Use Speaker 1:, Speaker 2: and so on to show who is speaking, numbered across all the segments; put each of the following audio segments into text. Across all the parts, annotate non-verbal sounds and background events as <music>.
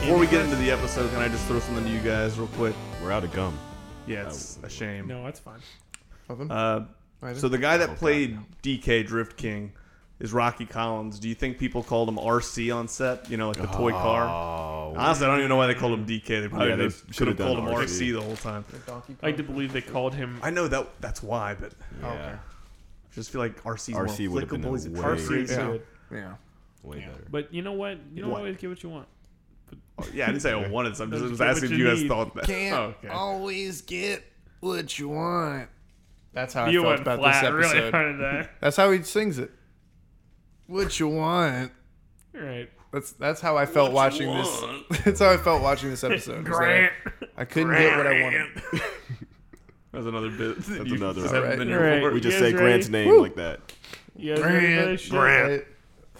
Speaker 1: Before we get into the episode, can I just throw something to you guys real quick?
Speaker 2: We're out of gum.
Speaker 1: Yeah, it's a shame.
Speaker 3: Oh, No, that's fine.
Speaker 4: Nothing?
Speaker 1: Uh,
Speaker 4: I
Speaker 1: so the guy that played DK Drift King is Rocky Collins. Do you think people called him RC on set? You know, like the toy car.
Speaker 2: Oh,
Speaker 1: Honestly, I don't even know why they called him DK. They probably
Speaker 2: Yeah, they
Speaker 1: should have
Speaker 2: should've
Speaker 1: called him
Speaker 2: done
Speaker 1: RC
Speaker 2: RC.
Speaker 1: the whole time.
Speaker 4: Donkey Kong.
Speaker 3: I do believe they called him.
Speaker 1: I know that that's why, but
Speaker 2: yeah.
Speaker 4: okay.
Speaker 1: I just feel like RC's
Speaker 2: RC
Speaker 1: more
Speaker 2: would've been
Speaker 1: applicable.
Speaker 2: a
Speaker 1: He's a
Speaker 2: way-
Speaker 1: RC.
Speaker 3: Yeah.
Speaker 4: Yeah. Yeah.
Speaker 2: Way better.
Speaker 3: But you know what? You don't
Speaker 1: What?
Speaker 3: always get what you want.
Speaker 1: Oh, Yeah, I didn't
Speaker 3: <laughs>
Speaker 1: say I wanted some. I'm just
Speaker 3: Don't
Speaker 1: I was
Speaker 3: get what
Speaker 1: asking if
Speaker 3: you
Speaker 1: you guys
Speaker 3: need.
Speaker 1: thought that. Oh, okay.
Speaker 4: always get what you want. That's how
Speaker 3: you
Speaker 4: I felt
Speaker 3: went
Speaker 4: about
Speaker 3: flat
Speaker 4: this episode.
Speaker 3: really hard there. <laughs>
Speaker 4: That's how he sings it. What you want.
Speaker 3: All right.
Speaker 4: That's that's how I felt watching this. <laughs> That's how I felt watching this episode. was that
Speaker 3: Grant.
Speaker 4: I couldn't get what I wanted.
Speaker 1: That was another bit. That's
Speaker 2: another-
Speaker 1: Just haven't
Speaker 4: Alright.
Speaker 1: been
Speaker 3: All
Speaker 1: here
Speaker 3: right.
Speaker 1: before.
Speaker 2: We just
Speaker 3: you
Speaker 2: say
Speaker 3: guys
Speaker 2: Grant's
Speaker 3: ready?
Speaker 2: name
Speaker 4: Woo.
Speaker 2: like that.
Speaker 3: You guys ready for this shit?
Speaker 4: <laughs> Grant.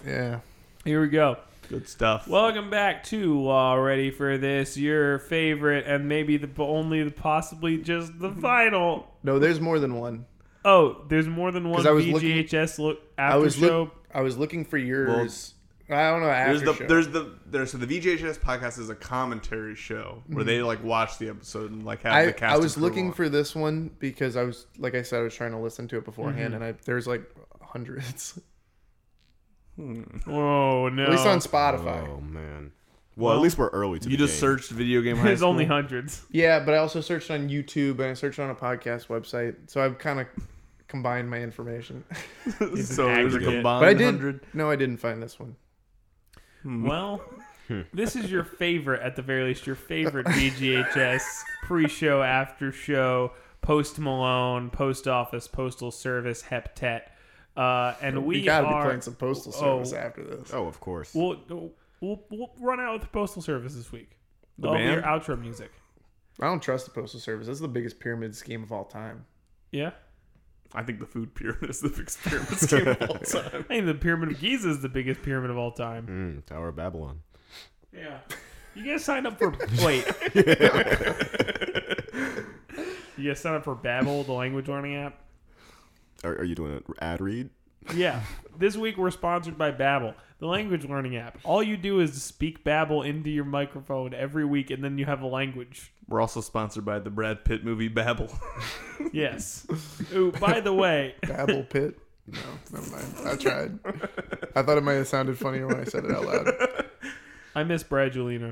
Speaker 4: Yeah.
Speaker 3: Here we go.
Speaker 1: Good stuff.
Speaker 3: Welcome back to uh, Ready for This, your favorite and maybe the only, possibly just the final.
Speaker 4: No, there's more than one.
Speaker 3: Oh, there's more than one
Speaker 4: 'Cause I was looking-
Speaker 3: VGHS look after
Speaker 4: I was
Speaker 3: show.
Speaker 4: look, I was looking for yours. I don't know. After
Speaker 1: There's the
Speaker 4: show.
Speaker 1: there's the there's so the VJHS podcast is a commentary show where they like watch the episode and like have the
Speaker 4: I,
Speaker 1: cast.
Speaker 4: I was
Speaker 1: and crew
Speaker 4: looking
Speaker 1: on.
Speaker 4: for this one because I was like I said I was trying to listen to it beforehand
Speaker 3: Mm-hmm.
Speaker 4: and I there's like hundreds <laughs>
Speaker 3: Whoa, Oh, no.
Speaker 4: at least on Spotify.
Speaker 2: Oh man. Well, at least we're early to
Speaker 1: you
Speaker 2: the
Speaker 1: just
Speaker 2: game.
Speaker 1: searched video <laughs> game. High
Speaker 3: There's only
Speaker 1: School?
Speaker 3: hundreds.
Speaker 4: Yeah, but I also searched on YouTube and I searched on a podcast website, so I've kind of combined my information. <laughs>
Speaker 1: <laughs> so there's a
Speaker 3: aggregate.
Speaker 1: combined
Speaker 4: But I did.
Speaker 1: hundred.
Speaker 4: No, I didn't find this one.
Speaker 3: Well, this is your favorite, at the very least, your favorite VGHS pre-show, after-show, post Malone, post office, postal service, heptet, uh, and we
Speaker 4: We gotta
Speaker 3: are.
Speaker 4: be playing some postal
Speaker 3: oh.
Speaker 4: service after this.
Speaker 2: Oh, of course.
Speaker 3: we'll, we'll we'll run out with the postal service this week. The
Speaker 1: band?
Speaker 3: your outro music.
Speaker 4: I don't trust the postal service. That's the biggest pyramid scheme of all time.
Speaker 3: Yeah,
Speaker 1: I think the food pyramid is the biggest pyramid scheme of <laughs> all time.
Speaker 4: Oh.
Speaker 3: I think the Pyramid of Giza is the biggest pyramid of all time.
Speaker 2: Mm, Tower of Babylon.
Speaker 4: Hmm.
Speaker 3: Yeah. You guys sign up
Speaker 4: <laughs>
Speaker 3: for wait. you guys sign up for Babbel, the language learning app.
Speaker 2: Are, are you doing an ad read?
Speaker 3: Yeah. This week we're sponsored by Babbel, the language learning app. All you do is speak Babbel into your microphone every week and then you have a language.
Speaker 1: We're also sponsored by the Brad Pitt movie Babel.
Speaker 3: Yes. Ooh, by the way,
Speaker 4: Babel pit. <laughs> No, never mind. I tried. I thought it might have sounded funnier when I said it out
Speaker 1: <laughs>
Speaker 4: loud.
Speaker 3: I miss Brad Julina.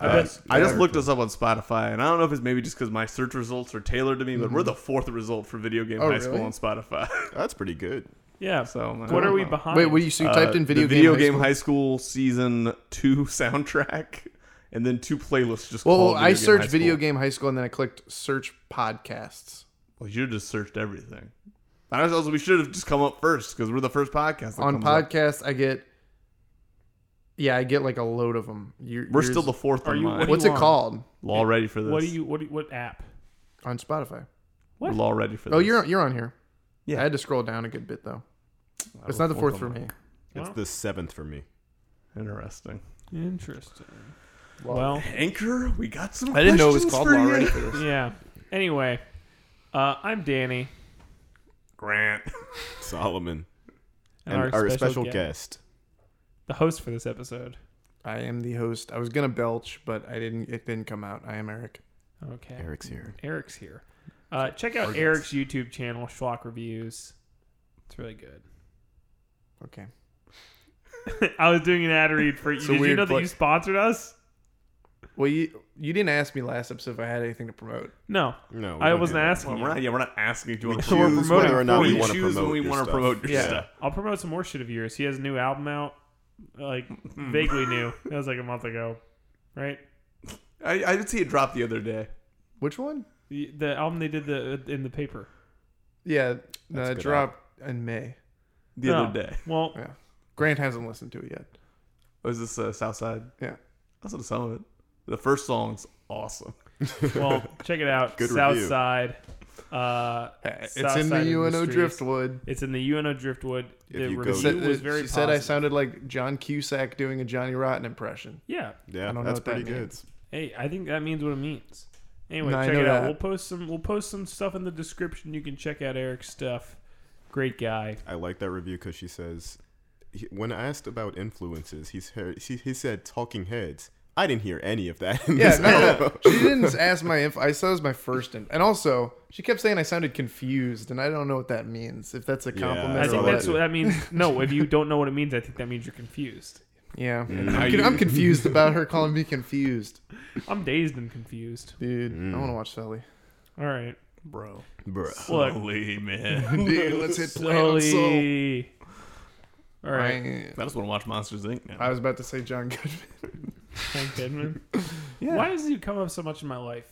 Speaker 1: Uh, I, just- I just looked us up on Spotify, and I don't know if it's maybe just because my search results are tailored to me, but we're the fourth result for video game
Speaker 4: Mm-hmm. Oh,
Speaker 1: high school
Speaker 4: really?
Speaker 1: on Spotify. <laughs>
Speaker 2: That's pretty good.
Speaker 3: Yeah.
Speaker 1: so I
Speaker 3: what
Speaker 1: don't
Speaker 3: are we
Speaker 1: know.
Speaker 3: behind?
Speaker 4: Wait, what do you? So you typed
Speaker 1: Uh,
Speaker 4: in video
Speaker 1: the
Speaker 4: game.
Speaker 1: video
Speaker 4: high
Speaker 1: game
Speaker 4: school?
Speaker 1: high school season two <laughs> soundtrack, and then two playlists just.
Speaker 4: Well,
Speaker 1: called
Speaker 4: I
Speaker 1: Video Game High
Speaker 4: searched video
Speaker 1: School.
Speaker 4: game high school and then I clicked search podcasts
Speaker 1: Well, you just searched everything. I don't suppose we should have just come up first because we're the first podcast that
Speaker 4: on
Speaker 1: comes up.
Speaker 4: podcasts. I get. Yeah, I get like a load of them. You're,
Speaker 1: We're
Speaker 4: yours-
Speaker 1: still the fourth.
Speaker 3: Are
Speaker 1: on
Speaker 3: you-
Speaker 1: mine.
Speaker 3: what do
Speaker 4: What's it
Speaker 3: on?
Speaker 4: called
Speaker 1: Law ready for this?
Speaker 3: what do you what do you, what app?
Speaker 4: on Spotify?
Speaker 1: We're
Speaker 3: what?
Speaker 1: Law ready for this?
Speaker 4: Oh, you're you're on here.
Speaker 1: Yeah.
Speaker 4: I had to scroll down a good bit though.
Speaker 1: I was
Speaker 4: It's not the fourth for
Speaker 1: on
Speaker 4: me.
Speaker 2: It's
Speaker 3: Wow.
Speaker 2: the seventh for me.
Speaker 1: mine. Interesting.
Speaker 3: Interesting. Well,
Speaker 1: Anchor, we got some.
Speaker 4: I didn't know it was
Speaker 1: questions
Speaker 4: called
Speaker 1: for
Speaker 4: Law
Speaker 1: you.
Speaker 4: Ready for this. <laughs>
Speaker 3: yeah. Anyway, uh, I'm Danny.
Speaker 1: Grant.
Speaker 2: Solomon
Speaker 3: And, our, special, guest,
Speaker 2: guest.
Speaker 3: the host for this episode.
Speaker 4: I am the host. I was gonna belch, but I didn't. It didn't come out. I am Eric.
Speaker 3: Okay.
Speaker 2: Eric's here.
Speaker 3: Eric's here. Uh, check out Eric's YouTube channel, Schlock Reviews. It's really good.
Speaker 4: Okay.
Speaker 3: <laughs> I was doing an ad read
Speaker 2: <laughs>
Speaker 3: for you.
Speaker 4: It's a
Speaker 3: Did you
Speaker 4: weird
Speaker 3: know that
Speaker 4: play-
Speaker 3: you sponsored us?
Speaker 4: Well, you you didn't ask me last episode if I had anything to promote.
Speaker 3: No,
Speaker 2: No, Oh, we
Speaker 3: I
Speaker 2: don't
Speaker 3: wasn't
Speaker 2: do that.
Speaker 3: asking.
Speaker 1: Well,
Speaker 3: you.
Speaker 1: we're not, yeah, we're not asking if you <laughs>
Speaker 2: We
Speaker 1: want to
Speaker 2: choose
Speaker 1: promote.
Speaker 4: promoting
Speaker 2: whether or not
Speaker 4: for
Speaker 2: we
Speaker 4: you.
Speaker 2: want to
Speaker 1: choose
Speaker 2: promote
Speaker 1: when we
Speaker 2: your
Speaker 1: want to
Speaker 2: stuff.
Speaker 1: promote your
Speaker 4: Yeah.
Speaker 1: stuff.
Speaker 3: I'll promote some more shit of yours. He has a new album out, like vaguely new. That was like a month ago, right?
Speaker 1: <laughs> I, I did see it drop the other day.
Speaker 4: Which one?
Speaker 3: The, the album they did the in the paper.
Speaker 4: Yeah,
Speaker 2: That's
Speaker 4: uh,
Speaker 2: good
Speaker 4: dropped in May.
Speaker 1: The
Speaker 3: No.
Speaker 1: other day
Speaker 3: Well,
Speaker 4: Yeah. Grant hasn't listened to it yet.
Speaker 1: was this uh, Southside?
Speaker 4: Yeah.
Speaker 1: I listened to some of it. The first song's awesome.
Speaker 2: <laughs>
Speaker 3: well, check it out.
Speaker 2: Good review.
Speaker 3: Southside. Uh,
Speaker 4: It's in the
Speaker 3: Southside
Speaker 4: UNO
Speaker 3: Industries.
Speaker 4: Driftwood. It's
Speaker 3: It's in the UNO Driftwood. The
Speaker 2: you go-
Speaker 3: review
Speaker 2: Said-
Speaker 3: was very
Speaker 4: uh, she said I
Speaker 3: positive.
Speaker 4: sounded like John Cusack doing a Johnny Rotten impression.
Speaker 3: Yeah.
Speaker 2: Yeah,
Speaker 4: I don't know
Speaker 2: that's
Speaker 4: what that
Speaker 2: pretty good.
Speaker 4: means.
Speaker 3: Hey, I think that means what it means. Anyway,
Speaker 4: No, I
Speaker 3: check
Speaker 4: know
Speaker 3: it out.
Speaker 4: that.
Speaker 3: We'll post some we'll post some stuff in the description. You can check out Eric's stuff. Great guy.
Speaker 2: I like that review because she says, he- when asked about influences, he's heard, she, he said Talking Heads. I didn't hear any of that. In
Speaker 4: <laughs> Yeah,
Speaker 2: this
Speaker 4: no,
Speaker 2: album.
Speaker 4: she didn't ask my info. I said it was my first, in- and also she kept saying I sounded confused, and I don't know what that means. If that's a
Speaker 2: Yeah,
Speaker 4: compliment,
Speaker 2: I
Speaker 3: I
Speaker 4: or
Speaker 3: think
Speaker 2: saw
Speaker 4: what.
Speaker 3: that's what that means.
Speaker 1: <laughs>
Speaker 3: No, if you don't know what it means, I think that means you're confused.
Speaker 4: yeah.
Speaker 1: Now
Speaker 4: I'm, con-
Speaker 1: you-
Speaker 4: I'm confused about her calling me confused,
Speaker 3: I'm dazed and confused.
Speaker 4: dude. I want to watch
Speaker 3: <laughs>
Speaker 4: Sully.
Speaker 3: All right,
Speaker 1: bro.
Speaker 2: <laughs> Bruh.
Speaker 3: look,
Speaker 1: Holy
Speaker 4: <laughs>
Speaker 1: man,
Speaker 4: Dude, let's hit
Speaker 3: slowly. All right,
Speaker 4: I,
Speaker 1: I just want to watch Monsters Inc. now.
Speaker 4: I was about to say John Goodman. <laughs>
Speaker 3: Hank Goodman.
Speaker 1: <laughs> Yeah.
Speaker 3: Why does he come up so much in my life?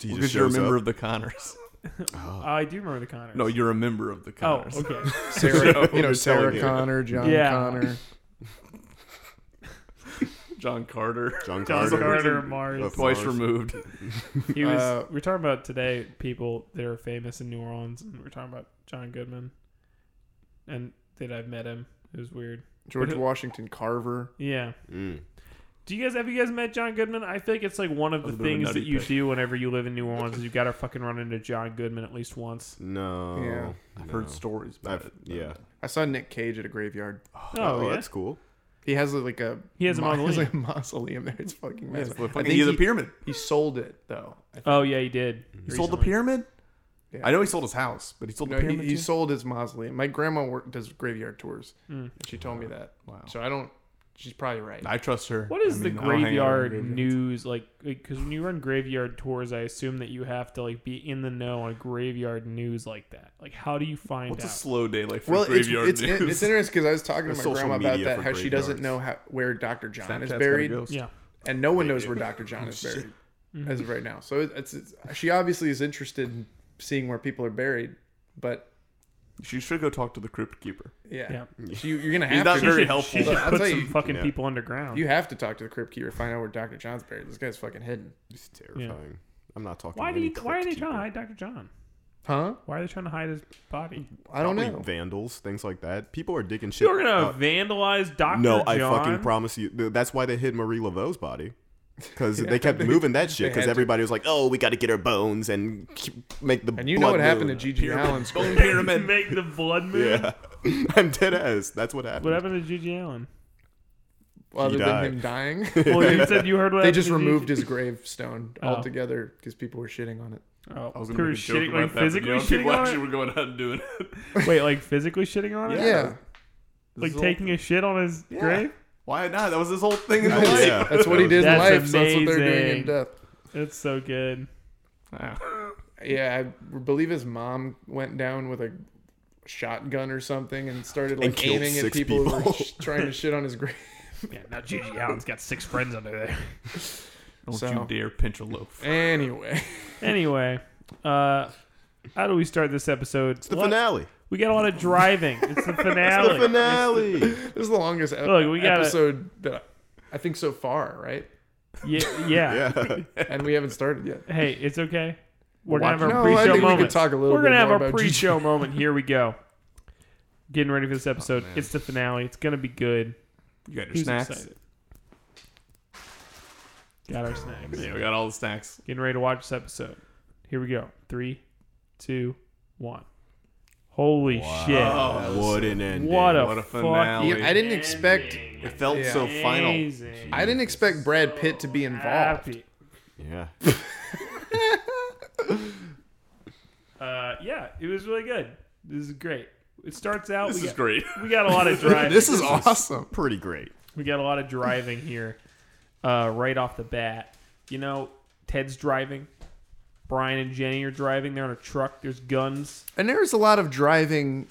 Speaker 2: He
Speaker 1: Well,
Speaker 2: just
Speaker 1: you're a
Speaker 2: shows
Speaker 1: member
Speaker 2: up.
Speaker 1: of the Connors. <laughs>
Speaker 3: I do remember the Connors.
Speaker 1: No, you're a member of the
Speaker 3: Oh,
Speaker 1: Connors. <laughs>
Speaker 3: okay.
Speaker 4: Sarah, you know
Speaker 2: we're
Speaker 4: Sarah
Speaker 2: telling you.
Speaker 4: Connor, John
Speaker 3: Yeah.
Speaker 4: Connor.
Speaker 1: John
Speaker 2: <laughs>
Speaker 1: Carter,
Speaker 2: John
Speaker 3: John
Speaker 2: Carter.
Speaker 3: Carter, Mars.
Speaker 2: Of
Speaker 1: twice
Speaker 2: course.
Speaker 1: removed.
Speaker 3: He was.
Speaker 4: Uh,
Speaker 3: we're talking about today people that are famous in New Orleans, and we're talking about John Goodman, and that I've met him. It was weird.
Speaker 4: George
Speaker 3: <laughs> But-
Speaker 4: Washington Carver.
Speaker 3: Yeah.
Speaker 2: Mm.
Speaker 3: Do you guys have you guys met John Goodman? I feel like it's like one of the
Speaker 1: was a bit of a
Speaker 3: things
Speaker 1: nutty
Speaker 3: that you
Speaker 1: pick.
Speaker 3: do whenever you live in New Orleans is you got to fucking run into John Goodman at least once.
Speaker 2: No.
Speaker 4: Yeah.
Speaker 1: I've
Speaker 2: no.
Speaker 1: heard stories about
Speaker 2: I've-
Speaker 1: it.
Speaker 2: yeah.
Speaker 4: I saw Nick Cage at a graveyard.
Speaker 3: Oh,
Speaker 2: Oh,
Speaker 3: yeah.
Speaker 2: that's cool.
Speaker 4: He has like a
Speaker 3: He has a
Speaker 4: mo- <laughs> he
Speaker 3: mausoleum.
Speaker 4: like a mausoleum there. It's fucking
Speaker 1: Yes,
Speaker 4: massive.
Speaker 1: but
Speaker 4: I
Speaker 1: fucking
Speaker 4: think
Speaker 1: he, the
Speaker 4: he,
Speaker 1: pyramid.
Speaker 4: he sold it though. I think.
Speaker 3: Oh yeah, he did.
Speaker 1: He sold the
Speaker 3: Recently.
Speaker 1: pyramid.
Speaker 4: Yeah.
Speaker 1: I know he sold his house, but he sold
Speaker 4: No,
Speaker 1: the
Speaker 4: he,
Speaker 1: pyramid.
Speaker 4: he
Speaker 1: too?
Speaker 4: sold his mausoleum. My grandma work, does graveyard tours,
Speaker 3: Mm.
Speaker 4: and she told me that.
Speaker 1: Wow.
Speaker 4: So I don't. She's probably right.
Speaker 1: I trust her.
Speaker 3: What is
Speaker 1: I
Speaker 3: the
Speaker 1: mean, I'll hang out with
Speaker 3: graveyard
Speaker 1: her.
Speaker 3: news like? Because when you run graveyard tours, I assume that you have to like be in the know on graveyard news like that. Like, how do you find
Speaker 1: What's a
Speaker 3: out?
Speaker 1: slow day like for
Speaker 4: well, it's
Speaker 1: graveyard
Speaker 4: it's,
Speaker 1: news?
Speaker 4: it's interesting because I was talking to
Speaker 2: There's
Speaker 4: my
Speaker 2: social
Speaker 4: grandma about
Speaker 2: media
Speaker 4: that.
Speaker 2: for
Speaker 4: How she doesn't
Speaker 2: graveyards.
Speaker 4: know how, where Doctor
Speaker 1: <laughs>
Speaker 4: John
Speaker 1: Snapchat's
Speaker 4: is
Speaker 1: got a
Speaker 4: buried,
Speaker 1: ghost.
Speaker 3: yeah.
Speaker 4: and no one knows where Doctor John is buried
Speaker 3: Mm-hmm.
Speaker 4: as of right now. So it- it's, it's she obviously is interested in seeing where people are buried, but
Speaker 1: She should go talk to the crypt keeper.
Speaker 4: yeah,
Speaker 3: Yeah.
Speaker 4: She, you're gonna
Speaker 1: He's
Speaker 4: have
Speaker 1: not
Speaker 4: to.
Speaker 3: She
Speaker 1: Very
Speaker 4: <laughs>
Speaker 3: should,
Speaker 1: helpful.
Speaker 3: She should
Speaker 4: Look, I'll
Speaker 3: put
Speaker 4: tell
Speaker 3: some
Speaker 4: you-
Speaker 3: fucking
Speaker 2: Yeah.
Speaker 3: people underground.
Speaker 4: You have to talk to the crypt keeper to find out where Doctor John's buried. This guy's fucking hidden.
Speaker 2: It's terrifying. I'm not talking.
Speaker 3: why
Speaker 2: to
Speaker 3: do
Speaker 2: any
Speaker 3: you? Why are they
Speaker 2: crypt
Speaker 3: trying to
Speaker 2: keeper.
Speaker 3: hide Doctor John?
Speaker 4: Huh?
Speaker 3: Why are they trying to hide his body?
Speaker 4: I don't
Speaker 2: Probably
Speaker 4: know.
Speaker 2: vandals, things like that. People are digging shit.
Speaker 3: You're gonna
Speaker 2: up.
Speaker 3: vandalize Doctor
Speaker 2: no,
Speaker 3: John.
Speaker 2: I fucking
Speaker 3: <laughs>
Speaker 2: promise you. th- That's why they hid Marie Laveau's body.
Speaker 3: <laughs>
Speaker 2: Because they kept moving that shit.
Speaker 4: had
Speaker 2: Because
Speaker 4: to.
Speaker 2: everybody was like, "Oh, we got to get her bones and keep, make the."
Speaker 4: And you know
Speaker 2: blood
Speaker 4: what happened to
Speaker 2: moon."
Speaker 4: Gigi Allen's
Speaker 1: Bone
Speaker 2: <laughs>
Speaker 4: grave?
Speaker 1: pyramid.
Speaker 3: Make the blood move.
Speaker 2: Yeah, <laughs> I'm dead ass. That's what happened. <laughs>
Speaker 3: What happened to Gigi Allen?
Speaker 4: Other than
Speaker 2: died. <laughs>
Speaker 4: him dying,
Speaker 3: Well, you said you heard what
Speaker 4: they
Speaker 3: happened
Speaker 4: just
Speaker 3: to
Speaker 4: removed
Speaker 3: Gigi-
Speaker 4: his gravestone
Speaker 3: Oh.
Speaker 4: altogether because people were shitting on it.
Speaker 3: Oh,
Speaker 1: I was
Speaker 3: we
Speaker 1: gonna
Speaker 3: were
Speaker 1: make a joke
Speaker 3: shitting,
Speaker 1: about
Speaker 3: like
Speaker 1: that, but, you
Speaker 3: physically
Speaker 1: know,
Speaker 3: shitting
Speaker 1: people
Speaker 3: on
Speaker 1: actually
Speaker 3: it.
Speaker 1: were going out and doing it. <laughs>
Speaker 3: <laughs> Wait, like physically shitting on it?
Speaker 4: Yeah,
Speaker 3: like taking a shit on his
Speaker 1: Yeah.
Speaker 3: grave.
Speaker 1: Why not? That was his whole thing in the
Speaker 2: Yeah.
Speaker 1: life.
Speaker 2: Yeah.
Speaker 4: that's what he did in
Speaker 3: That's
Speaker 4: life. So that's what they're doing in
Speaker 3: amazing.
Speaker 4: death.
Speaker 3: It's so good.
Speaker 4: Yeah, I believe his mom went down with a shotgun or something and started
Speaker 2: And
Speaker 4: like
Speaker 2: killed
Speaker 4: aiming at
Speaker 2: six
Speaker 4: people, who were
Speaker 2: people.
Speaker 4: sh- <laughs> trying to shit on his grave. <laughs>
Speaker 3: Yeah, now Gigi Allen's got six friends under there.
Speaker 1: Don't
Speaker 4: So-
Speaker 1: you dare pinch a loaf.
Speaker 4: Anyway,
Speaker 3: <laughs> Anyway, uh, how do we start this episode?
Speaker 2: It's the finale.
Speaker 3: We got a lot of driving. It's the
Speaker 2: It's
Speaker 3: finale.
Speaker 2: the finale.
Speaker 4: this is the longest e-
Speaker 3: Look, we gotta-
Speaker 4: episode that I I think so far, right?
Speaker 3: Yeah, yeah.
Speaker 2: <laughs> yeah.
Speaker 4: And we haven't started yet.
Speaker 3: Hey, it's okay. We're
Speaker 4: Why-
Speaker 3: gonna have
Speaker 4: No,
Speaker 3: our
Speaker 4: I
Speaker 3: pre-show
Speaker 4: think we
Speaker 3: moment.
Speaker 4: could talk a little
Speaker 3: We're gonna
Speaker 4: bit
Speaker 3: have
Speaker 4: more
Speaker 3: our
Speaker 4: about
Speaker 3: pre-show moment. Here we go. Getting ready
Speaker 1: Oh,
Speaker 3: for this episode. it's the finale. It's gonna be good.
Speaker 1: You got your
Speaker 3: Who's
Speaker 1: snacks?
Speaker 3: excited? Got our snacks.
Speaker 1: Yeah, we got all the snacks.
Speaker 3: Getting ready to watch this episode. Here we go. Three, two, one. Holy shit!
Speaker 1: Oh,
Speaker 2: what an ending.
Speaker 3: What a,
Speaker 1: what a
Speaker 3: fucking
Speaker 1: finale.
Speaker 4: Yeah, I didn't expect.
Speaker 1: It felt
Speaker 4: Yeah.
Speaker 1: so final.
Speaker 3: Amazing.
Speaker 4: I didn't expect Brad Pitt to be involved.
Speaker 3: Happy.
Speaker 2: yeah.
Speaker 3: Uh, yeah, it was really good. This is great. It starts out.
Speaker 1: This
Speaker 3: we
Speaker 1: is
Speaker 3: got,
Speaker 1: great.
Speaker 3: We got a lot of
Speaker 4: <laughs>
Speaker 3: driving.
Speaker 4: This is awesome.
Speaker 2: Pretty great.
Speaker 3: We got a lot of driving here, uh, right off the bat. You know, Ted's driving. Brian and Jenny are driving. They're on a truck. There's guns.
Speaker 4: And there was a lot of driving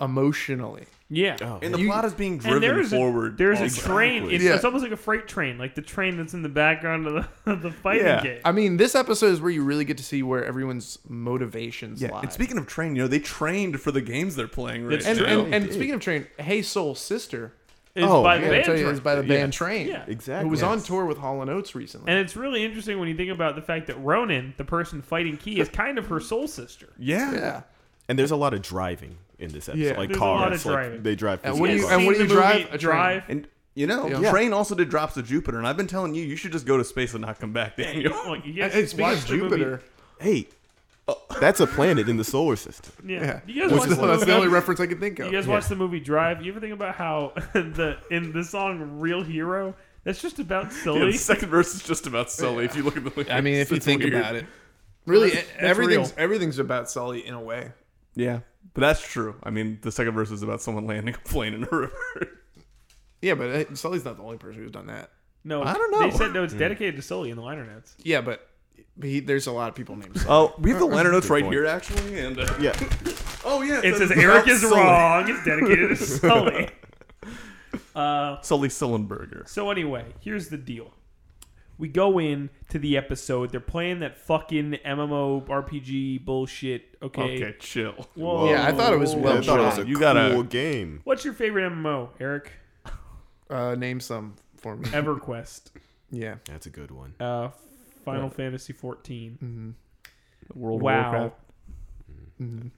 Speaker 4: emotionally.
Speaker 3: Yeah.
Speaker 1: And the
Speaker 4: You-
Speaker 1: plot is being driven
Speaker 3: And there's
Speaker 1: forward.
Speaker 3: a, there's a
Speaker 1: also.
Speaker 3: train. It's,
Speaker 4: Yeah.
Speaker 3: it's almost like a freight train, like the train that's in the background of the, <laughs> of the fighting
Speaker 1: Yeah.
Speaker 3: game.
Speaker 4: I mean, this episode is where you really get to see where everyone's motivations
Speaker 1: Yeah,
Speaker 4: lie.
Speaker 1: and speaking of train, you know, they trained for the games they're playing right
Speaker 3: That's
Speaker 1: now.
Speaker 4: and,
Speaker 3: true.
Speaker 4: and, and speaking of train, Hey Soul Sister,
Speaker 3: It's
Speaker 2: Oh,
Speaker 3: by
Speaker 4: I
Speaker 3: the
Speaker 4: gotta
Speaker 3: band
Speaker 4: tell you,
Speaker 3: train.
Speaker 4: is by the
Speaker 2: Yeah.
Speaker 4: band Train,
Speaker 3: Yeah.
Speaker 2: Exactly.
Speaker 4: who was on
Speaker 2: Yes.
Speaker 4: tour with Hall and Oates recently.
Speaker 3: And it's really interesting when you think about the fact that Ronan, the person fighting Key, is kind of her soul sister.
Speaker 1: Yeah.
Speaker 4: yeah,
Speaker 2: And there's a lot of driving in this episode.
Speaker 4: Yeah.
Speaker 2: like
Speaker 3: There's a
Speaker 2: cars.
Speaker 3: lot of
Speaker 2: like,
Speaker 3: driving.
Speaker 2: They drive.
Speaker 4: And Uh, what do
Speaker 2: physical
Speaker 4: you-
Speaker 2: cars.
Speaker 4: and what do
Speaker 3: Seen the
Speaker 4: drive?
Speaker 3: movie
Speaker 4: A train.
Speaker 3: Drive.
Speaker 1: And you know,
Speaker 4: Yeah.
Speaker 1: Train also did drops of Jupiter, and I've been telling you, you should just go to space and not come back, Daniel.
Speaker 3: Look, you
Speaker 4: And
Speaker 3: guys,
Speaker 4: it's
Speaker 3: speaking
Speaker 4: watch
Speaker 3: of the movie-
Speaker 4: Jupiter.
Speaker 2: Hey, that's a planet in the solar system.
Speaker 3: yeah.
Speaker 4: Yeah,
Speaker 3: You guys
Speaker 4: Which
Speaker 3: watch
Speaker 4: is-
Speaker 3: the
Speaker 4: that's the
Speaker 3: movie-
Speaker 4: only reference I can think of.
Speaker 3: <laughs> You guys watch the movie Drive? You ever think about how the in the song Real Hero That's just about
Speaker 1: Yeah,
Speaker 3: silly.
Speaker 1: the second verse is just about Sully. If you look at the lyrics,
Speaker 4: I mean, if you
Speaker 1: It's
Speaker 4: think
Speaker 1: weird.
Speaker 4: about it, really,
Speaker 1: That's- that's
Speaker 4: everything's
Speaker 1: real.
Speaker 4: everything's about Sully in a way.
Speaker 1: yeah, but that's true. I mean, the second verse is about someone landing a plane in a river.
Speaker 4: Yeah, but uh, Sully's not the only person who's done that.
Speaker 3: no,
Speaker 1: I don't
Speaker 3: They
Speaker 1: know.
Speaker 3: said no. It's dedicated to Sully in the liner notes.
Speaker 4: Yeah, but he, there's a lot of people named Sully.
Speaker 1: Oh, <laughs> we have the liner notes right
Speaker 2: point.
Speaker 1: here, actually. And <laughs> uh,
Speaker 2: <laughs> Yeah.
Speaker 1: oh yeah,
Speaker 3: It says
Speaker 1: says
Speaker 3: Eric is wrong.
Speaker 1: <laughs>
Speaker 3: It's dedicated to Sully. Uh,
Speaker 1: Sully Sullenberger.
Speaker 3: so anyway, here's the deal. We go in to the episode. They're playing that fucking MMO RPG bullshit. Okay.
Speaker 1: Okay, chill.
Speaker 3: Whoa.
Speaker 4: Yeah, I thought it was well
Speaker 2: I thought it was a
Speaker 4: shot.
Speaker 1: You
Speaker 2: cool
Speaker 1: gotta-
Speaker 2: game.
Speaker 3: What's your favorite MMO, Eric?
Speaker 4: Uh, name some for me.
Speaker 3: EverQuest,
Speaker 4: Yeah,
Speaker 2: That's a good one.
Speaker 3: uh, Final Fantasy 14.
Speaker 4: Mm-hmm.
Speaker 1: World of
Speaker 3: Wow.
Speaker 1: Warcraft.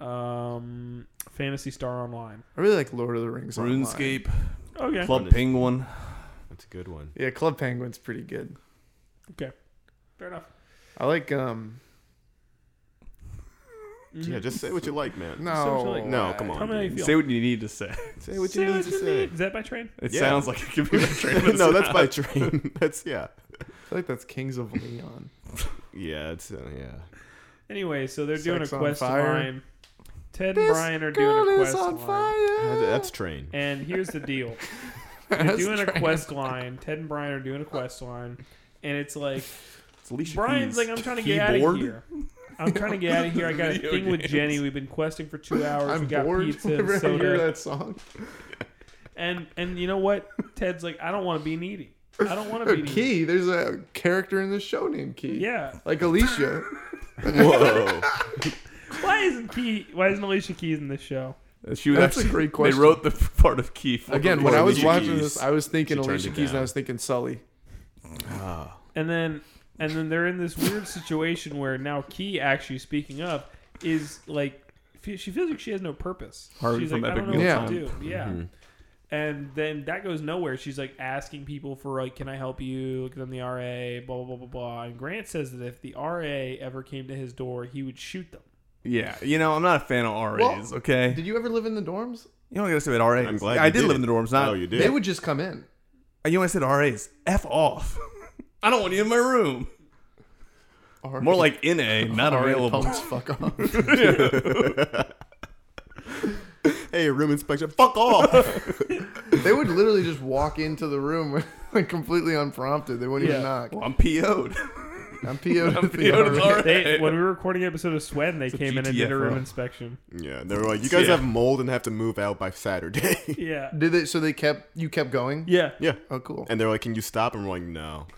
Speaker 3: Um, Fantasy Star Online.
Speaker 4: I really like Lord of the Rings. Online.
Speaker 1: RuneScape,
Speaker 3: Okay.
Speaker 1: Club Penguin.
Speaker 2: That's a good one.
Speaker 4: Yeah, Club Penguin's pretty good.
Speaker 3: Okay. Fair enough.
Speaker 4: I like um.
Speaker 3: Mm-hmm.
Speaker 2: Yeah, just say what you like, man.
Speaker 4: No,
Speaker 3: Socially-
Speaker 2: No, come
Speaker 3: Tell me
Speaker 2: on.
Speaker 3: how you
Speaker 2: dude.
Speaker 3: feel.
Speaker 1: Say what you need to say. <laughs>
Speaker 2: Say what
Speaker 3: Say
Speaker 2: you need
Speaker 3: what
Speaker 2: to
Speaker 3: you
Speaker 2: say. <laughs>
Speaker 3: need. Is that by train?
Speaker 1: It
Speaker 2: Yeah.
Speaker 1: sounds like it could
Speaker 2: <laughs>
Speaker 1: be a train. but it's
Speaker 2: no, that's
Speaker 1: not. <laughs>
Speaker 2: by train. <laughs> That's yeah.
Speaker 4: I feel like that's Kings
Speaker 3: <laughs>
Speaker 4: of Leon.
Speaker 2: Yeah, it's uh, yeah.
Speaker 3: Anyway, so they're doing a
Speaker 4: Sex on
Speaker 3: quest
Speaker 4: fire.
Speaker 3: line. Ted and Brian are doing a quest line.
Speaker 2: Uh, That's
Speaker 3: <laughs>
Speaker 2: train.
Speaker 3: And here's the deal. They're doing a quest line. Ted and Brian are doing a quest line. And it's like
Speaker 1: It's Alicia
Speaker 3: Brian's
Speaker 1: Keys.
Speaker 3: like, I'm trying to get out of
Speaker 1: Keyboard?
Speaker 3: here. I'm trying to get out of here. I got a
Speaker 1: Video
Speaker 3: thing with
Speaker 1: games.
Speaker 3: Jenny. We've been questing for two hours.
Speaker 4: <laughs> I'm
Speaker 3: we got
Speaker 4: bored.
Speaker 3: pizza
Speaker 4: Whenever
Speaker 3: and
Speaker 4: I hear
Speaker 3: soda.
Speaker 4: that song,
Speaker 3: And and you know what? Ted's like, I don't want to be needy. I don't want to be
Speaker 4: But
Speaker 3: needy.
Speaker 4: Key. There's a character in this show named Key.
Speaker 3: Yeah.
Speaker 2: <laughs>
Speaker 4: like Alicia.
Speaker 2: Whoa.
Speaker 3: Why isn't Key? Why isn't Alicia Keys in this show?
Speaker 1: Uh, She would
Speaker 4: That's a
Speaker 1: actually,
Speaker 4: great
Speaker 1: <laughs> They
Speaker 4: question.
Speaker 1: wrote the part of Keith.
Speaker 4: Again,
Speaker 2: Or
Speaker 4: when I was
Speaker 2: Alicia
Speaker 4: watching
Speaker 2: Keys.
Speaker 4: this, I was thinking
Speaker 2: She turned
Speaker 4: Alicia
Speaker 2: it
Speaker 4: Keys and I
Speaker 2: down.
Speaker 4: was thinking Sully.
Speaker 2: Ah.
Speaker 3: And then and then they're in this weird situation where now Key actually speaking up is like fe- she feels like she has no purpose.
Speaker 1: Harvey
Speaker 3: She's
Speaker 1: from
Speaker 3: like, I
Speaker 1: Epic
Speaker 3: don't know
Speaker 4: Meal
Speaker 3: what
Speaker 4: Time.
Speaker 3: to do. Yeah. And then that goes nowhere. She's like asking people for like, can I help you? Look them the RA, blah blah blah blah blah. And Grant says that if the RA ever came to his door, he would shoot them.
Speaker 1: yeah, you know, I'm not a fan of RAs.
Speaker 4: Well,
Speaker 1: okay,
Speaker 4: Did you ever live in the dorms?
Speaker 1: you know what I gotta say about RAs?
Speaker 2: I'm glad
Speaker 1: I
Speaker 2: you
Speaker 1: did
Speaker 2: did
Speaker 1: live in
Speaker 2: it.
Speaker 1: the dorms. Not
Speaker 2: Oh, you did?
Speaker 4: They would just come in.
Speaker 1: You know what I said? RAs, f off. <laughs> I don't want you in my room.
Speaker 4: Or-
Speaker 1: More like in a, not
Speaker 4: Alright,
Speaker 1: available.
Speaker 4: punks, <laughs> fuck off.
Speaker 2: hey, room inspection. Fuck <laughs> off.
Speaker 4: they would literally just walk into the room <laughs> like completely unprompted. They wouldn't even
Speaker 3: Yeah.
Speaker 4: knock.
Speaker 1: I'm PO'd.
Speaker 4: I'm PO'd.
Speaker 1: I'm
Speaker 4: <laughs> at the
Speaker 1: PO'd
Speaker 4: RA.
Speaker 1: at RA.
Speaker 3: They, when we were recording an episode of Sweat, and they came in and did a
Speaker 1: GTFO.
Speaker 3: room inspection.
Speaker 2: yeah, they were like, you guys
Speaker 1: Yeah.
Speaker 2: have mold and have to move out by Saturday. <laughs>
Speaker 3: Yeah,
Speaker 4: Did they? So they kept you kept going.
Speaker 3: yeah.
Speaker 2: yeah.
Speaker 4: Oh, cool.
Speaker 2: And they're like, can you stop? And we're like, no.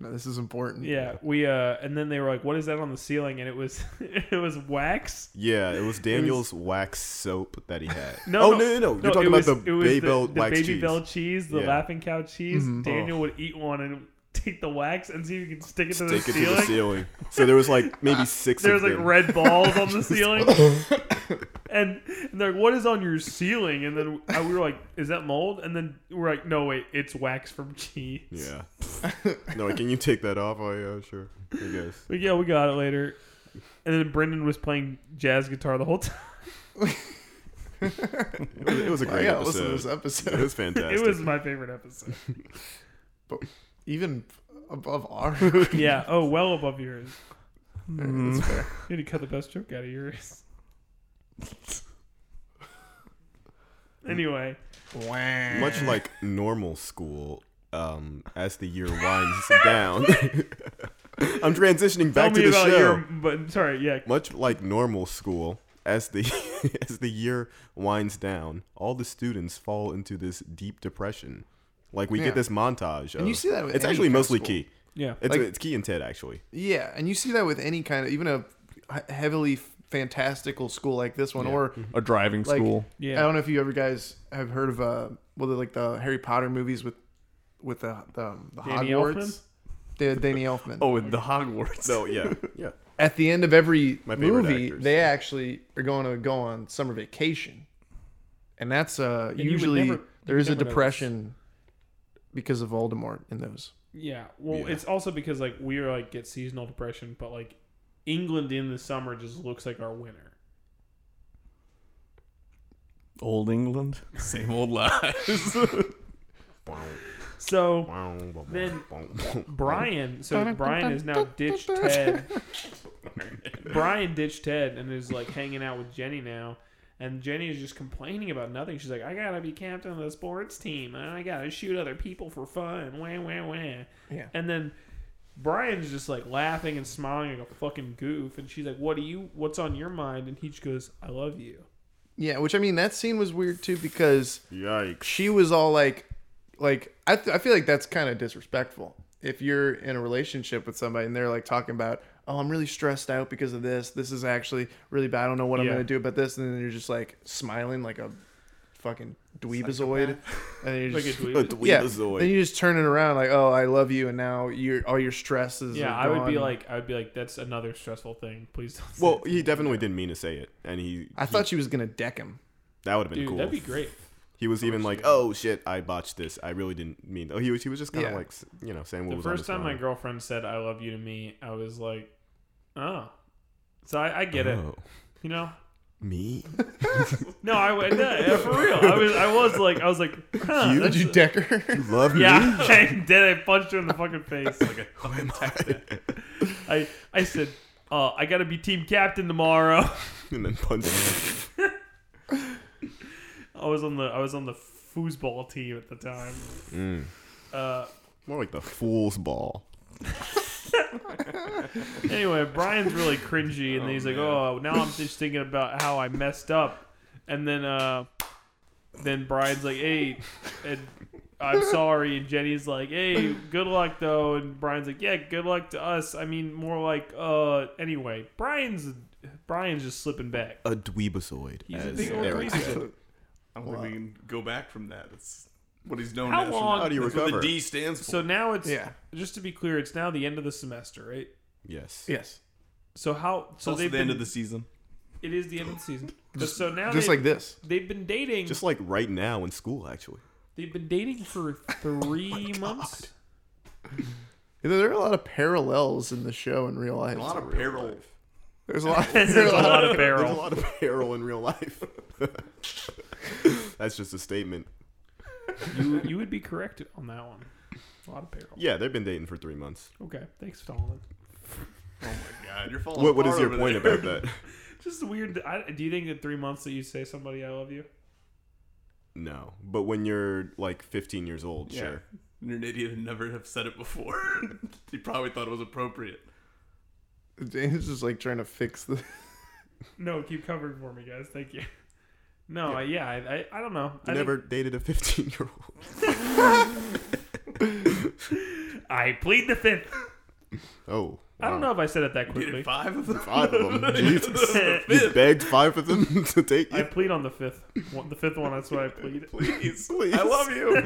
Speaker 4: No, this is important.
Speaker 3: Yeah, we uh, and then they were like, "What is that on the ceiling?" And it was, <laughs> it was wax.
Speaker 2: Yeah,
Speaker 3: <laughs>
Speaker 2: it was Daniel's wax soap that he had.
Speaker 3: No,
Speaker 2: oh, no, no, no. You're talking
Speaker 3: it was-
Speaker 2: about
Speaker 3: it
Speaker 2: the
Speaker 3: was
Speaker 2: Babel
Speaker 3: the
Speaker 2: wax
Speaker 3: baby
Speaker 2: cheese.
Speaker 3: bell cheese, the
Speaker 2: Yeah. Mm-hmm. Oh.
Speaker 3: laughing cow cheese. Daniel would eat one and take the wax and see if he could stick it to
Speaker 2: Stick
Speaker 3: the
Speaker 2: it
Speaker 3: ceiling.
Speaker 2: to the ceiling. So there was like
Speaker 3: <laughs>
Speaker 2: maybe six
Speaker 3: There's
Speaker 2: of
Speaker 3: like
Speaker 2: them.
Speaker 3: red
Speaker 2: <laughs>
Speaker 3: balls on the ceiling. And, and they're like, what is on your ceiling? And then I, we were like, is that mold? And then we're like, no, wait, it's wax from cheese. <laughs>
Speaker 2: Yeah. no, like, can you take that off? Oh, yeah, sure. I guess.
Speaker 3: But yeah, we got it later. And then Brendan was playing jazz guitar the whole time.
Speaker 2: It was, it was a
Speaker 4: I
Speaker 2: great
Speaker 4: gotta listen
Speaker 2: episode.
Speaker 4: to this episode.
Speaker 2: It was uh, fantastic.
Speaker 3: <laughs> It was my favorite episode.
Speaker 4: <laughs> Even above R.
Speaker 3: <laughs> yeah. Oh, well above yours.
Speaker 2: Mm-hmm.
Speaker 4: That's fair.
Speaker 3: You need to cut the best joke out
Speaker 2: <laughs>
Speaker 3: of yours. anyway,
Speaker 2: much like normal school. Um, as the year winds
Speaker 3: <laughs>
Speaker 2: down, <laughs> I'm transitioning back
Speaker 3: tell
Speaker 2: to the
Speaker 3: me about
Speaker 2: show.
Speaker 3: your. But sorry, yeah.
Speaker 2: Much like normal school, as the <laughs> as the year winds down, all the students fall into this deep depression. Like we
Speaker 4: Yeah.
Speaker 2: get this montage. Of,
Speaker 4: you see that with
Speaker 2: it's
Speaker 4: any
Speaker 2: actually
Speaker 4: kind of
Speaker 2: mostly
Speaker 4: school.
Speaker 2: Key.
Speaker 3: Yeah.
Speaker 2: It's,
Speaker 4: Like-
Speaker 2: it's Key and Ted actually.
Speaker 4: Yeah, and you see that with any kind of even a h- heavily fantastical school like this one, or
Speaker 1: A driving
Speaker 4: like
Speaker 1: school.
Speaker 3: Yeah.
Speaker 4: I don't know if you ever guys have heard of uh, well, they're like the Harry Potter movies with with the the, um, the
Speaker 3: Danny
Speaker 4: Hogwarts. The Danny Elfman.
Speaker 1: Oh, with the Hogwarts.
Speaker 2: So
Speaker 4: <laughs>
Speaker 2: yeah, yeah.
Speaker 4: At the end of every
Speaker 2: My favorite
Speaker 4: movie,
Speaker 2: actors.
Speaker 4: they actually are going to go on summer vacation, and that's uh,
Speaker 3: you would
Speaker 4: usually
Speaker 3: never-
Speaker 4: there
Speaker 3: you'd
Speaker 4: is a
Speaker 3: never notice.
Speaker 4: depression because of Voldemort in those.
Speaker 3: Yeah. Well,
Speaker 2: Yeah.
Speaker 3: it's also because like we are like get seasonal depression, but like England in the summer just looks like our winter.
Speaker 1: Old England, same old lies.
Speaker 3: So Then-
Speaker 2: Then,
Speaker 3: Brian, so Brian has now
Speaker 2: <laughs>
Speaker 3: ditched Ted. Brian ditched Ted and is like hanging out with Jenny now. And Jenny is just complaining about nothing. She's like, I gotta be captain of the sports team and I gotta shoot other people for fun. Wah, wah, wah.
Speaker 4: Yeah.
Speaker 3: And then Brian's just like laughing and smiling like a fucking goof. And she's like, What do you, what's on your mind? And he just goes, I love you.
Speaker 4: Yeah, which I mean, that scene was weird too because
Speaker 2: Yikes.
Speaker 4: she was all like, like I, th- I feel like that's kind of disrespectful. If you're in a relationship with somebody and they're like talking about, oh, I'm really stressed out because of this. This is actually really bad. I don't know what I'm
Speaker 3: Yeah.
Speaker 4: gonna do about this. And then you're just like smiling like a fucking
Speaker 3: <laughs>
Speaker 4: dweebazoid, and then you're
Speaker 3: Like
Speaker 4: just.
Speaker 2: <laughs>
Speaker 3: a
Speaker 2: A
Speaker 3: dweeb.
Speaker 4: yeah,
Speaker 2: dweebazoid.
Speaker 4: then you just turn it around like, oh, I love you, and now your all your stresses.
Speaker 3: Yeah,
Speaker 4: are
Speaker 3: I would be
Speaker 4: gone.
Speaker 3: like, I would be like, that's another stressful thing. Please don't. say
Speaker 2: Well, he definitely didn't mean to say it, and he.
Speaker 4: I thought she was gonna deck him.
Speaker 2: that would have been
Speaker 3: Dude,
Speaker 2: cool.
Speaker 3: that'd be great.
Speaker 2: He was even like, "Oh shit, I botched this. I really didn't mean." Oh, he was he was just kind of
Speaker 4: Yeah.
Speaker 2: like, s- you know, saying what
Speaker 3: The
Speaker 2: was
Speaker 3: first
Speaker 2: on
Speaker 3: time
Speaker 2: his
Speaker 3: my
Speaker 2: mind.
Speaker 3: girlfriend said "I love you" to me, I was like, "Oh." So I, I get it,
Speaker 2: Oh,
Speaker 3: you know.
Speaker 2: me?
Speaker 3: No, I went yeah, for real. I was, I was like, I
Speaker 2: <laughs>
Speaker 3: was like, huh,
Speaker 2: You
Speaker 3: <laughs>
Speaker 4: Did
Speaker 3: that's-
Speaker 4: you deck
Speaker 3: <laughs>
Speaker 4: her? <laughs>
Speaker 2: You love
Speaker 3: yeah,
Speaker 2: me?
Speaker 3: I did. I punched her in the fucking face. Like a
Speaker 2: Who am
Speaker 3: fucking
Speaker 2: I?
Speaker 3: Texan. I, I said, uh, I gotta be team captain tomorrow.
Speaker 2: <laughs>
Speaker 3: <laughs>
Speaker 2: and then punch him.
Speaker 3: I was on the, I was on the foosball team at the time.
Speaker 2: Mm.
Speaker 3: Uh,
Speaker 2: More like the fool's ball.
Speaker 3: Anyway, Brian's really cringy, and then he's like, "Oh, now I'm just thinking about how I messed up," and then, uh, then Brian's like, "Hey, and I'm sorry," and Jenny's like, "Hey, good luck though," and Brian's like, "Yeah, good luck to us." I mean, more like, uh, anyway, Brian's Brian's just slipping back.
Speaker 2: A dweebazoid.
Speaker 3: He's a
Speaker 2: as
Speaker 3: big old
Speaker 2: Eric said.
Speaker 1: I don't think we can go back from that. It's what he's known
Speaker 3: How
Speaker 1: as.
Speaker 3: long-
Speaker 2: How do you
Speaker 1: That's what
Speaker 2: recover?
Speaker 1: the D stands for.
Speaker 3: So now it's
Speaker 4: Yeah.
Speaker 3: Just to be clear, it's now the end of the semester, right?
Speaker 2: Yes.
Speaker 4: Yes,
Speaker 3: So how?
Speaker 1: It's
Speaker 3: So
Speaker 1: also
Speaker 3: they've
Speaker 1: the
Speaker 3: been.
Speaker 1: end of the season.
Speaker 3: it is the end of the season. so now
Speaker 4: just
Speaker 3: they,
Speaker 4: like this.
Speaker 3: they've been dating.
Speaker 2: Just like right now in school, actually.
Speaker 3: They've been dating for three months.
Speaker 4: There are a lot of parallels in the show in real life.
Speaker 1: A lot of peril.
Speaker 4: There's a lot.
Speaker 3: <laughs> There's a lot of
Speaker 2: There's a
Speaker 3: barrel.
Speaker 2: lot of <laughs> peril in real life. <laughs> That's just a statement.
Speaker 3: You, you would be correct on that one. A lot of barrel.
Speaker 2: Yeah, they've been dating for three months.
Speaker 3: Okay, thanks, Solomon.
Speaker 1: Oh my god, you're falling
Speaker 2: What, what is
Speaker 1: apart
Speaker 2: your
Speaker 1: over
Speaker 2: point
Speaker 1: there.
Speaker 2: about that?
Speaker 3: Just weird. I, do you think that three months that you say somebody I love you?
Speaker 2: No, but when you're like 15 years old,
Speaker 1: Yeah.
Speaker 2: sure.
Speaker 1: <laughs> You're an idiot and never have said it before. <laughs> you probably thought it was appropriate.
Speaker 4: James is like trying to fix the. <laughs>
Speaker 3: No, keep covering for me, guys. Thank you. No, I- yeah, I, I, I don't know. I
Speaker 2: You never dated a <laughs> 15 year old.
Speaker 3: think- I plead the fifth.
Speaker 2: Oh,
Speaker 3: I don't know
Speaker 2: wow.
Speaker 3: if I said it that
Speaker 1: You
Speaker 3: quickly. <laughs>
Speaker 1: did five of them.
Speaker 2: Five
Speaker 1: <laughs>
Speaker 2: of them. <laughs> Jesus, you
Speaker 1: Fifth.
Speaker 2: begged five of them <laughs> to take
Speaker 3: I
Speaker 2: you.
Speaker 3: plead on the fifth. One, the fifth one. <laughs> That's what I plead.
Speaker 1: Please,
Speaker 2: Please.
Speaker 1: I love you.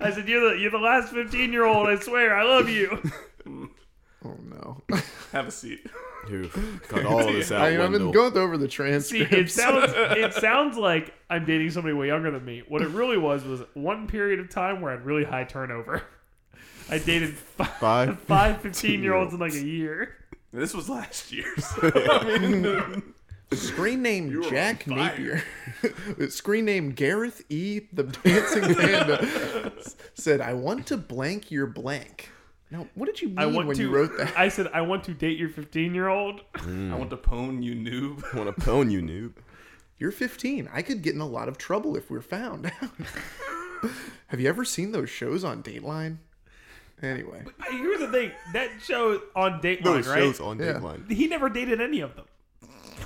Speaker 3: I said you're the you're the last fifteen year old. I swear, I love <laughs> you.
Speaker 4: Oh no! <laughs>
Speaker 1: Have a seat.
Speaker 2: Oof. Cut all of this out.
Speaker 4: I mean, I've been
Speaker 2: Wendell.
Speaker 4: going over the
Speaker 3: See, it
Speaker 4: transcripts.
Speaker 3: sounds <laughs> it sounds like I'm dating somebody way younger than me. What it really was was one period of time where I had really high turnover. <laughs> I dated five,
Speaker 2: Five.
Speaker 3: five 15 year olds in like a year.
Speaker 1: This was last year's. I mean,
Speaker 4: Screen name
Speaker 1: were
Speaker 4: Jack
Speaker 1: on fire.
Speaker 4: Napier. <laughs> Screen name Gareth E. The
Speaker 3: <laughs>
Speaker 4: Dancing Panda s- said, "I want to blank your blank." Now, what did you mean
Speaker 3: I want
Speaker 4: when
Speaker 3: to.
Speaker 4: you wrote that?
Speaker 3: I said I want to date your 15 year <laughs> old.
Speaker 1: I want to pwn you, noob. <laughs>
Speaker 2: I want to pwn you, noob.
Speaker 3: <laughs>
Speaker 4: You're 15. I could get in a lot of trouble if we're found. <laughs> Have you ever seen those shows on Dateline? Anyway,
Speaker 3: Here's the thing: that show on Dateline,
Speaker 2: Those
Speaker 3: right?
Speaker 2: shows on
Speaker 4: Yeah.
Speaker 2: Dateline.
Speaker 3: He never dated any of them.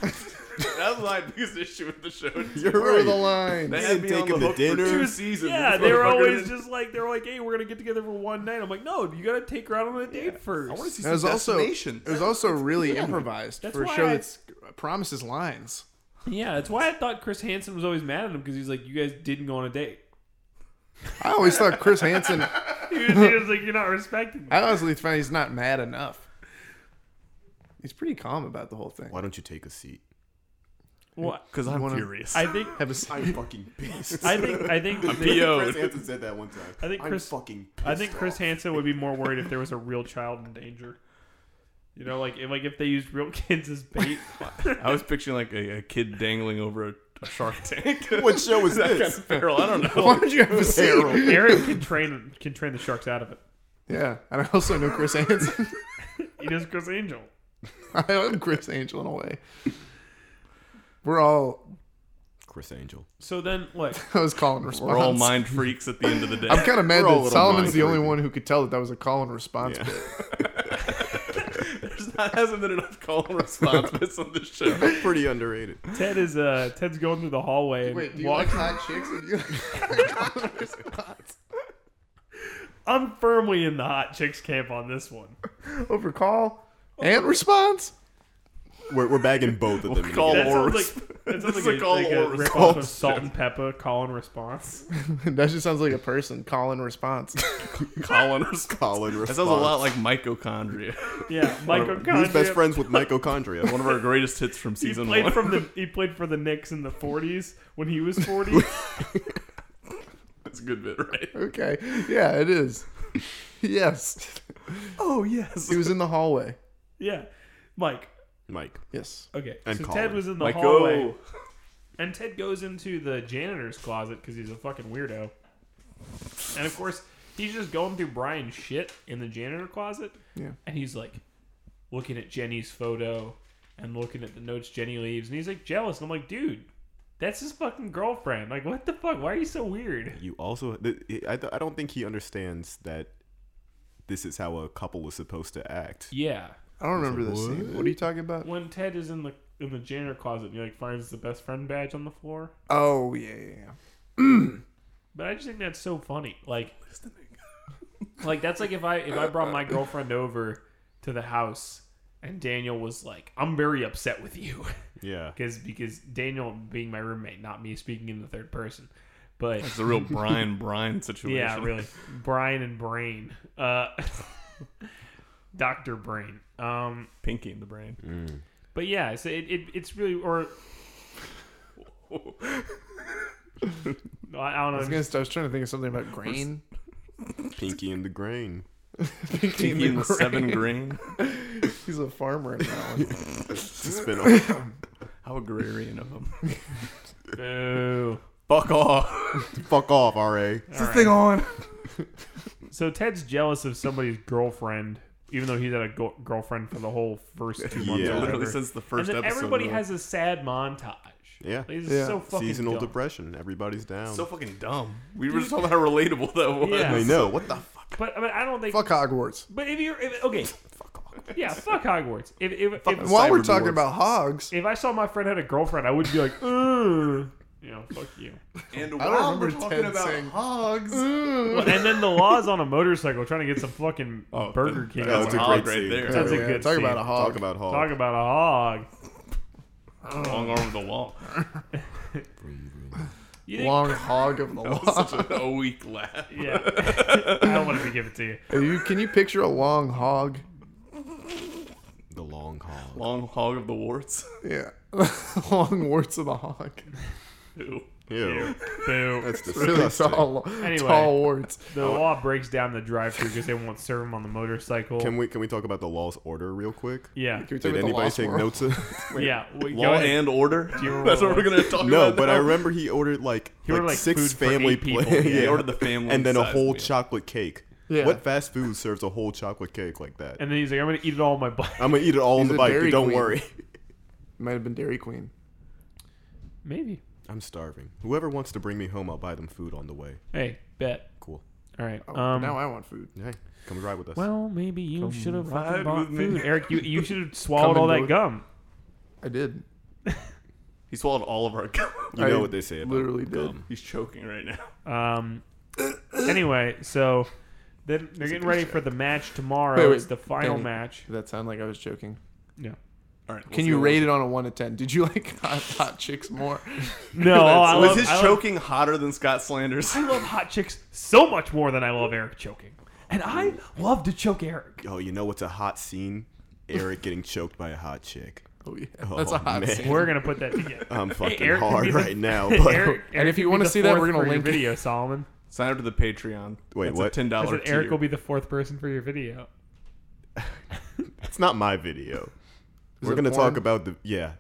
Speaker 1: That's my biggest issue with the show.
Speaker 2: You're
Speaker 4: over
Speaker 2: right.
Speaker 4: the line.
Speaker 1: They
Speaker 2: You
Speaker 1: had
Speaker 2: didn't
Speaker 1: me
Speaker 2: take
Speaker 1: on the
Speaker 2: him to
Speaker 1: hook for
Speaker 2: dinner.
Speaker 1: two seasons.
Speaker 3: Yeah,
Speaker 1: This
Speaker 3: they were
Speaker 1: motherfucker
Speaker 3: always
Speaker 1: didn't-
Speaker 3: just like they were like, "Hey, we're gonna get together for one night." I'm like, "No, you gotta take her out on a date first.
Speaker 1: I want to see
Speaker 4: It
Speaker 1: some
Speaker 4: was also
Speaker 1: destination.
Speaker 4: it
Speaker 3: <laughs>
Speaker 4: was also really improvised
Speaker 3: That's
Speaker 4: for a
Speaker 3: why
Speaker 4: show
Speaker 3: I-
Speaker 4: that's uh, promises lines.
Speaker 3: Yeah, that's why I thought Chris Hansen was always mad at him because he's like, "You guys didn't go on a date."
Speaker 4: I always thought Chris Hansen.
Speaker 3: <laughs> He was, he was like, "You're not respecting me."
Speaker 4: I honestly find he's not mad enough. He's pretty calm about the whole thing.
Speaker 2: Why don't you take a seat?
Speaker 4: <laughs>
Speaker 3: Well,
Speaker 1: Because I'm
Speaker 4: wanna-
Speaker 1: furious. <laughs>
Speaker 3: <laughs> I think,
Speaker 4: Have a seat.
Speaker 2: I'm fucking pissed. <laughs>
Speaker 3: I think, I think, they-
Speaker 2: Chris
Speaker 1: PO'd.
Speaker 2: Hansen said that one time.
Speaker 3: I think
Speaker 2: I'm
Speaker 3: Chris-
Speaker 2: fucking
Speaker 3: I think
Speaker 2: pissed
Speaker 3: Chris
Speaker 2: off.
Speaker 3: Hansen would be more worried if there was a real child in danger. You <laughs> know, like if, like if they used real kids as bait.
Speaker 1: I was picturing like a, a kid dangling over a a Shark Tank.
Speaker 2: <laughs>
Speaker 1: <laughs>
Speaker 2: What show
Speaker 3: <laughs>
Speaker 2: is
Speaker 1: that kind
Speaker 2: this?
Speaker 1: of barrel? I don't know.
Speaker 4: <laughs> Why don't you have a scene?
Speaker 3: Eric can train can train the sharks out of it.
Speaker 4: Yeah, and I also know Chris Hansen. <laughs>
Speaker 3: He does Chris Angel.
Speaker 4: I am Chris Angel in a way. We're all.
Speaker 2: Chris Angel.
Speaker 3: <laughs> So then, look,
Speaker 4: I was calling response.
Speaker 1: We're all mind freaks at the end of the day.
Speaker 4: I'm kind of mad
Speaker 2: We're all a
Speaker 4: that
Speaker 2: little
Speaker 4: Solomon's the
Speaker 2: mind
Speaker 4: only
Speaker 2: freak.
Speaker 4: one who could tell that that was a call and response.
Speaker 2: Yeah.
Speaker 4: bit.
Speaker 1: There's not hasn't been enough call and response bits on this show.
Speaker 2: Pretty underrated.
Speaker 3: Ted is uh Ted's going through the hallway and
Speaker 4: Wait, do you
Speaker 3: walk-
Speaker 4: like hot chicks? Or do you like call and response
Speaker 3: I'm firmly in the hot chicks camp on this one.
Speaker 4: <laughs> over call and response? <laughs>
Speaker 2: We're, we're bagging both of them. in
Speaker 1: Call
Speaker 2: the
Speaker 3: That
Speaker 2: beginning.
Speaker 1: or
Speaker 2: <laughs>
Speaker 3: sounds like, that sounds
Speaker 1: This is
Speaker 3: like
Speaker 1: a
Speaker 3: a,
Speaker 1: call
Speaker 3: like
Speaker 1: or
Speaker 3: a ripoff
Speaker 1: response.
Speaker 3: of Salt and Pepper call and response.
Speaker 4: that just sounds like a person. Call and response. <laughs>
Speaker 1: Call and response.
Speaker 2: Call and
Speaker 1: That
Speaker 2: response.
Speaker 1: sounds a lot like mitochondria.
Speaker 3: Yeah, Michael
Speaker 2: Who's best
Speaker 3: Condria-
Speaker 2: friends with
Speaker 3: <laughs>
Speaker 2: mitochondria?
Speaker 1: One of our greatest hits from
Speaker 3: He
Speaker 1: season
Speaker 3: played
Speaker 1: one.
Speaker 3: from the he played for the Knicks in the 40s when he was 40.
Speaker 1: That's a good bit, right?
Speaker 4: okay. Yeah, it is. <laughs> Yes.
Speaker 1: Oh yes.
Speaker 4: He was in the hallway.
Speaker 3: yeah, Mike.
Speaker 2: Mike.
Speaker 4: Yes.
Speaker 3: Okay,
Speaker 2: And
Speaker 3: so Ted
Speaker 2: Colin.
Speaker 3: was in the
Speaker 1: Mike
Speaker 3: hallway,
Speaker 1: O.
Speaker 3: and Ted goes into the janitor's closet because he's a fucking weirdo. And of course, he's just going through Brian's shit in the janitor closet.
Speaker 4: Yeah.
Speaker 3: and he's like looking at Jenny's photo and looking at the notes Jenny leaves, and he's like jealous. And I'm like, dude, that's his fucking girlfriend. Like, what the fuck? Why are you so weird?
Speaker 2: You also. th- I, th- I don't think he understands that this is how a couple is supposed to act.
Speaker 3: Yeah,
Speaker 4: I don't remember
Speaker 2: like,
Speaker 4: this scene.
Speaker 2: "What?"
Speaker 4: What are you talking about?
Speaker 3: when Ted is in the in the janitor closet and he like finds the best friend badge on the floor.
Speaker 4: Oh, yeah, yeah, yeah.
Speaker 3: But I just think that's so funny. Like, like that's like if I if I brought my girlfriend over to the house and Daniel was like, I'm very upset with you. <laughs>
Speaker 2: Yeah.
Speaker 3: because because Daniel being my roommate, not me speaking in the third person, but
Speaker 1: It's a real Brian Brian situation.
Speaker 3: yeah, really, Brian and Brain, uh, <laughs> Doctor Brain. Um,
Speaker 1: Pinky in the brain.
Speaker 3: but yeah, so it, it it's really or No, I, I
Speaker 4: I was,
Speaker 3: don't know.
Speaker 4: gonna, I was trying to think of something about grain.
Speaker 2: Pinky and the grain.
Speaker 1: Pinky in the seven grain.
Speaker 4: He's a farmer in that <laughs> one.
Speaker 2: It's a <laughs> spin-off.
Speaker 1: <laughs> How agrarian of him.
Speaker 3: Boo.
Speaker 1: <laughs> Fuck off.
Speaker 2: Fuck off, RA.
Speaker 4: Is this thing on?
Speaker 3: So Ted's jealous of somebody's girlfriend, even though he's had a go- girlfriend for the whole first two months.
Speaker 2: Yeah.
Speaker 3: or
Speaker 1: Literally
Speaker 3: whatever.
Speaker 1: since the first
Speaker 3: and then
Speaker 1: episode.
Speaker 3: everybody
Speaker 1: of the-
Speaker 3: has a sad montage.
Speaker 2: Yeah.
Speaker 3: Like, it's
Speaker 4: Yeah.
Speaker 3: so fucking
Speaker 2: Seasonal
Speaker 3: dumb.
Speaker 2: depression. Everybody's down.
Speaker 1: so fucking dumb. We were just talking about how relatable that was.
Speaker 3: <laughs> Yeah.
Speaker 2: I know. What the fuck?
Speaker 3: But I mean, I don't think.
Speaker 4: Fuck Hogwarts.
Speaker 3: But if you're if, okay, yeah, fuck Hogwarts. If if,
Speaker 4: And
Speaker 3: if,
Speaker 4: while we're
Speaker 2: Cyber
Speaker 4: talking
Speaker 2: dwarfs.
Speaker 4: about hogs,
Speaker 3: if I saw my friend had a girlfriend, I wouldn't be like, Ugh. you know, fuck you.
Speaker 1: And
Speaker 4: I
Speaker 1: while
Speaker 4: don't
Speaker 1: we're
Speaker 4: remember
Speaker 1: talking
Speaker 4: Ted
Speaker 1: about
Speaker 4: saying-
Speaker 1: hogs.
Speaker 3: and then the law's on a motorcycle trying to get some fucking
Speaker 1: Oh,
Speaker 3: <laughs> Burger King.
Speaker 2: that was
Speaker 1: That's a
Speaker 2: a
Speaker 1: hog
Speaker 2: great
Speaker 1: right
Speaker 2: scene.
Speaker 1: there.
Speaker 3: That's a
Speaker 4: yeah,
Speaker 3: good
Speaker 4: talk
Speaker 3: scene.
Speaker 4: about a hog.
Speaker 2: Talk about Hall.
Speaker 3: Talk about a hog.
Speaker 1: Long arm of the law.
Speaker 3: <laughs> You think- <laughs>
Speaker 4: <laughs> long hog of the
Speaker 1: That was
Speaker 4: law.
Speaker 1: such a, <laughs> a weak laugh.
Speaker 3: Yeah. <laughs> I don't want to give it to you.
Speaker 4: Are you, can you picture a long hog?
Speaker 2: The long haul.
Speaker 1: Long hog of the warts.
Speaker 3: <laughs>
Speaker 4: Yeah, <laughs> long warts of the hog.
Speaker 1: Ew.
Speaker 2: Ew.
Speaker 3: Boo.
Speaker 2: That's
Speaker 4: Really
Speaker 2: disgusting.
Speaker 4: tall,
Speaker 3: Anyway.
Speaker 4: tall warts.
Speaker 3: The law breaks down the drive-through because they won't serve them on the motorcycle.
Speaker 2: Can we can we talk about the law's order real quick?
Speaker 3: yeah.
Speaker 4: Can we
Speaker 2: Did
Speaker 4: talk about the
Speaker 2: anybody
Speaker 4: Lost
Speaker 2: take
Speaker 4: World?
Speaker 2: notes? Of? <laughs>
Speaker 3: Yeah. Wait, go
Speaker 1: Law
Speaker 3: ahead.
Speaker 1: and order. <laughs>
Speaker 3: you remember
Speaker 1: That's what
Speaker 3: what
Speaker 1: we're
Speaker 3: it
Speaker 1: gonna talk
Speaker 2: no,
Speaker 1: about.
Speaker 2: but
Speaker 1: now.
Speaker 2: I remember he ordered like,
Speaker 3: He ordered,
Speaker 2: like,
Speaker 3: like,
Speaker 2: six
Speaker 3: food for
Speaker 2: family <laughs>
Speaker 3: eight people.
Speaker 2: plate-
Speaker 3: Yeah,
Speaker 1: he ordered the family
Speaker 2: and then a
Speaker 1: size
Speaker 2: whole
Speaker 1: meal.
Speaker 2: chocolate cake.
Speaker 4: Yeah.
Speaker 2: What fast food serves a whole chocolate cake like that?
Speaker 3: And then he's like, I'm gonna eat it all in my butt. <laughs>
Speaker 2: I'm gonna eat it all
Speaker 4: He's
Speaker 2: in the
Speaker 4: a
Speaker 2: bike.
Speaker 4: Dairy
Speaker 2: Don't
Speaker 4: Queen.
Speaker 2: worry. <laughs>
Speaker 4: Might have been Dairy Queen.
Speaker 3: Maybe.
Speaker 2: I'm starving. Whoever wants to bring me home, I'll buy them food on the way.
Speaker 3: Hey, bet.
Speaker 2: Cool.
Speaker 3: All right.
Speaker 4: Oh,
Speaker 3: um,
Speaker 4: now I want food.
Speaker 2: Hey, come ride with us.
Speaker 3: Well, maybe you should have
Speaker 1: ride
Speaker 3: bought
Speaker 1: with me.
Speaker 3: food, Eric. You you
Speaker 4: <laughs>
Speaker 3: should have swallowed
Speaker 4: Come
Speaker 3: all
Speaker 4: and
Speaker 3: that gum.
Speaker 4: I did.
Speaker 1: He swallowed all of our gum.
Speaker 2: <laughs> you
Speaker 4: I
Speaker 2: know what they say about <laughs>
Speaker 4: literally did.
Speaker 2: gum.
Speaker 1: He's choking right now.
Speaker 3: Um. anyway, so then they're getting ready for the match tomorrow.
Speaker 4: Wait, wait,
Speaker 3: it's the final
Speaker 4: Danny.
Speaker 3: match.
Speaker 4: Did that sound like I was joking?
Speaker 3: No,
Speaker 1: All right.
Speaker 4: Can you rate it on a one to ten? Did you like <laughs> hot, hot chicks more?
Speaker 1: <laughs>
Speaker 3: no. I
Speaker 1: Was
Speaker 3: love,
Speaker 1: his
Speaker 3: I
Speaker 1: choking hotter than Scott Slanders?
Speaker 3: Love, I love hot chicks so much more than I love Eric choking, and I love to choke Eric.
Speaker 2: Oh, you know what's a hot scene? Eric getting choked by a hot
Speaker 4: <laughs>
Speaker 2: chick.
Speaker 4: Oh yeah, that's
Speaker 2: Oh,
Speaker 4: a hot
Speaker 2: man.
Speaker 4: scene.
Speaker 3: We're gonna put that together.
Speaker 1: Uh,
Speaker 2: I'm
Speaker 3: Hey,
Speaker 2: fucking
Speaker 3: Eric could
Speaker 2: hard
Speaker 3: be the-
Speaker 2: right
Speaker 4: <laughs>
Speaker 2: now, but
Speaker 3: <laughs> Eric,
Speaker 4: And if
Speaker 3: could
Speaker 4: you
Speaker 3: be
Speaker 4: wanna
Speaker 3: the
Speaker 4: see that, we're
Speaker 3: fourth
Speaker 4: gonna
Speaker 3: for your
Speaker 4: link it.
Speaker 3: video, Solomon.
Speaker 1: Sign up to the Patreon.
Speaker 2: Wait,
Speaker 1: That's A
Speaker 2: what?
Speaker 1: Ten
Speaker 3: I
Speaker 1: dollar
Speaker 3: said
Speaker 1: tier.
Speaker 3: Eric will be the fourth person for your video.
Speaker 2: it's not my video.
Speaker 4: Is
Speaker 2: We're
Speaker 4: it
Speaker 2: gonna
Speaker 4: porn?
Speaker 2: talk about the yeah.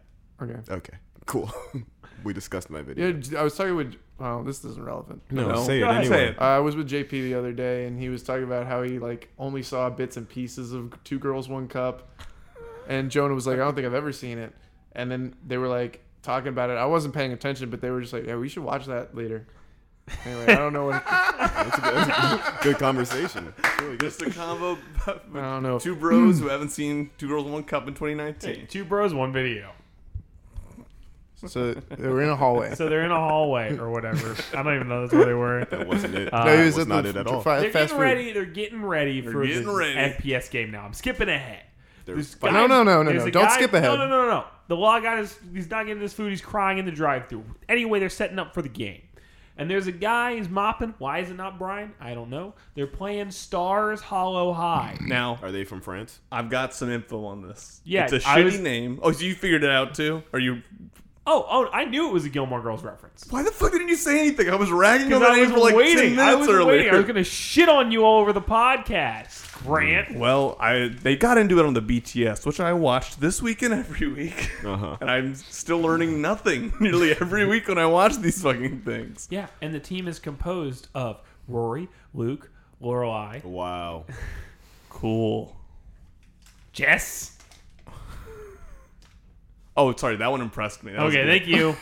Speaker 4: Okay.
Speaker 2: Okay, cool. <laughs> we discussed in that video.
Speaker 4: Yeah, J- I was talking with. Well, this isn't relevant.
Speaker 2: no,
Speaker 1: No.
Speaker 2: say it
Speaker 3: Go ahead,
Speaker 2: anyway.
Speaker 3: say
Speaker 1: it.
Speaker 4: Uh, I was with JP the other day, and he was talking about how he like only saw bits and pieces of Two Girls One Cup, and Jonah was like, "I don't think I've ever seen it." And then they were like talking about it. I wasn't paying attention, but they were just like, "Yeah, we should watch that later." Anyway, I don't know what I
Speaker 2: That's a good, that's a good
Speaker 4: <laughs>
Speaker 2: conversation. Really good.
Speaker 1: Just a combo of
Speaker 4: don't
Speaker 1: <laughs>
Speaker 4: know.
Speaker 1: two bros
Speaker 3: <clears throat>
Speaker 1: who haven't seen Two Girls One Cup in 2019.
Speaker 3: Two bros, one video.
Speaker 4: So they were in a hallway.
Speaker 3: So they're in a hallway
Speaker 1: <laughs>
Speaker 3: or whatever. I don't even know that's where they were.
Speaker 2: That wasn't it.
Speaker 3: Uh,
Speaker 4: <laughs> No, he
Speaker 2: that
Speaker 4: was
Speaker 2: was
Speaker 4: at
Speaker 2: not
Speaker 4: the
Speaker 2: it at all.
Speaker 4: fi-
Speaker 3: They're
Speaker 4: fast
Speaker 3: getting
Speaker 4: food.
Speaker 3: ready. They're getting ready for
Speaker 1: getting
Speaker 3: the
Speaker 1: ready.
Speaker 3: FPS game now. I'm skipping ahead. This
Speaker 2: They're
Speaker 3: guy-
Speaker 4: No, no, no, no,
Speaker 3: there's
Speaker 4: no.
Speaker 3: a
Speaker 4: Don't
Speaker 3: guy-
Speaker 4: skip ahead.
Speaker 3: No, no, no, no, no. The law guy is he's not getting his food. He's crying in the drive-through. Anyway, they're setting up for the game. And there's a guy he's mopping. Why is it not Brian? I don't know. They're playing Stars Hollow High.
Speaker 1: Now,
Speaker 2: Are they from France?
Speaker 1: I've got some info on this.
Speaker 3: Yeah,
Speaker 1: it's a
Speaker 3: I
Speaker 1: shitty
Speaker 3: was-
Speaker 1: name. Oh, so you figured it out too? Are you?
Speaker 3: Oh, oh, I knew it was a Gilmore Girls reference.
Speaker 1: Why the fuck didn't you say anything? I was ragging on
Speaker 3: Because
Speaker 1: that
Speaker 3: I was
Speaker 1: name for like ten
Speaker 3: waiting.
Speaker 1: minutes
Speaker 3: I was
Speaker 1: earlier.
Speaker 3: waiting. I was gonna shit on you all over the podcast, Grant.
Speaker 1: Well, I they got into it on the BTS, which I watched this week and every week,
Speaker 2: Uh-huh.
Speaker 1: and I'm still learning nothing <laughs> nearly every week when I watch these fucking things.
Speaker 3: Yeah, and the team is composed of Rory, Luke, Lorelai,
Speaker 4: <laughs>
Speaker 2: Wow.
Speaker 1: Cool.
Speaker 3: Jess.
Speaker 1: Oh, sorry, that one impressed me. That was
Speaker 3: Okay,
Speaker 1: good.
Speaker 3: thank
Speaker 1: <laughs>
Speaker 3: you.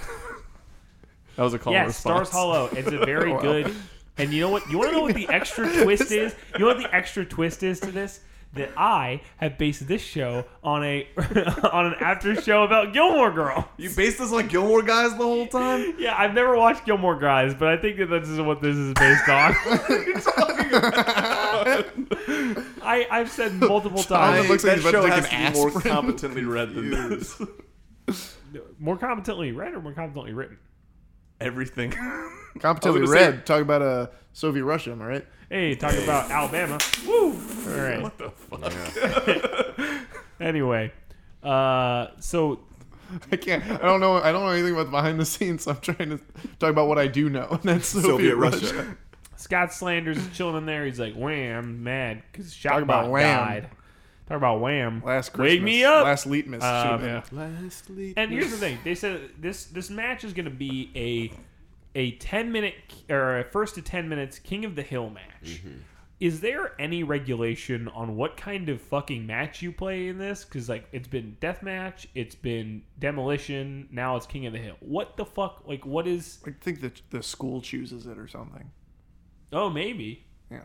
Speaker 1: That was a call
Speaker 3: yeah,
Speaker 1: and response.
Speaker 3: Stars Hollow. It's a
Speaker 1: <laughs>
Speaker 3: very
Speaker 4: Wow.
Speaker 3: good. And you know what? You want to know what the extra twist is? You know what the extra twist is to this? That I have based this show on a <laughs> on an after show about Gilmore Girl.
Speaker 1: You based this on Gilmore Guys the whole time?
Speaker 3: <laughs>
Speaker 1: <laughs>
Speaker 3: Yeah, I've never watched Gilmore Guys, but I think that this is what this is based
Speaker 1: <laughs>
Speaker 3: on. I I've said multiple
Speaker 4: Jonathan
Speaker 3: times
Speaker 4: looks like
Speaker 1: that
Speaker 4: he's about to
Speaker 1: show has
Speaker 4: take an
Speaker 1: to be more
Speaker 4: aspirin.
Speaker 1: competently read
Speaker 4: <laughs>
Speaker 1: than this.
Speaker 3: more competently read or more competently written.
Speaker 1: Everything. I
Speaker 4: Competently
Speaker 1: was gonna
Speaker 4: red. Oh, Talk about uh, Soviet Russia, am I right? <laughs>
Speaker 3: Hey, talk about Alabama. Woo! All right.
Speaker 1: what the fuck?
Speaker 3: Anyway, uh, so
Speaker 4: I can't. I don't know. I don't know anything about the behind the scenes. So I'm trying to talk about what I do know, <laughs> and that's Soviet,
Speaker 2: Soviet
Speaker 4: Russia.
Speaker 2: Russia.
Speaker 3: Scott Slanders <laughs> is chilling in there. He's like, "Wham, I'm mad because
Speaker 4: Talk about
Speaker 3: Shockbot
Speaker 4: wham.
Speaker 3: died." Talk about Wham.
Speaker 4: Last Christmas.
Speaker 3: Wake me up.
Speaker 4: Last Leetmas.
Speaker 3: Um,
Speaker 4: yeah.
Speaker 2: Lastly,
Speaker 3: and here's the thing: they said this this match is going to be a a ten minute or a first to ten minutes King of the Hill match.
Speaker 4: Mm-hmm.
Speaker 3: Is there any regulation on what kind of fucking match you play in this? Because like it's been deathmatch, it's been demolition, now it's King of the Hill. What the fuck? Like what is?
Speaker 4: I think the the school chooses it or something.
Speaker 3: Oh, maybe.
Speaker 4: Yeah.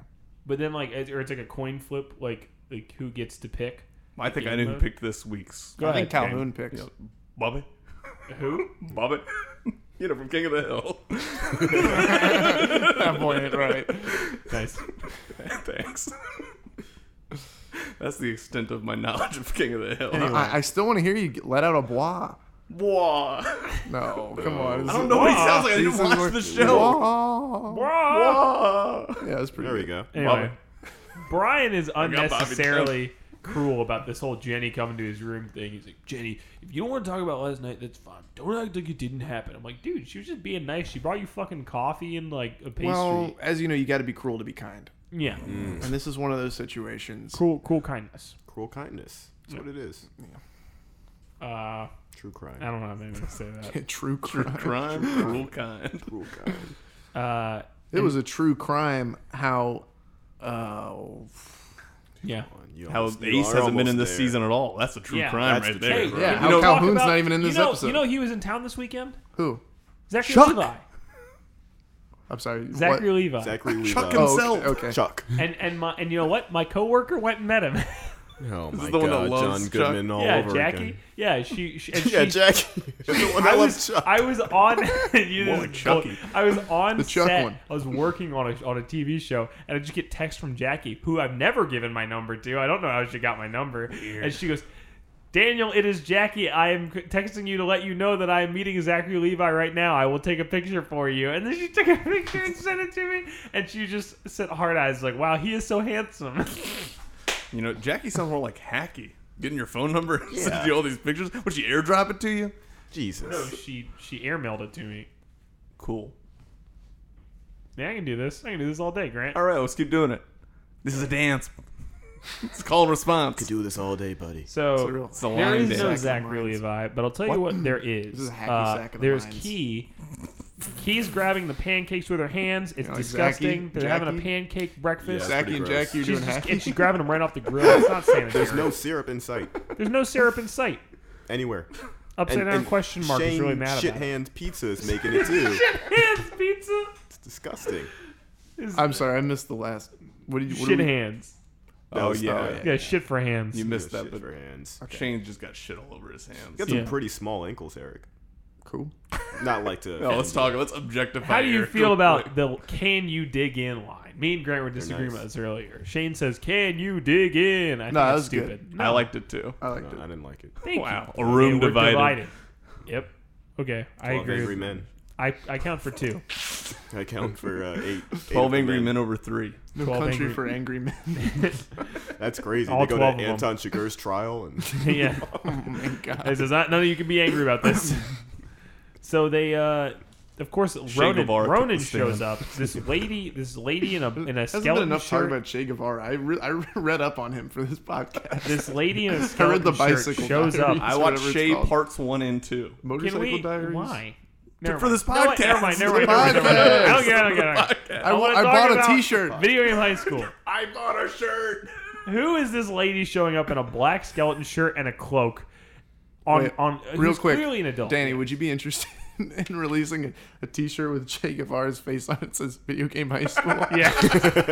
Speaker 3: But then like it- or it's like a coin flip, like like who gets to pick.
Speaker 1: I think I knew who picked this week's.
Speaker 4: I think
Speaker 3: ahead,
Speaker 4: Calhoun picks.
Speaker 1: Bobby?
Speaker 3: Who?
Speaker 1: Bobby? <laughs> You know, from King of the Hill.
Speaker 4: That point, right?
Speaker 3: Nice.
Speaker 1: Thanks. That's the extent of my knowledge of King of the Hill.
Speaker 4: I, I still want to hear you get- let out a bois.
Speaker 1: <laughs> Wah.
Speaker 4: No, come on.
Speaker 1: I don't know what he sounds like. I didn't watch the show.
Speaker 4: show.
Speaker 1: Wah.
Speaker 4: Yeah, that's pretty.
Speaker 2: there we
Speaker 4: good.
Speaker 2: go.
Speaker 3: Anyway, Brian <laughs> is
Speaker 1: got Bobby
Speaker 3: unnecessarily cruel about this whole Jenny coming to his room thing. He's like, Jenny, if you don't want to talk about last night, that's fine. Don't act like it didn't happen. I'm like, dude, she was just being nice. She brought you fucking coffee and like a pastry.
Speaker 4: Well, mm. as you know, you got to be cruel to be kind,
Speaker 3: yeah,
Speaker 4: and this is one of those situations.
Speaker 3: cool, cool kindness.
Speaker 2: Cruel kindness. That's what it is.
Speaker 3: Uh, I
Speaker 2: True crime.
Speaker 3: don't have anything to say to
Speaker 4: <laughs>
Speaker 3: that.
Speaker 4: True crime.
Speaker 1: Crime, cruel kind.
Speaker 3: <laughs>
Speaker 2: Cruel crime.
Speaker 3: Uh,
Speaker 4: It was a true crime. How? Uh,
Speaker 3: yeah.
Speaker 2: You
Speaker 1: How
Speaker 2: almost- you
Speaker 1: Ace
Speaker 2: are
Speaker 1: hasn't been in
Speaker 2: almost
Speaker 1: this
Speaker 2: there.
Speaker 1: season at all. That's a true
Speaker 3: Yeah.
Speaker 1: crime
Speaker 2: That's
Speaker 1: right
Speaker 2: the
Speaker 1: there.
Speaker 2: true
Speaker 4: Yeah,
Speaker 3: can
Speaker 4: how
Speaker 3: we talk
Speaker 4: Calhoun's not even in this
Speaker 3: you know,
Speaker 4: episode.
Speaker 3: You know, he was in town this weekend.
Speaker 4: who?
Speaker 3: Zachary
Speaker 4: Chuck!
Speaker 3: Levi.
Speaker 4: I'm sorry.
Speaker 3: Zachary
Speaker 4: what?
Speaker 3: Levi.
Speaker 2: Zachary
Speaker 1: <laughs>
Speaker 2: Levi.
Speaker 1: Chuck
Speaker 4: Oh,
Speaker 1: himself.
Speaker 4: okay,
Speaker 1: <laughs>
Speaker 4: okay.
Speaker 2: Chuck.
Speaker 3: And and my and you know what? My coworker went and met him.
Speaker 2: Oh my
Speaker 1: the
Speaker 2: god,
Speaker 1: one that loves
Speaker 2: John
Speaker 1: Chuck.
Speaker 2: Goodman all
Speaker 3: <laughs> yeah,
Speaker 2: over
Speaker 3: Jackie.
Speaker 2: again.
Speaker 3: Yeah, she. she,
Speaker 4: <laughs>
Speaker 3: and
Speaker 2: Yeah,
Speaker 3: she
Speaker 2: Jackie. <laughs> the one that
Speaker 3: I
Speaker 2: loves
Speaker 3: was
Speaker 2: Chuck.
Speaker 3: I was on <laughs> you
Speaker 1: More
Speaker 3: just-
Speaker 1: like Chucky.
Speaker 3: I was on
Speaker 4: The Chuck
Speaker 3: set.
Speaker 4: one.
Speaker 3: I was working on a on a TV show and I just get text from Jackie, who I've never given my number to. I don't know how she got my number, and she goes. Daniel, it is Jackie. I am c- texting you to let you know that I am meeting Zachary Levi right now. I will take a picture for you. And then she took a <laughs> picture and sent it to me. And she just sent hard eyes like, wow, he is so handsome. <laughs>
Speaker 1: You know, Jackie sounds more like hacky. Getting your phone number <laughs> and sends you all these pictures. Would she airdrop it to you?
Speaker 3: no,
Speaker 2: Jesus.
Speaker 3: she, she airmailed it to me.
Speaker 1: Cool.
Speaker 3: Yeah, I can do this. I can do this all day, Grant.
Speaker 1: All right, let's keep doing it. This is a dance. <laughs> It's call and response.
Speaker 2: Could do this all day, buddy.
Speaker 3: So
Speaker 4: real- It's
Speaker 1: a
Speaker 3: there
Speaker 1: line
Speaker 3: is
Speaker 1: dance.
Speaker 3: no
Speaker 1: Sack
Speaker 4: of
Speaker 3: Zachary
Speaker 4: minds.
Speaker 3: Levi, but I'll tell you what there is.
Speaker 4: This is a hacky
Speaker 3: Uh,
Speaker 4: sack of
Speaker 3: there's
Speaker 4: minds.
Speaker 3: Key. Key's grabbing the pancakes with her hands. It's
Speaker 4: know, like
Speaker 3: disgusting.
Speaker 4: Jackie-
Speaker 3: They're having a
Speaker 4: Jackie?
Speaker 3: pancake breakfast.
Speaker 2: Yeah,
Speaker 4: Zachy
Speaker 2: pretty
Speaker 4: and
Speaker 2: gross.
Speaker 4: Jackie are
Speaker 3: She's
Speaker 4: doing
Speaker 3: just,
Speaker 4: <laughs> hacky.
Speaker 3: and she's grabbing them right off the grill. It's not sanitary.
Speaker 2: There's no syrup in sight
Speaker 3: There's no syrup in sight.
Speaker 2: anywhere.
Speaker 3: Upside down question mark
Speaker 2: Shane
Speaker 3: is really mad about it.
Speaker 2: Shithand Pizza is making it too.
Speaker 3: <laughs> Hands pizza.
Speaker 2: it's disgusting.
Speaker 3: Is
Speaker 4: I'm sorry, I missed the last. What did you? What
Speaker 3: shit
Speaker 4: did we-
Speaker 3: hands.
Speaker 2: That
Speaker 1: Oh,
Speaker 2: was-
Speaker 1: yeah.
Speaker 3: Yeah, shit for hands.
Speaker 1: You missed
Speaker 2: Yeah,
Speaker 1: that,
Speaker 2: shit
Speaker 1: but
Speaker 2: for hands.
Speaker 1: Shane just got shit all over his hands.
Speaker 2: You got some
Speaker 3: Yeah.
Speaker 2: pretty small ankles,
Speaker 3: <laughs>
Speaker 2: Eric.
Speaker 4: Cool.
Speaker 2: Not like to.
Speaker 1: No, <laughs> let's talk. Let's objectify.
Speaker 3: How do you
Speaker 1: Eric
Speaker 3: feel
Speaker 1: real
Speaker 3: about
Speaker 1: quick.
Speaker 3: the "Can you dig in" line? Me and Grant were disagreeing
Speaker 2: nice.
Speaker 3: about this earlier. Shane says, "Can you dig in?" I think
Speaker 4: that
Speaker 3: that's
Speaker 4: was good.
Speaker 3: stupid.
Speaker 1: I liked it too.
Speaker 4: I
Speaker 2: No,
Speaker 4: liked
Speaker 2: I
Speaker 4: it.
Speaker 2: didn't like it.
Speaker 3: Thank
Speaker 1: Wow.
Speaker 3: you.
Speaker 1: A room
Speaker 3: we're
Speaker 1: divided.
Speaker 3: Yep. Okay, I
Speaker 2: Twelve
Speaker 3: agree.
Speaker 2: angry
Speaker 3: with-
Speaker 2: men.
Speaker 3: I I count
Speaker 1: <laughs>
Speaker 3: for two. <laughs>
Speaker 2: I count for uh, eight.
Speaker 1: Twelve
Speaker 2: eight
Speaker 1: angry
Speaker 2: men.
Speaker 1: men over three.
Speaker 4: No
Speaker 3: 12
Speaker 4: country
Speaker 3: angry-
Speaker 4: for angry men.
Speaker 3: <laughs>
Speaker 4: <laughs>
Speaker 2: That's crazy.
Speaker 3: All
Speaker 2: they go to
Speaker 3: 12 of 'em.
Speaker 2: Anton Chigurh's trial and
Speaker 3: yeah.
Speaker 4: oh my
Speaker 3: It
Speaker 4: god.
Speaker 3: says not, none of you can be angry about
Speaker 1: <laughs>
Speaker 3: this. so they, uh, of course, Ronan,
Speaker 1: Guevara took
Speaker 3: Ronan
Speaker 1: the
Speaker 3: shows
Speaker 1: stand.
Speaker 3: up. This lady, this lady in a in a
Speaker 4: Hasn't been
Speaker 3: skeleton
Speaker 4: enough
Speaker 3: shirt.
Speaker 4: talk about Che Guevara. I, re- I <laughs> read up on him for
Speaker 3: <laughs>
Speaker 4: this podcast.
Speaker 3: this lady in a
Speaker 4: I
Speaker 3: skeleton
Speaker 4: read the
Speaker 3: shirt
Speaker 4: bicycle.
Speaker 3: shows up.
Speaker 4: diaries,
Speaker 1: I watched
Speaker 4: whatever it's
Speaker 1: Shay
Speaker 4: called.
Speaker 1: parts one and two.
Speaker 4: Motorcycle
Speaker 3: Can we?
Speaker 4: Diaries.
Speaker 3: Why?
Speaker 1: For
Speaker 3: mind.
Speaker 1: this
Speaker 3: No, wait, never
Speaker 1: podcast.
Speaker 3: mind.
Speaker 1: It's
Speaker 3: Never
Speaker 1: the
Speaker 3: mind.
Speaker 1: <laughs>
Speaker 3: Never mind. Never mind. I don't
Speaker 4: podcast.
Speaker 3: get it. I don't get it. I don't get it.
Speaker 1: Podcast.
Speaker 4: I, wa-
Speaker 3: wanna
Speaker 4: I
Speaker 3: talk
Speaker 4: bought a
Speaker 3: about
Speaker 4: T-shirt.
Speaker 3: Video game high school.
Speaker 1: I bought a shirt.
Speaker 3: Who is this lady showing up in a black skeleton shirt and a cloak? On
Speaker 4: Wait,
Speaker 3: on
Speaker 4: Real
Speaker 3: who's
Speaker 4: quick,
Speaker 3: clearly an adult.
Speaker 4: Danny, would you be interested <laughs> in releasing a, a T-shirt with Che Guevara's face on it? that Says "Video Game High School."
Speaker 3: <laughs> <laughs> Yeah.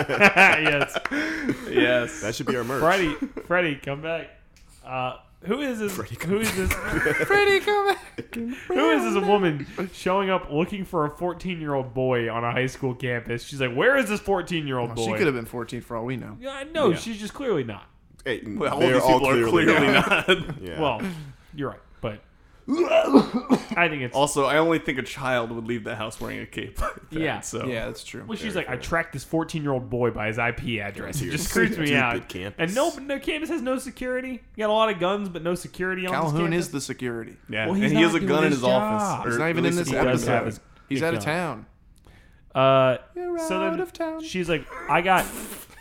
Speaker 3: yes.
Speaker 2: <laughs>
Speaker 1: Yes.
Speaker 2: that should be our merch.
Speaker 3: Freddie, Freddie, come back. Uh, who is this? Who is this?
Speaker 1: <laughs>
Speaker 4: Pretty come back.
Speaker 3: Who is this woman showing up looking for a 14 year old boy on a high school campus? She's like, "Where is this 14 year old boy?"
Speaker 4: She could have been 14 for all we know.
Speaker 3: Yeah, no, she's just clearly not.
Speaker 2: Hey,
Speaker 1: Well, all
Speaker 2: they're
Speaker 1: these people are clearly
Speaker 2: yeah.
Speaker 4: <laughs>
Speaker 1: not.
Speaker 2: Yeah.
Speaker 3: Well, you're right, but I think it's
Speaker 1: Also, I only think a child would leave the house wearing a cape. Like that,
Speaker 3: Yeah.
Speaker 1: So
Speaker 4: Yeah, that's true.
Speaker 3: Well, she's like, I tracked this 14 year old boy by his IP address. It
Speaker 2: your
Speaker 4: <laughs>
Speaker 3: just creeps me
Speaker 2: stupid
Speaker 3: out.
Speaker 2: campus.
Speaker 3: And no, no campus has no security. You got a lot of guns, but no security on this
Speaker 4: Calhoun
Speaker 3: campus.
Speaker 4: is the security.
Speaker 1: Yeah.
Speaker 3: Well, he's
Speaker 1: and he has
Speaker 3: not
Speaker 1: a
Speaker 3: doing
Speaker 1: gun in
Speaker 3: his
Speaker 1: his
Speaker 3: job.
Speaker 1: office. or
Speaker 4: He's not
Speaker 1: at
Speaker 4: even in
Speaker 1: least
Speaker 4: this
Speaker 1: he does
Speaker 3: have
Speaker 4: episode.
Speaker 1: it.
Speaker 3: his
Speaker 4: He's
Speaker 3: dick
Speaker 4: out of
Speaker 3: out.
Speaker 4: town.
Speaker 3: Uh,
Speaker 4: You're
Speaker 3: so then
Speaker 4: out of town.
Speaker 3: she's like, I got. <laughs>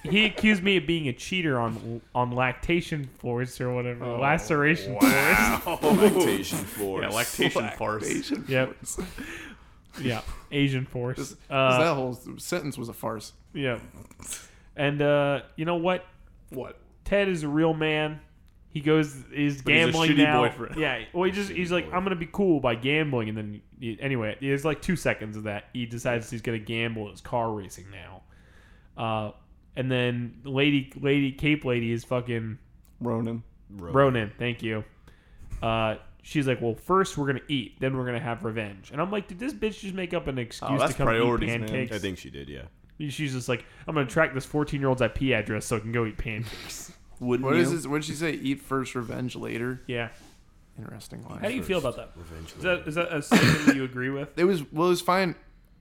Speaker 3: He accused me of being a cheater on on lactation force or whatever,
Speaker 4: Oh,
Speaker 3: laceration
Speaker 4: <laughs>
Speaker 3: force.
Speaker 2: lactation force.
Speaker 1: Yeah, lactation farce.
Speaker 3: Yep. yeah, Asian force. uh,
Speaker 4: that whole sentence was a farce.
Speaker 3: yeah. And uh, you know what?
Speaker 1: What?
Speaker 3: Ted is a real man. He goes is
Speaker 1: he's a
Speaker 3: gambling
Speaker 1: shitty
Speaker 3: now.
Speaker 1: boyfriend.
Speaker 3: Yeah, well,
Speaker 1: <laughs>
Speaker 3: he just he's like I'm gonna be cool by gambling, and then he- anyway, there's like two seconds of that. He decides he's gonna gamble at his car racing now, uh, and then lady lady cape lady is fucking
Speaker 1: Ronan.
Speaker 3: Ronan. Thank you. Uh, she's like, well, first we're gonna eat, then we're gonna have revenge, and I'm like, did this bitch just make up an excuse to
Speaker 1: Oh, that's
Speaker 3: come eat
Speaker 1: priorities, man.
Speaker 3: pancakes?
Speaker 2: I think she did. Yeah.
Speaker 3: She's just like, I'm gonna track this 14 year old's IP address so I can go eat pancakes. <laughs>
Speaker 1: Wouldn't
Speaker 4: What is
Speaker 1: you?
Speaker 4: this? What did she say? Eat first, revenge later.
Speaker 3: yeah.
Speaker 4: Interesting line.
Speaker 3: How do you feel about that? Is
Speaker 2: Eventually.
Speaker 3: that, is that a statement that you agree with?
Speaker 4: It was well. It was fine.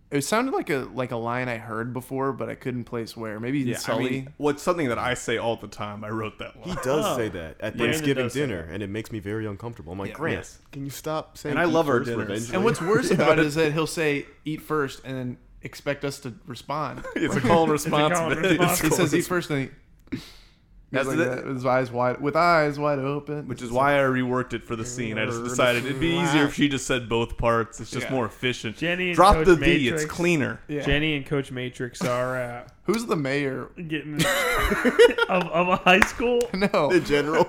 Speaker 4: It sounded like a like a line I heard before, but I couldn't place where. Maybe in
Speaker 1: Yeah, I
Speaker 4: Sully.
Speaker 1: mean, what's something that I say all the time? I wrote that
Speaker 2: He
Speaker 1: one.
Speaker 2: does say that at
Speaker 3: Brandon
Speaker 2: Thanksgiving
Speaker 3: does say
Speaker 2: dinner, and it makes me very uncomfortable. I'm like, Grant,
Speaker 1: yes.
Speaker 2: can you stop saying?
Speaker 1: And I
Speaker 2: eat
Speaker 1: love our
Speaker 2: first,
Speaker 1: dinners.
Speaker 2: revenge
Speaker 1: <laughs>
Speaker 4: and
Speaker 2: <laughs>
Speaker 4: what's
Speaker 2: later?
Speaker 4: worse about it is that he'll say eat first and then expect us to
Speaker 1: <laughs>
Speaker 4: respond.
Speaker 1: <laughs> It's a call and
Speaker 3: call
Speaker 1: response.
Speaker 3: and
Speaker 1: bit. It's
Speaker 3: response.
Speaker 4: He
Speaker 1: called-
Speaker 4: says eat first and he,
Speaker 1: That's
Speaker 4: That's like
Speaker 1: the-
Speaker 4: that, with his eyes wide with eyes wide open.
Speaker 1: Which is why I reworked it for the scene. I just decided it'd be easier if she just said both parts. It's just
Speaker 4: Yeah.
Speaker 1: more efficient.
Speaker 3: Jenny and
Speaker 1: Drop the
Speaker 3: Coach
Speaker 1: V.
Speaker 3: Matrix.
Speaker 1: It's cleaner.
Speaker 4: <laughs> yeah.
Speaker 3: Jenny and Coach Matrix are uh,
Speaker 4: Who's the mayor? <laughs>
Speaker 3: getting of, of a high school
Speaker 4: No,
Speaker 2: the
Speaker 3: <laughs>
Speaker 2: general.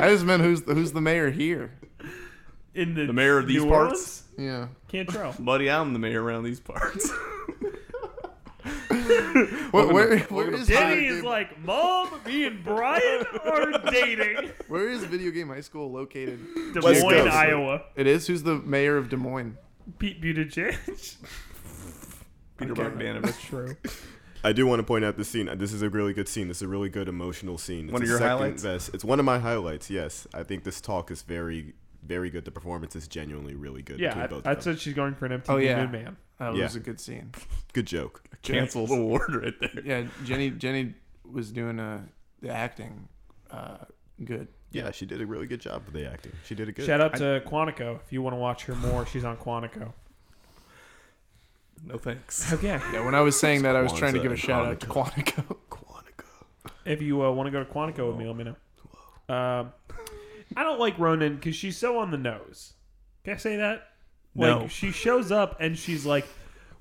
Speaker 4: I just meant who's the, who's the mayor here.
Speaker 3: in the,
Speaker 1: The mayor of these
Speaker 3: New
Speaker 1: parts?
Speaker 3: Orleans?
Speaker 4: Yeah. <laughs>
Speaker 3: Cantrell.
Speaker 1: Buddy, I'm the mayor around these parts. <laughs>
Speaker 4: What, where where
Speaker 2: to
Speaker 4: is
Speaker 3: Jenny
Speaker 4: video
Speaker 3: is
Speaker 4: game-
Speaker 3: like, Mom, me and Brian are
Speaker 4: <laughs>
Speaker 3: dating.
Speaker 4: where is video game high school located?
Speaker 3: Des
Speaker 2: West
Speaker 3: Moines,
Speaker 2: Coast.
Speaker 3: Iowa.
Speaker 4: It is. Who's the mayor of Des Moines?
Speaker 3: Pete Buttigieg.
Speaker 1: Peter Bogdanovich.
Speaker 3: <laughs> True.
Speaker 2: I do want to point out this scene. uh, This is a really good scene. This is a really good emotional scene. It's
Speaker 1: One of
Speaker 2: the
Speaker 1: your
Speaker 2: second
Speaker 1: highlights?
Speaker 2: best- It's one of my highlights. Yes, I think this talk is very, very good. The performance is genuinely really good. between
Speaker 3: Yeah,
Speaker 2: both
Speaker 3: I, I
Speaker 2: of them.
Speaker 3: said she's going for an MTV
Speaker 4: Oh, yeah.
Speaker 3: Moon Man.
Speaker 4: That
Speaker 2: Yeah.
Speaker 4: was a good scene.
Speaker 2: good joke.
Speaker 1: Cancel the award right there.
Speaker 4: Yeah, Jenny. Jenny was doing uh, the acting uh, good.
Speaker 2: Yeah, she did a really good job with the acting. She did it good.
Speaker 3: Shout out to Quantico if you want to watch her more. She's on Quantico.
Speaker 1: No thanks.
Speaker 3: Okay.
Speaker 4: Oh, Yeah, when I was saying that, I was
Speaker 2: Kwanzaa
Speaker 4: trying to give a
Speaker 2: and
Speaker 4: shout out to Quantico.
Speaker 2: Quantico.
Speaker 3: If you uh, want to go to Quantico with me, let me know. Um, I don't like Ronan because she's so on the nose. Can I say that?
Speaker 1: No.
Speaker 3: Like she shows up and she's like,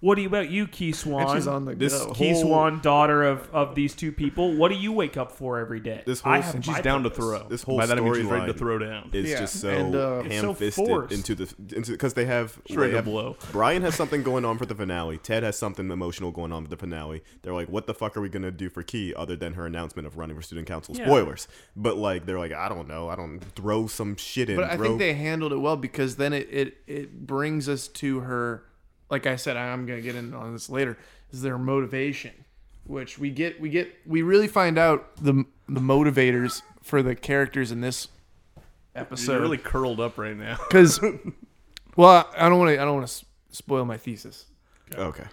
Speaker 3: "What do you about you, Key Swan?
Speaker 4: And she's on the
Speaker 2: This-
Speaker 4: go.
Speaker 3: Key
Speaker 2: whole-
Speaker 3: Swan, daughter of of these two people. What do you wake up for every day?
Speaker 2: This whole-
Speaker 3: I have
Speaker 2: and
Speaker 1: She's
Speaker 3: my
Speaker 1: down to
Speaker 3: purpose.
Speaker 1: throw.
Speaker 2: This whole
Speaker 1: By that I mean she's ready to
Speaker 2: storyline
Speaker 1: throw down.
Speaker 2: It's
Speaker 4: Yeah.
Speaker 2: just so
Speaker 4: And, uh,
Speaker 3: It's so
Speaker 2: ham-fisted
Speaker 3: forced.
Speaker 2: into the into because they have
Speaker 1: ready
Speaker 2: they
Speaker 1: to
Speaker 2: have-
Speaker 1: blow.
Speaker 2: Brian has something going on for the finale. Ted has something emotional going on for the finale. They're like, what the fuck are we gonna do for Key other than her announcement of running for student council?
Speaker 3: Yeah.
Speaker 2: Spoilers, but like they're like, I don't know, I don't throw some shit in.
Speaker 4: But I
Speaker 2: bro.
Speaker 4: think they handled it well because then it, it it brings us to her. Like I said, I'm gonna get in on this later. Is their motivation, which we get we get we really find out the the motivators for the characters in this
Speaker 1: You're
Speaker 4: episode.
Speaker 1: really curled up right now.
Speaker 4: because <laughs> well, I don't want to I don't want to spoil my thesis.
Speaker 2: okay.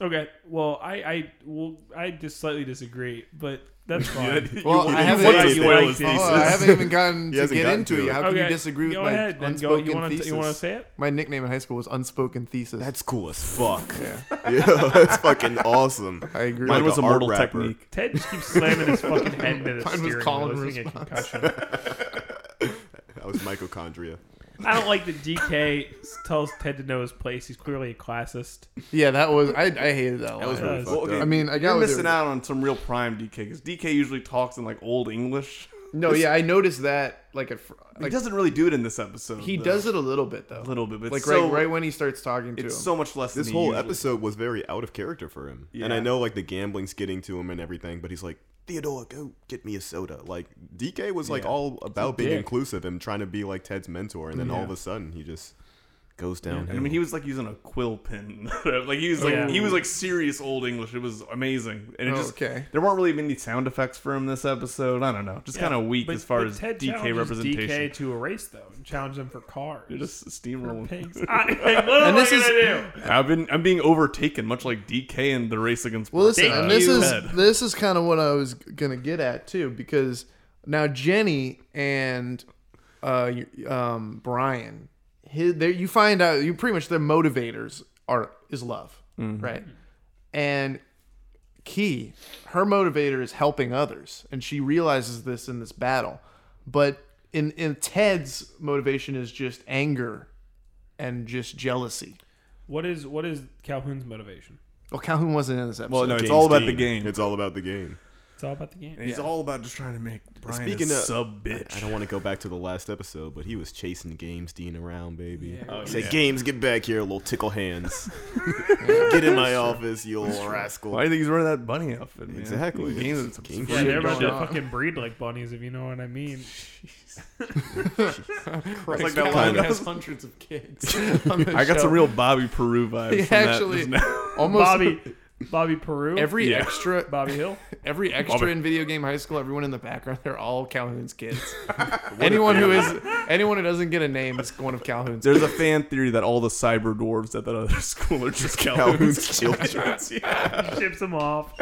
Speaker 3: Okay. Well, I I well I just slightly disagree, but
Speaker 4: <laughs>
Speaker 3: that's fine.
Speaker 4: Well,
Speaker 1: You
Speaker 4: I haven't,
Speaker 1: want to
Speaker 4: even,
Speaker 1: spoil
Speaker 3: like
Speaker 1: his
Speaker 3: it.
Speaker 1: thesis.
Speaker 4: Oh, I haven't <laughs> even gotten
Speaker 2: He
Speaker 4: to
Speaker 2: hasn't
Speaker 4: get
Speaker 2: gotten
Speaker 4: into
Speaker 2: to
Speaker 4: it.
Speaker 2: it.
Speaker 4: How can you disagree with
Speaker 3: go
Speaker 4: my
Speaker 3: ahead, then go.
Speaker 4: unspoken
Speaker 3: You want
Speaker 4: thesis?
Speaker 3: to you want to say it?
Speaker 4: My nickname in high school was unspoken thesis.
Speaker 2: That's cool as fuck. <laughs> Yeah, that's fucking awesome.
Speaker 4: I agree.
Speaker 1: Mine
Speaker 2: Like
Speaker 1: was
Speaker 2: a
Speaker 1: a mortal
Speaker 2: art rapper.
Speaker 1: technique.
Speaker 3: Ted just keeps slamming his fucking head into the
Speaker 4: Mine was
Speaker 3: steering
Speaker 4: call
Speaker 3: wheel.
Speaker 4: and
Speaker 3: He's gonna get concussion.
Speaker 2: That was mitochondria.
Speaker 3: I don't like that DK tells Ted to know his place. He's clearly a classist.
Speaker 4: yeah, that was I, I hated that.
Speaker 2: That was
Speaker 4: line.
Speaker 2: really
Speaker 3: Yes.
Speaker 2: fucked
Speaker 1: Well, okay.
Speaker 2: up.
Speaker 4: I mean, I got
Speaker 1: You're
Speaker 4: what they
Speaker 1: missing
Speaker 4: were-
Speaker 1: out on some real prime DK because DK usually talks in like old English.
Speaker 4: No, yeah, I noticed that. Like, at, fr-
Speaker 1: he
Speaker 4: like
Speaker 1: doesn't really do it in this episode.
Speaker 4: he
Speaker 1: though.
Speaker 4: does it a little bit
Speaker 1: a
Speaker 4: though,
Speaker 1: little bit, but
Speaker 4: like
Speaker 1: it's so,
Speaker 4: right right when he starts talking to him.
Speaker 1: it's so much less.
Speaker 2: this
Speaker 1: than
Speaker 2: whole
Speaker 1: he usually-
Speaker 2: episode was very out of character for him. And I
Speaker 1: Yeah.
Speaker 2: know like the gambling's getting to him and everything, but he's like, Theodore, go get me a soda. Like DK was like all about being
Speaker 3: dick.
Speaker 2: inclusive and trying to be like Ted's mentor, and then all of a sudden he just goes down.
Speaker 1: And I mean, he was like using a quill pen. <laughs> like he was like
Speaker 3: Yeah.
Speaker 1: he was like serious old English. It was amazing, and it
Speaker 4: Oh,
Speaker 1: just
Speaker 4: okay.
Speaker 1: there weren't really many sound effects for him this episode. I don't know, just kind of weak
Speaker 3: But-
Speaker 1: as far
Speaker 3: but
Speaker 1: as
Speaker 3: Ted
Speaker 1: DK
Speaker 3: challenges
Speaker 1: representation.
Speaker 3: DK to a race though, and challenge them for cars.
Speaker 1: You're
Speaker 3: <laughs>
Speaker 1: just
Speaker 3: For
Speaker 1: steamrolling. <laughs>
Speaker 3: pigs. I, like, what am
Speaker 4: And
Speaker 3: I
Speaker 4: this
Speaker 3: gonna
Speaker 4: is-
Speaker 3: do?
Speaker 1: I've been I'm being overtaken, much like DK in the race against.
Speaker 4: well, listen,
Speaker 1: Brad.
Speaker 4: and this
Speaker 3: you.
Speaker 4: is
Speaker 1: Ted.
Speaker 4: this is kind of what I was gonna get at too, because now Jenny and uh, y- um, Brian, his, there you find out you pretty much their motivators are is love,
Speaker 1: Mm-hmm.
Speaker 4: right? And Key, her motivator is helping others, and she realizes this in this battle. But in in Ted's motivation is just anger and just jealousy.
Speaker 3: What is what is Calhoun's motivation?
Speaker 4: Well, Calhoun wasn't in this episode.
Speaker 1: Well, no, it's
Speaker 2: James
Speaker 1: all about
Speaker 2: Dean.
Speaker 1: the game.
Speaker 2: It's all about the game.
Speaker 3: It's all about the game.
Speaker 1: And he's all about just trying to make Brian
Speaker 2: Speaking
Speaker 1: a
Speaker 2: of-
Speaker 1: sub
Speaker 2: I
Speaker 1: bitch.
Speaker 2: don't want to go back to the last episode, but he was chasing Games Dean around, baby.
Speaker 3: Yeah.
Speaker 2: he said, "Games, get back here, little tickle hands. get in my office, you little rascal."
Speaker 1: Why do you think he's wearing that bunny outfit? Man?
Speaker 2: Exactly.
Speaker 1: Games
Speaker 2: It's-
Speaker 1: some
Speaker 2: Games-
Speaker 3: Yeah,
Speaker 1: shit
Speaker 3: they're about
Speaker 1: going
Speaker 3: to
Speaker 1: on.
Speaker 3: fucking breed like bunnies, if you know what
Speaker 1: <laughs>
Speaker 3: I mean.
Speaker 1: It's like that
Speaker 2: Kinda.
Speaker 1: line.
Speaker 4: Calhoun
Speaker 1: <laughs>
Speaker 4: has hundreds of <laughs> kids. on the
Speaker 1: I got
Speaker 4: show.
Speaker 1: some real Bobby
Speaker 3: <laughs>
Speaker 1: Peru vibes.
Speaker 4: He
Speaker 1: from that
Speaker 4: actually
Speaker 1: just now. <laughs>
Speaker 4: almost
Speaker 3: Bobby, Bobby Peru,
Speaker 4: every
Speaker 1: Yeah.
Speaker 4: extra
Speaker 1: <laughs>
Speaker 3: Bobby Hill.
Speaker 4: every extra
Speaker 1: Bobby.
Speaker 4: in video game high school. Everyone in the background, they're all
Speaker 1: <laughs>
Speaker 4: Calhoun's kids. <laughs> anyone who is anyone who doesn't get a name is one of Calhoun's.
Speaker 1: There's a fan theory that all the cyber dwarves at that other <laughs> school are just Calhoun's
Speaker 2: Calhoun's children. <laughs>
Speaker 3: Ships them off.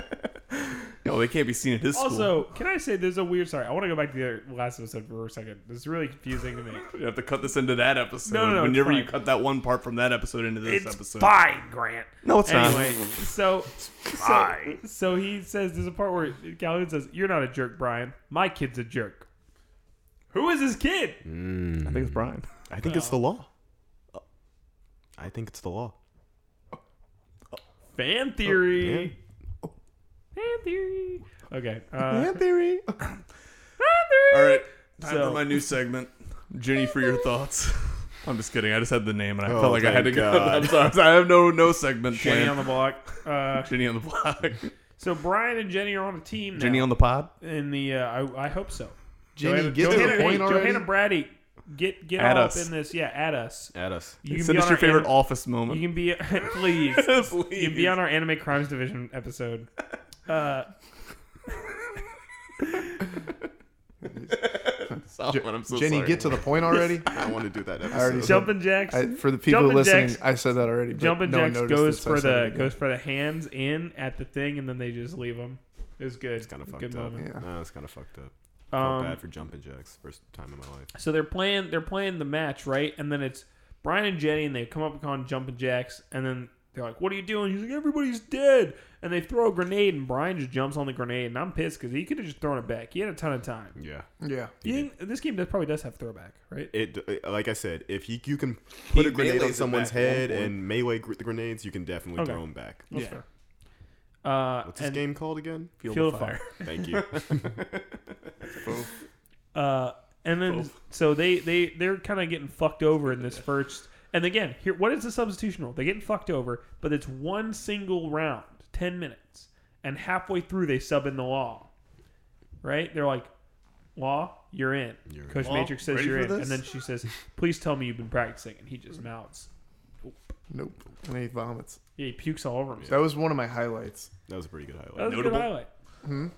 Speaker 1: No, they can't be seen at his school.
Speaker 3: Also, can I say there's a weird? Sorry, I want to go back to the other- last episode for a second. This is really confusing to me.
Speaker 1: You have to cut this into that episode.
Speaker 3: No, no, no, it's
Speaker 1: Whenever you
Speaker 3: fine.
Speaker 1: cut that one part from that episode into this
Speaker 3: It's
Speaker 1: episode.
Speaker 3: fine, Grant.
Speaker 1: No, it's
Speaker 3: Anyway,
Speaker 1: not.
Speaker 3: so, so so he says there's a part where Calhoun says, "You're not a jerk, Brian. My kid's a jerk." Who is his kid?
Speaker 1: I think it's Brian.
Speaker 2: I think it's the law. Uh, I think it's the law.
Speaker 3: Fan
Speaker 1: Oh,
Speaker 3: theory. Fan theory. Okay. Uh, fan
Speaker 1: theory.
Speaker 3: theory.
Speaker 1: All right. Time
Speaker 3: So-
Speaker 1: for my new segment. Jenny, for your thoughts. <laughs> I'm just kidding. I just had the name and I
Speaker 2: Oh,
Speaker 1: felt like I had to
Speaker 2: thank
Speaker 1: go. <laughs>
Speaker 2: God.
Speaker 1: I'm sorry. I'm sorry. I have no no segment
Speaker 3: Jenny on
Speaker 1: planned.
Speaker 3: the block. Uh,
Speaker 1: Jenny on the block.
Speaker 3: so Brian and Jenny are on a team now.
Speaker 1: Jenny on the pod.
Speaker 3: in the. Uh, I, I hope so.
Speaker 4: Jenny, get to
Speaker 3: Johanna,
Speaker 4: the
Speaker 3: hey,
Speaker 4: point already.
Speaker 3: Johanna Brady, get get
Speaker 1: At
Speaker 3: all
Speaker 1: us.
Speaker 3: up in this. Yeah, at us.
Speaker 2: At us.
Speaker 3: You can
Speaker 1: Send
Speaker 3: be
Speaker 1: us
Speaker 3: on
Speaker 1: your
Speaker 3: our
Speaker 1: favorite
Speaker 3: anim-
Speaker 1: office moment. <laughs>
Speaker 3: You can be <laughs> please. You can be on our anime crimes division episode. Uh,
Speaker 1: Oh,
Speaker 4: Jenny, get to the
Speaker 1: <laughs>
Speaker 4: point already.
Speaker 2: I want to do that episode.
Speaker 4: already said-
Speaker 3: jumping jacks.
Speaker 4: I, for the people
Speaker 3: Jumpin'
Speaker 4: listening,
Speaker 3: Jacks-
Speaker 4: I said that already. But
Speaker 3: jumping
Speaker 4: no one
Speaker 3: jacks
Speaker 4: noticed
Speaker 3: goes
Speaker 4: it, so I
Speaker 3: for
Speaker 4: said it
Speaker 3: the
Speaker 4: again.
Speaker 3: goes for the hands in at the thing, and then they just leave them. It was good. It's
Speaker 2: kind of fucked
Speaker 3: good
Speaker 2: up.
Speaker 3: moment.
Speaker 4: Yeah.
Speaker 2: No, it's kind of fucked up. Felt
Speaker 3: Um,
Speaker 2: bad for jumping jacks. First time in my life.
Speaker 3: so they're playing. They're playing the match, right? And then it's Brian and Jenny, and they come up and call him jumping jacks, and then They're like, "What are you doing?" He's like, "Everybody's dead." And they throw a grenade, and Brian just jumps on the grenade, and I'm pissed because he could have just thrown it back. He had a ton of time.
Speaker 2: Yeah.
Speaker 4: Yeah.
Speaker 3: You think- this game does probably does have throwback, right?
Speaker 2: It like I said, if you, you can put a grenade
Speaker 1: melees
Speaker 2: on
Speaker 1: it
Speaker 2: someone's
Speaker 1: back at one
Speaker 2: head
Speaker 1: point.
Speaker 2: and melee gr- the grenades, you can definitely
Speaker 3: Okay.
Speaker 2: throw them back.
Speaker 3: That's
Speaker 4: Yeah.
Speaker 3: fair. Uh,
Speaker 2: What's this
Speaker 3: and
Speaker 2: game called again?
Speaker 1: Field,
Speaker 3: Field
Speaker 1: of
Speaker 3: of
Speaker 1: fire.
Speaker 3: fire.
Speaker 2: Thank
Speaker 3: <laughs>
Speaker 2: you.
Speaker 3: Uh, and then so they they they're kind of getting fucked over in this first. And again, here what is the substitution rule? They're getting fucked over, but it's one single round, ten minutes, and halfway through they sub in the law. Right? They're like, "Law, you're in." Coach
Speaker 1: Law,
Speaker 3: Matrix says
Speaker 1: ready
Speaker 3: you're
Speaker 1: for
Speaker 3: in,
Speaker 1: this?
Speaker 3: and then she says, "Please tell me you've been practicing," and he just mouths.
Speaker 4: Nope. And he vomits.
Speaker 3: Yeah, he pukes all over himself.
Speaker 4: That was one of my highlights.
Speaker 2: That was a pretty good
Speaker 3: That
Speaker 2: highlight.
Speaker 3: was a
Speaker 1: Notable.
Speaker 3: good highlight.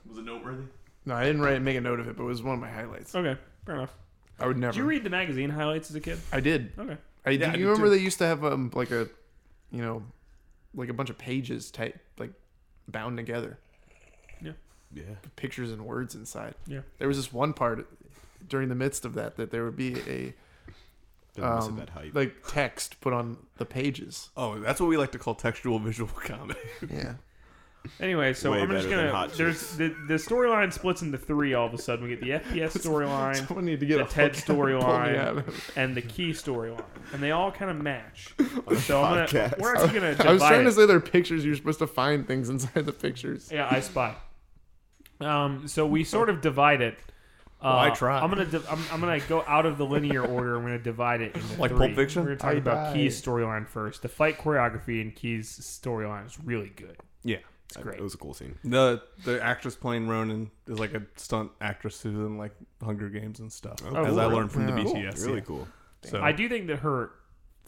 Speaker 1: Was it noteworthy?
Speaker 4: No, I didn't write make a note of it, but it was one of my highlights.
Speaker 3: Okay, fair enough.
Speaker 4: I would never.
Speaker 3: Did you read the magazine highlights as a kid?
Speaker 4: I did.
Speaker 3: Okay.
Speaker 4: I,
Speaker 1: Yeah, I
Speaker 4: do
Speaker 1: did
Speaker 4: you remember
Speaker 1: too.
Speaker 4: they used to have um like a, you know, like a bunch of pages type like bound together,
Speaker 2: Yeah.
Speaker 4: pictures and words inside.
Speaker 3: Yeah.
Speaker 4: There was this one part during the midst of that that there would be a
Speaker 2: Doesn't miss it
Speaker 4: um,
Speaker 2: that hype.
Speaker 4: like text put on the pages.
Speaker 1: Oh, that's what we like to call textual visual <laughs> comedy.
Speaker 4: <laughs> Yeah.
Speaker 3: Anyway, so
Speaker 2: Way
Speaker 3: I'm just
Speaker 2: better than
Speaker 3: gonna.
Speaker 2: hot
Speaker 3: There's the the storyline splits into three. All of a sudden, we get the FPS storyline,
Speaker 4: Someone need to get
Speaker 3: the
Speaker 4: a
Speaker 3: Ted
Speaker 4: hook and pull me <laughs> out
Speaker 3: storyline,
Speaker 4: of it.
Speaker 3: and the Key storyline, and they all kind of match. So I'm gonna.
Speaker 2: podcast.
Speaker 3: We're actually gonna divide.
Speaker 4: <laughs> I was trying
Speaker 3: it.
Speaker 4: to say they're pictures. You're supposed to find things <laughs> inside the pictures.
Speaker 3: Yeah, I spy. Um, so we sort of divide it. Uh,
Speaker 1: I try.
Speaker 3: I'm gonna di- I'm, I'm gonna go out of the linear order. I'm gonna divide it into
Speaker 1: Like
Speaker 3: three.
Speaker 1: Pulp Fiction?
Speaker 3: We're gonna talk
Speaker 4: I
Speaker 3: about
Speaker 4: die.
Speaker 3: Key's storyline first. The fight choreography in Key's storyline is really good.
Speaker 1: Yeah.
Speaker 3: It's great.
Speaker 2: It was a cool scene.
Speaker 1: The the actress playing Ronan is like a stunt actress who's in like Hunger Games and stuff.
Speaker 2: Oh,
Speaker 1: as I
Speaker 2: cool.
Speaker 1: learned from the
Speaker 4: Yeah.
Speaker 1: BTS.
Speaker 4: Cool.
Speaker 1: yeah.
Speaker 2: Really cool.
Speaker 1: So-
Speaker 3: I do think that her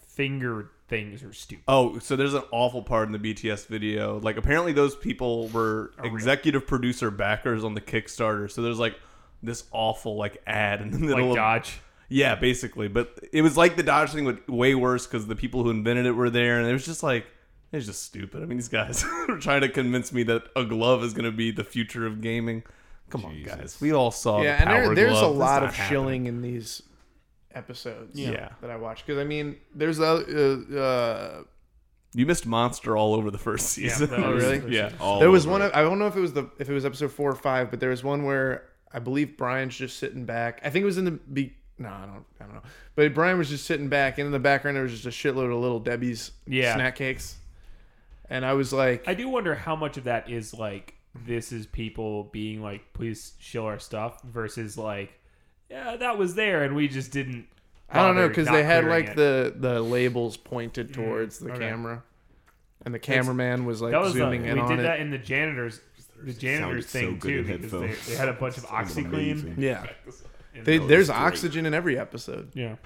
Speaker 3: finger things are stupid.
Speaker 1: Oh, so there's an awful part in the BTS video. Like apparently those people were
Speaker 3: real.
Speaker 1: executive producer backers on the Kickstarter. So there's like this awful like ad in the middle
Speaker 3: like
Speaker 1: of
Speaker 3: Dodge.
Speaker 1: Yeah, basically. But it was like the Dodge thing, but way worse because the people who invented it were there, and it was just like it was just stupid. I mean, these guys <laughs> were trying to convince me that a glove is going to be the future of gaming. Come on, guys. We all saw.
Speaker 4: yeah,
Speaker 1: Oh, the
Speaker 4: and there,
Speaker 1: power
Speaker 4: there's
Speaker 1: glove.
Speaker 4: a
Speaker 1: That's
Speaker 4: lot
Speaker 1: not
Speaker 4: of
Speaker 1: happening.
Speaker 4: shilling in these episodes.
Speaker 1: Yeah.
Speaker 4: that I watch because I mean, there's a uh, uh,
Speaker 1: You missed Monster all over the first season.
Speaker 3: that was-
Speaker 4: Oh, really?
Speaker 1: Yeah.
Speaker 2: All
Speaker 4: there was
Speaker 2: over
Speaker 4: one.
Speaker 2: it.
Speaker 4: Of, I don't know if it was the if it was episode four or five, but there was one where I believe Brian's just sitting back. I think it was in the be. No, I don't. I don't know. But Brian was just sitting back, and in the background there was just a shitload of little Debbie's
Speaker 3: Yeah.
Speaker 4: snack cakes, and I was like,
Speaker 3: I do wonder how much of that is like this is people being like, please shill our stuff versus like, yeah, that was there and we just didn't.
Speaker 4: I don't know
Speaker 3: bother
Speaker 4: because
Speaker 3: not
Speaker 4: they had
Speaker 3: clearing
Speaker 4: like
Speaker 3: it. Mm,
Speaker 4: the the labels pointed towards the
Speaker 3: okay.
Speaker 4: camera, and the cameraman was like
Speaker 3: that was the, we
Speaker 4: zooming in
Speaker 3: did
Speaker 4: on it.
Speaker 3: that in the janitors the
Speaker 2: Sounded
Speaker 3: janitors
Speaker 2: so
Speaker 3: thing
Speaker 2: good
Speaker 3: too
Speaker 2: in
Speaker 3: because they,
Speaker 2: headphones.
Speaker 3: they had a bunch of OxyClean.
Speaker 2: Amazing.
Speaker 4: Yeah,
Speaker 3: in
Speaker 4: they,
Speaker 3: those.
Speaker 4: there's
Speaker 2: great.
Speaker 4: oxygen in every episode.
Speaker 3: yeah.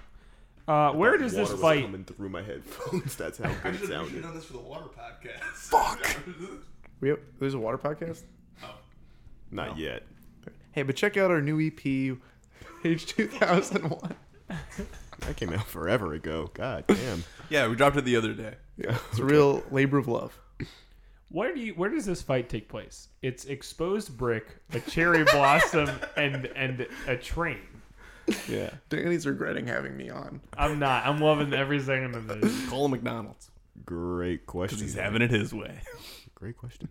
Speaker 3: Uh, where does this
Speaker 2: Water was
Speaker 3: fight?
Speaker 2: coming through my <laughs> headphones.
Speaker 1: <laughs>
Speaker 2: That's how good it sounded.
Speaker 1: this for the water podcast. <laughs> Fuck.
Speaker 4: We have, there's a water podcast.
Speaker 2: Not yet.
Speaker 4: Hey, but check out our new EP, page two thousand one.
Speaker 2: That came out <laughs> forever ago. God damn.
Speaker 1: yeah, we dropped it the other day.
Speaker 4: It's a real labor of love.
Speaker 3: Where do you? Where does this fight take place? It's exposed brick, a cherry blossom, and and a train.
Speaker 1: Yeah.
Speaker 4: Danny's regretting having me on.
Speaker 3: I'm not. I'm loving every second of this.
Speaker 1: Call him McDonald's
Speaker 2: Great question.
Speaker 1: because he's having it his way.
Speaker 2: Great question.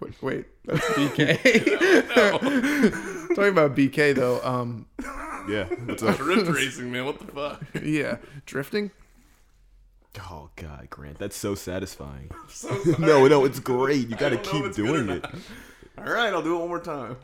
Speaker 4: Wait, wait that's BK. <laughs> Talking about BK though. Um,
Speaker 2: Yeah.
Speaker 1: <laughs>
Speaker 2: What's
Speaker 1: <laughs>
Speaker 2: up?
Speaker 1: Drift racing, man. What the fuck?
Speaker 4: yeah, drifting. <laughs>
Speaker 2: Oh God, Grant, that's
Speaker 1: <laughs>
Speaker 2: so satisfying. <laughs> no, no, it's great. You got
Speaker 1: don't
Speaker 2: to
Speaker 1: know if
Speaker 2: keep
Speaker 1: it's good or
Speaker 2: doing it.
Speaker 1: not. All right, I'll do it one more time.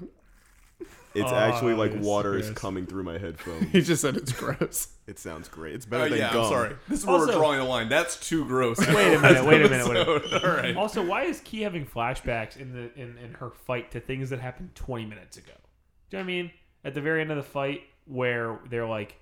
Speaker 2: It's actually like
Speaker 3: Ah, yes,
Speaker 2: water is
Speaker 3: yes.
Speaker 2: coming through my headphones.
Speaker 4: He just said it's gross.
Speaker 2: it sounds great. It's better than
Speaker 1: Oh, yeah,
Speaker 2: gum.
Speaker 1: I'm sorry. This is where we're
Speaker 3: Also-
Speaker 1: drawing the line. That's too gross.
Speaker 3: Wait a minute. Wait a minute.
Speaker 1: <laughs>
Speaker 3: Wait a minute.
Speaker 1: All right.
Speaker 3: Also, why is Key having flashbacks in the in, in her fight to things that happened 20 minutes ago? Do you know what I mean? At the very end of the fight, where they're like,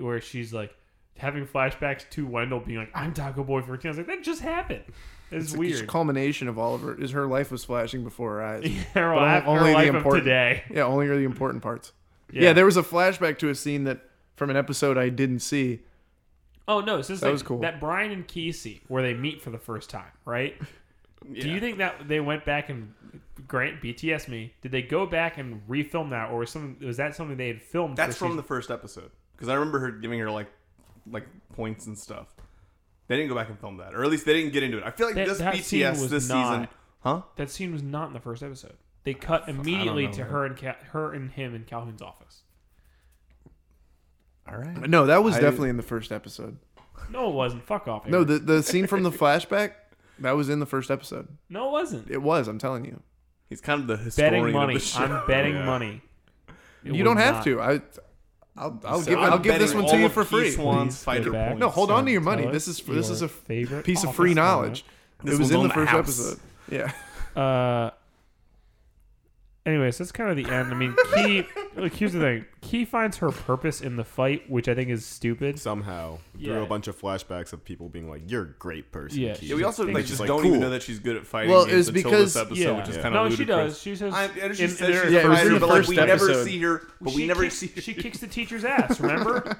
Speaker 3: where she's like having flashbacks to Wendell being like, "I'm Taco Boy 14." I was like, that just happened. It's,
Speaker 4: It's
Speaker 3: weird.
Speaker 4: a culmination of all of her. Is her life was flashing before her eyes.
Speaker 3: <laughs> her
Speaker 4: But
Speaker 3: life,
Speaker 4: on- only
Speaker 3: her
Speaker 4: the
Speaker 3: life of
Speaker 4: important-
Speaker 3: today.
Speaker 4: Yeah, only are the important parts. Yeah. there was a flashback to a scene that from an episode I didn't see.
Speaker 3: Oh no, so this
Speaker 4: That
Speaker 3: like
Speaker 4: was cool.
Speaker 3: That Brian and Key scene where they meet for the first time, right? Do
Speaker 1: Yeah.
Speaker 3: you think that they went back and Grant BTS me? Did they go back and refilm that, or was some was that something they had filmed?
Speaker 1: That's
Speaker 3: for
Speaker 1: from
Speaker 3: season-
Speaker 1: the first episode because I remember her giving her like like points and stuff. They didn't go back and film that, or at least they didn't get into it. I feel like
Speaker 3: That-
Speaker 1: this
Speaker 3: that
Speaker 1: BTS
Speaker 3: scene was
Speaker 1: this
Speaker 3: not-
Speaker 1: season, huh?
Speaker 3: That scene was not in the first episode. They cut immediately
Speaker 1: know,
Speaker 3: to
Speaker 1: man.
Speaker 3: her and Ca- her and him in Calhoun's office.
Speaker 1: All right.
Speaker 4: No, that was
Speaker 1: I-
Speaker 4: definitely in the first episode.
Speaker 3: No, it wasn't. Fuck off.
Speaker 4: No,
Speaker 3: Eric.
Speaker 4: the the scene from the flashback that was in the first episode.
Speaker 3: no, it wasn't.
Speaker 4: It was. I'm telling you.
Speaker 1: He's kind of the historian
Speaker 3: betting
Speaker 1: of
Speaker 3: money.
Speaker 1: the show.
Speaker 3: I'm betting
Speaker 2: Yeah.
Speaker 3: money. It
Speaker 4: you
Speaker 3: was
Speaker 4: don't have
Speaker 3: not.
Speaker 4: to. I, I'll, I'll
Speaker 1: So
Speaker 4: give
Speaker 1: I'm
Speaker 4: I'll give this
Speaker 1: betting
Speaker 4: one to
Speaker 1: all
Speaker 4: you
Speaker 1: of
Speaker 4: for
Speaker 1: Key
Speaker 4: free.
Speaker 1: Swan's
Speaker 3: Please
Speaker 1: fighter
Speaker 3: go back.
Speaker 1: points.
Speaker 4: No, hold on to your
Speaker 3: Tell
Speaker 4: money.
Speaker 3: us
Speaker 4: This is this is a
Speaker 3: your favorite
Speaker 4: piece of
Speaker 3: office
Speaker 4: free
Speaker 3: moment.
Speaker 4: knowledge.
Speaker 1: This
Speaker 4: it was
Speaker 1: one's
Speaker 4: in
Speaker 1: on
Speaker 4: the first
Speaker 1: house.
Speaker 4: episode.
Speaker 1: <laughs>
Speaker 4: Yeah.
Speaker 3: Uh. Anyways, that's kind of the end. I mean,
Speaker 1: <laughs>
Speaker 3: Key. look, here's the thing. Key finds her purpose in the fight, which I think is stupid.
Speaker 2: somehow through
Speaker 3: Yeah.
Speaker 2: a bunch of flashbacks of people being like, "You're a great person."
Speaker 3: Yeah.
Speaker 2: Keith."
Speaker 1: Yeah, we also
Speaker 3: She's
Speaker 1: like
Speaker 2: just
Speaker 1: just
Speaker 2: like,
Speaker 1: don't
Speaker 2: cool.
Speaker 1: even know that she's good at fighting
Speaker 4: Well,
Speaker 1: games
Speaker 4: it's
Speaker 1: until
Speaker 4: because-
Speaker 1: this episode,
Speaker 3: yeah.
Speaker 1: which is
Speaker 2: Yeah.
Speaker 1: kind
Speaker 3: no,
Speaker 1: of
Speaker 3: she does. She says.
Speaker 1: I, I know she
Speaker 3: in-
Speaker 1: says
Speaker 3: there-
Speaker 1: she's
Speaker 4: Yeah,
Speaker 1: a
Speaker 4: it was in
Speaker 1: fighter,
Speaker 4: the
Speaker 1: but like
Speaker 4: first
Speaker 1: we never
Speaker 4: episode.
Speaker 1: see her. But
Speaker 3: Well, she
Speaker 1: we never
Speaker 3: kicks,
Speaker 1: see.
Speaker 3: <laughs>
Speaker 1: <laughs>
Speaker 3: She kicks the teacher's ass. Remember,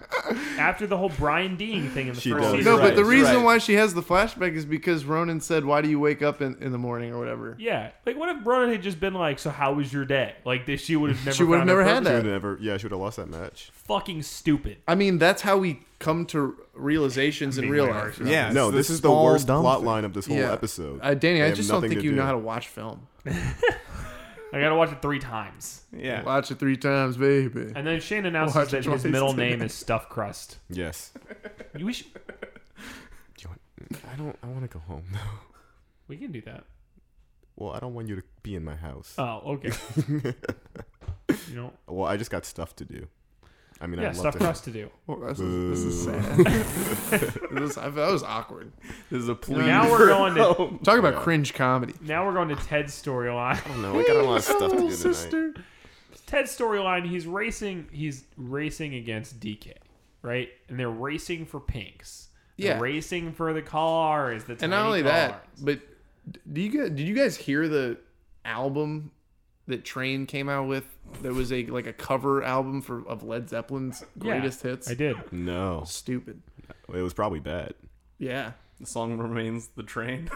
Speaker 3: after the whole Brian Dean thing in the
Speaker 2: She
Speaker 3: first
Speaker 2: does.
Speaker 3: season.
Speaker 4: No,
Speaker 1: right,
Speaker 4: but the
Speaker 1: you're
Speaker 4: reason
Speaker 1: right.
Speaker 4: why she has the flashback is because Ronan said, "Why do you wake up in, in the morning or whatever?"
Speaker 3: Yeah, like what if Ronan had just been like, "So how was your day?" Like this, she would have never.
Speaker 4: She would have
Speaker 3: found her
Speaker 4: never
Speaker 3: purpose.
Speaker 4: had
Speaker 2: She would
Speaker 4: that.
Speaker 2: never. Yeah, she would have lost that match.
Speaker 3: Fucking stupid.
Speaker 4: I mean, that's how we come to realizations in real life.
Speaker 1: Yeah,
Speaker 2: no,
Speaker 1: it's
Speaker 2: this is the
Speaker 1: small,
Speaker 2: worst
Speaker 1: dumb
Speaker 2: plot
Speaker 1: thing.
Speaker 2: line of this whole episode.
Speaker 4: Uh, Danny,
Speaker 2: They
Speaker 4: I
Speaker 2: have
Speaker 4: just don't
Speaker 2: nothing
Speaker 4: think
Speaker 2: to
Speaker 4: you know
Speaker 2: do.
Speaker 4: how to watch film.
Speaker 3: I gotta watch it three times.
Speaker 1: Yeah,
Speaker 4: Watch it three times, baby.
Speaker 3: And then Shane announces
Speaker 4: Watch
Speaker 3: that
Speaker 4: it
Speaker 3: his
Speaker 4: twice.
Speaker 3: middle name is Stuff Crust.
Speaker 2: Yes.
Speaker 3: You- We, sh-
Speaker 2: Do you want- I don't. I want to go home. <laughs>
Speaker 3: we can do that.
Speaker 2: Well, I don't want you to be in my house.
Speaker 3: Oh, okay. you know,
Speaker 2: well, I just got stuff to do. I mean,
Speaker 3: yeah,
Speaker 2: I'd love
Speaker 3: Stuff
Speaker 2: to.
Speaker 3: Crust to do.
Speaker 4: Well, this, is, this is
Speaker 2: Boo. <laughs>
Speaker 4: sad. <laughs> This- I- that was awkward.
Speaker 1: this is a plea.
Speaker 3: Now we're
Speaker 1: for
Speaker 3: going to-
Speaker 1: help.
Speaker 4: Talk about
Speaker 2: Yeah.
Speaker 4: cringe comedy. Oh,
Speaker 3: Now we're going to Ted's storyline.
Speaker 2: <laughs> I don't know. We got a lot of stuff to do tonight.
Speaker 4: sister.
Speaker 3: Ted's storyline, he's racing he's racing against DK, right? And they're racing for pinks. They're
Speaker 4: Yeah.
Speaker 3: racing for the cars, the
Speaker 4: And
Speaker 3: tiny
Speaker 4: not only that,
Speaker 3: cars.
Speaker 4: but d- do you guys, did you guys hear the album that Train came out with? That was a like a cover album for of Led Zeppelin's
Speaker 3: Yeah,
Speaker 4: greatest hits.
Speaker 3: I did.
Speaker 2: No,
Speaker 4: Stupid.
Speaker 2: it was probably bad.
Speaker 4: Yeah.
Speaker 1: <laughs>
Speaker 4: <laughs>
Speaker 1: The song remains the train.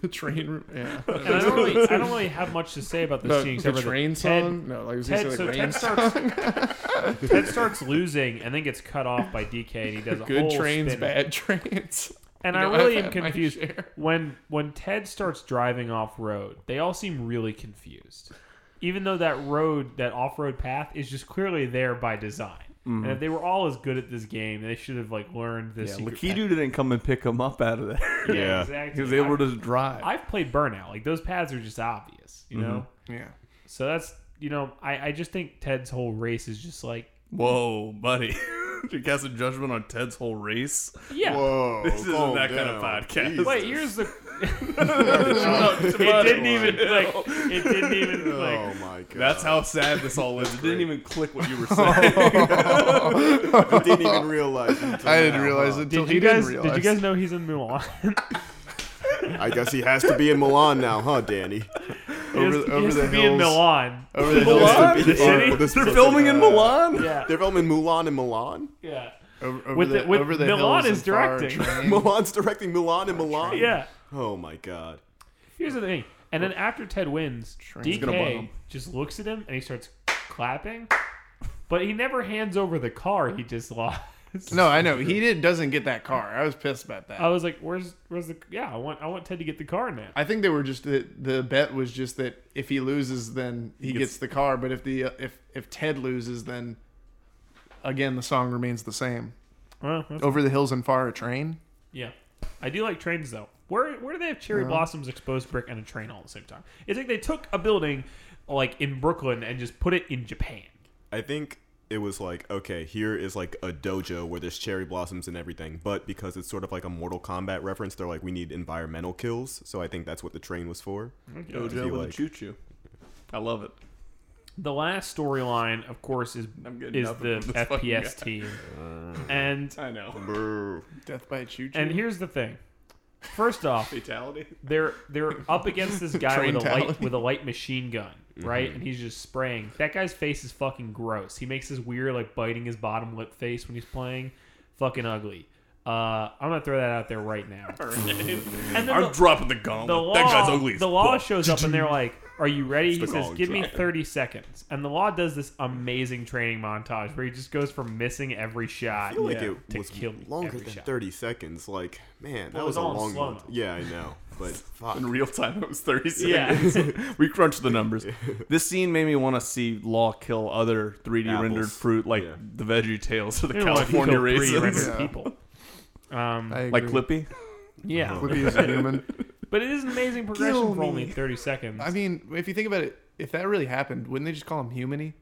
Speaker 4: The train. ru- <laughs> Yeah.
Speaker 3: And I don't really I don't really have much to say about this
Speaker 4: the,
Speaker 3: scene
Speaker 4: the
Speaker 3: except for that
Speaker 4: train
Speaker 3: Ted-
Speaker 4: song. no, like it was
Speaker 3: Ted,
Speaker 4: gonna say,
Speaker 3: so
Speaker 4: like
Speaker 3: Ted
Speaker 4: rain.
Speaker 3: starts, <laughs> Ted starts losing and then gets cut off by DK and he does a
Speaker 4: Good
Speaker 3: whole
Speaker 4: trains,
Speaker 3: spin.
Speaker 4: bad trains.
Speaker 3: And
Speaker 4: You know,
Speaker 3: I really
Speaker 4: I've
Speaker 3: am
Speaker 4: had my
Speaker 3: confused
Speaker 4: share.
Speaker 3: when when Ted starts driving off road. They all seem really confused, even though that road, that off road path, is just clearly there by design. And if they were all as good at this game, they should have like learned this.
Speaker 1: Mm-hmm. Yeah,
Speaker 3: secret-
Speaker 1: Lakitu didn't come and pick him up out of there. <laughs>
Speaker 2: Yeah.
Speaker 1: he
Speaker 3: exactly.
Speaker 1: was able
Speaker 3: I've,
Speaker 1: to drive.
Speaker 3: I've played Burnout. Like those paths are just obvious, you know.
Speaker 4: <laughs>
Speaker 1: Mm-hmm.
Speaker 4: Yeah.
Speaker 3: So that's you know, I I just think Ted's whole race is just like
Speaker 1: Whoa, buddy. <laughs> you cast a judgment on Ted's whole race?
Speaker 3: yeah.
Speaker 2: Whoa,
Speaker 1: This isn't
Speaker 2: calm
Speaker 1: that kind of
Speaker 2: down.
Speaker 1: podcast.
Speaker 2: Jesus.
Speaker 3: Wait,
Speaker 1: <laughs>
Speaker 3: here's the. <laughs> it didn't even
Speaker 1: <laughs>
Speaker 3: like. It didn't even like.
Speaker 2: Oh my god.
Speaker 1: That's how sad this all is. Oh, It didn't even click what <laughs> you were saying.
Speaker 2: I didn't even realize. until
Speaker 4: I didn't
Speaker 2: now,
Speaker 4: realize
Speaker 2: huh?
Speaker 4: until
Speaker 3: Did
Speaker 4: he
Speaker 3: you guys?
Speaker 4: Didn't
Speaker 3: Did
Speaker 4: realize.
Speaker 3: you guys know he's in <laughs> Mulan?
Speaker 2: I guess he has to be in Milan now, huh, Danny?
Speaker 3: He has-
Speaker 4: Over the-
Speaker 3: he
Speaker 4: over
Speaker 3: has
Speaker 4: the
Speaker 3: to be in
Speaker 4: hills.
Speaker 3: Milan.
Speaker 4: Over the hills, to,
Speaker 1: Milan?
Speaker 2: This is-
Speaker 3: city?
Speaker 2: oh, this
Speaker 1: They're
Speaker 2: is-
Speaker 1: filming in Milan?
Speaker 3: Yeah,
Speaker 2: They're filming Mulan in Milan.
Speaker 3: yeah,
Speaker 4: over, over
Speaker 3: With
Speaker 4: the,
Speaker 3: the- with
Speaker 4: over the
Speaker 3: Milan
Speaker 4: hills
Speaker 3: is
Speaker 4: and far
Speaker 3: directing.
Speaker 4: train.
Speaker 2: Milan's directing Mulan in Milan.
Speaker 3: yeah.
Speaker 2: Oh my god.
Speaker 3: Here's the thing. And then after Ted wins,
Speaker 4: Train's
Speaker 1: gonna
Speaker 3: DK
Speaker 1: bomb.
Speaker 3: just looks at him and he starts clapping, but he never hands over the car he just lost.
Speaker 4: No, I know he did. Doesn't get that car. I was pissed about that.
Speaker 3: I was like, "Where's, where's the? Yeah, I want, I want Ted to get the car now."
Speaker 4: I think they were just the, the bet was just that if he loses, then he gets,
Speaker 1: gets-
Speaker 4: the car. But if the uh, if if Ted loses, then again the song remains the same.
Speaker 3: Well, that's-
Speaker 4: Over the hills and far a train.
Speaker 3: yeah, I do like trains though. Where, where do they have cherry blossoms, exposed brick, and a train all at the same time? It's like they took a building, like in Brooklyn, and just put it in Japan.
Speaker 2: I think it was like, okay, here is like a dojo where there's cherry blossoms and everything, but because it's sort of like a Mortal Kombat reference, they're like, we need environmental kills. So I think that's what the train was for.
Speaker 1: Dojo with
Speaker 2: like-
Speaker 1: a choo choo. I love it.
Speaker 3: The last storyline, of course, is
Speaker 1: I'm getting
Speaker 3: is
Speaker 1: nothing
Speaker 3: the
Speaker 1: from this fucking
Speaker 3: FPS team, and
Speaker 1: I know. <laughs>
Speaker 4: Death by choo choo.
Speaker 3: and here's the thing. First off,
Speaker 1: Fatality.
Speaker 3: they're they're up against this guy
Speaker 4: Train
Speaker 3: with a
Speaker 4: tally.
Speaker 3: light with a light machine gun, right? And he's just spraying. That guy's face is fucking gross. He makes this weird like biting his bottom lip face when he's playing. Fucking ugly. Uh, I'm gonna throw that
Speaker 1: <laughs>
Speaker 3: out there right now. and then
Speaker 1: I'm
Speaker 3: the,
Speaker 1: dropping the
Speaker 3: the
Speaker 1: gauntlet.
Speaker 3: law,
Speaker 1: that guy's ugly as
Speaker 3: the law
Speaker 1: fuck.
Speaker 3: shows up and they're like, Are you ready? He
Speaker 2: Stick
Speaker 3: says,
Speaker 2: all
Speaker 3: Give me
Speaker 2: drive.
Speaker 3: 30 seconds. And the law does this amazing training montage where he just goes from missing every shot.
Speaker 2: I feel
Speaker 3: yeah,
Speaker 2: like it
Speaker 3: to
Speaker 2: was
Speaker 3: kill me
Speaker 2: longer
Speaker 3: every
Speaker 2: than
Speaker 3: shot.
Speaker 2: 30 seconds. Like, man, that
Speaker 3: it
Speaker 2: was,
Speaker 3: was
Speaker 2: a
Speaker 3: all in
Speaker 2: long one.
Speaker 3: slow-mo.
Speaker 2: Yeah, I know.
Speaker 3: <laughs>
Speaker 2: But fuck.
Speaker 1: In real time, it was 30
Speaker 3: Yeah. <laughs>
Speaker 1: seconds. <laughs> we crunched the
Speaker 2: <laughs>
Speaker 1: numbers. This scene made me want to see Law kill other 3D rendered
Speaker 2: Apples.
Speaker 1: fruit like
Speaker 2: Yeah.
Speaker 1: the Veggie Tales or the
Speaker 3: They were like,
Speaker 1: California
Speaker 3: kill three
Speaker 1: raisins.
Speaker 3: random
Speaker 4: Yeah.
Speaker 3: people. Um,
Speaker 4: I
Speaker 1: <laughs> Like
Speaker 4: agree.
Speaker 1: Clippy?
Speaker 3: yeah,
Speaker 4: Clippy is a human.
Speaker 3: but it is an amazing progression
Speaker 4: Kill
Speaker 3: for only
Speaker 4: me.
Speaker 3: 30 seconds.
Speaker 4: I mean, if you think about it, if that really happened, wouldn't they just call him humany?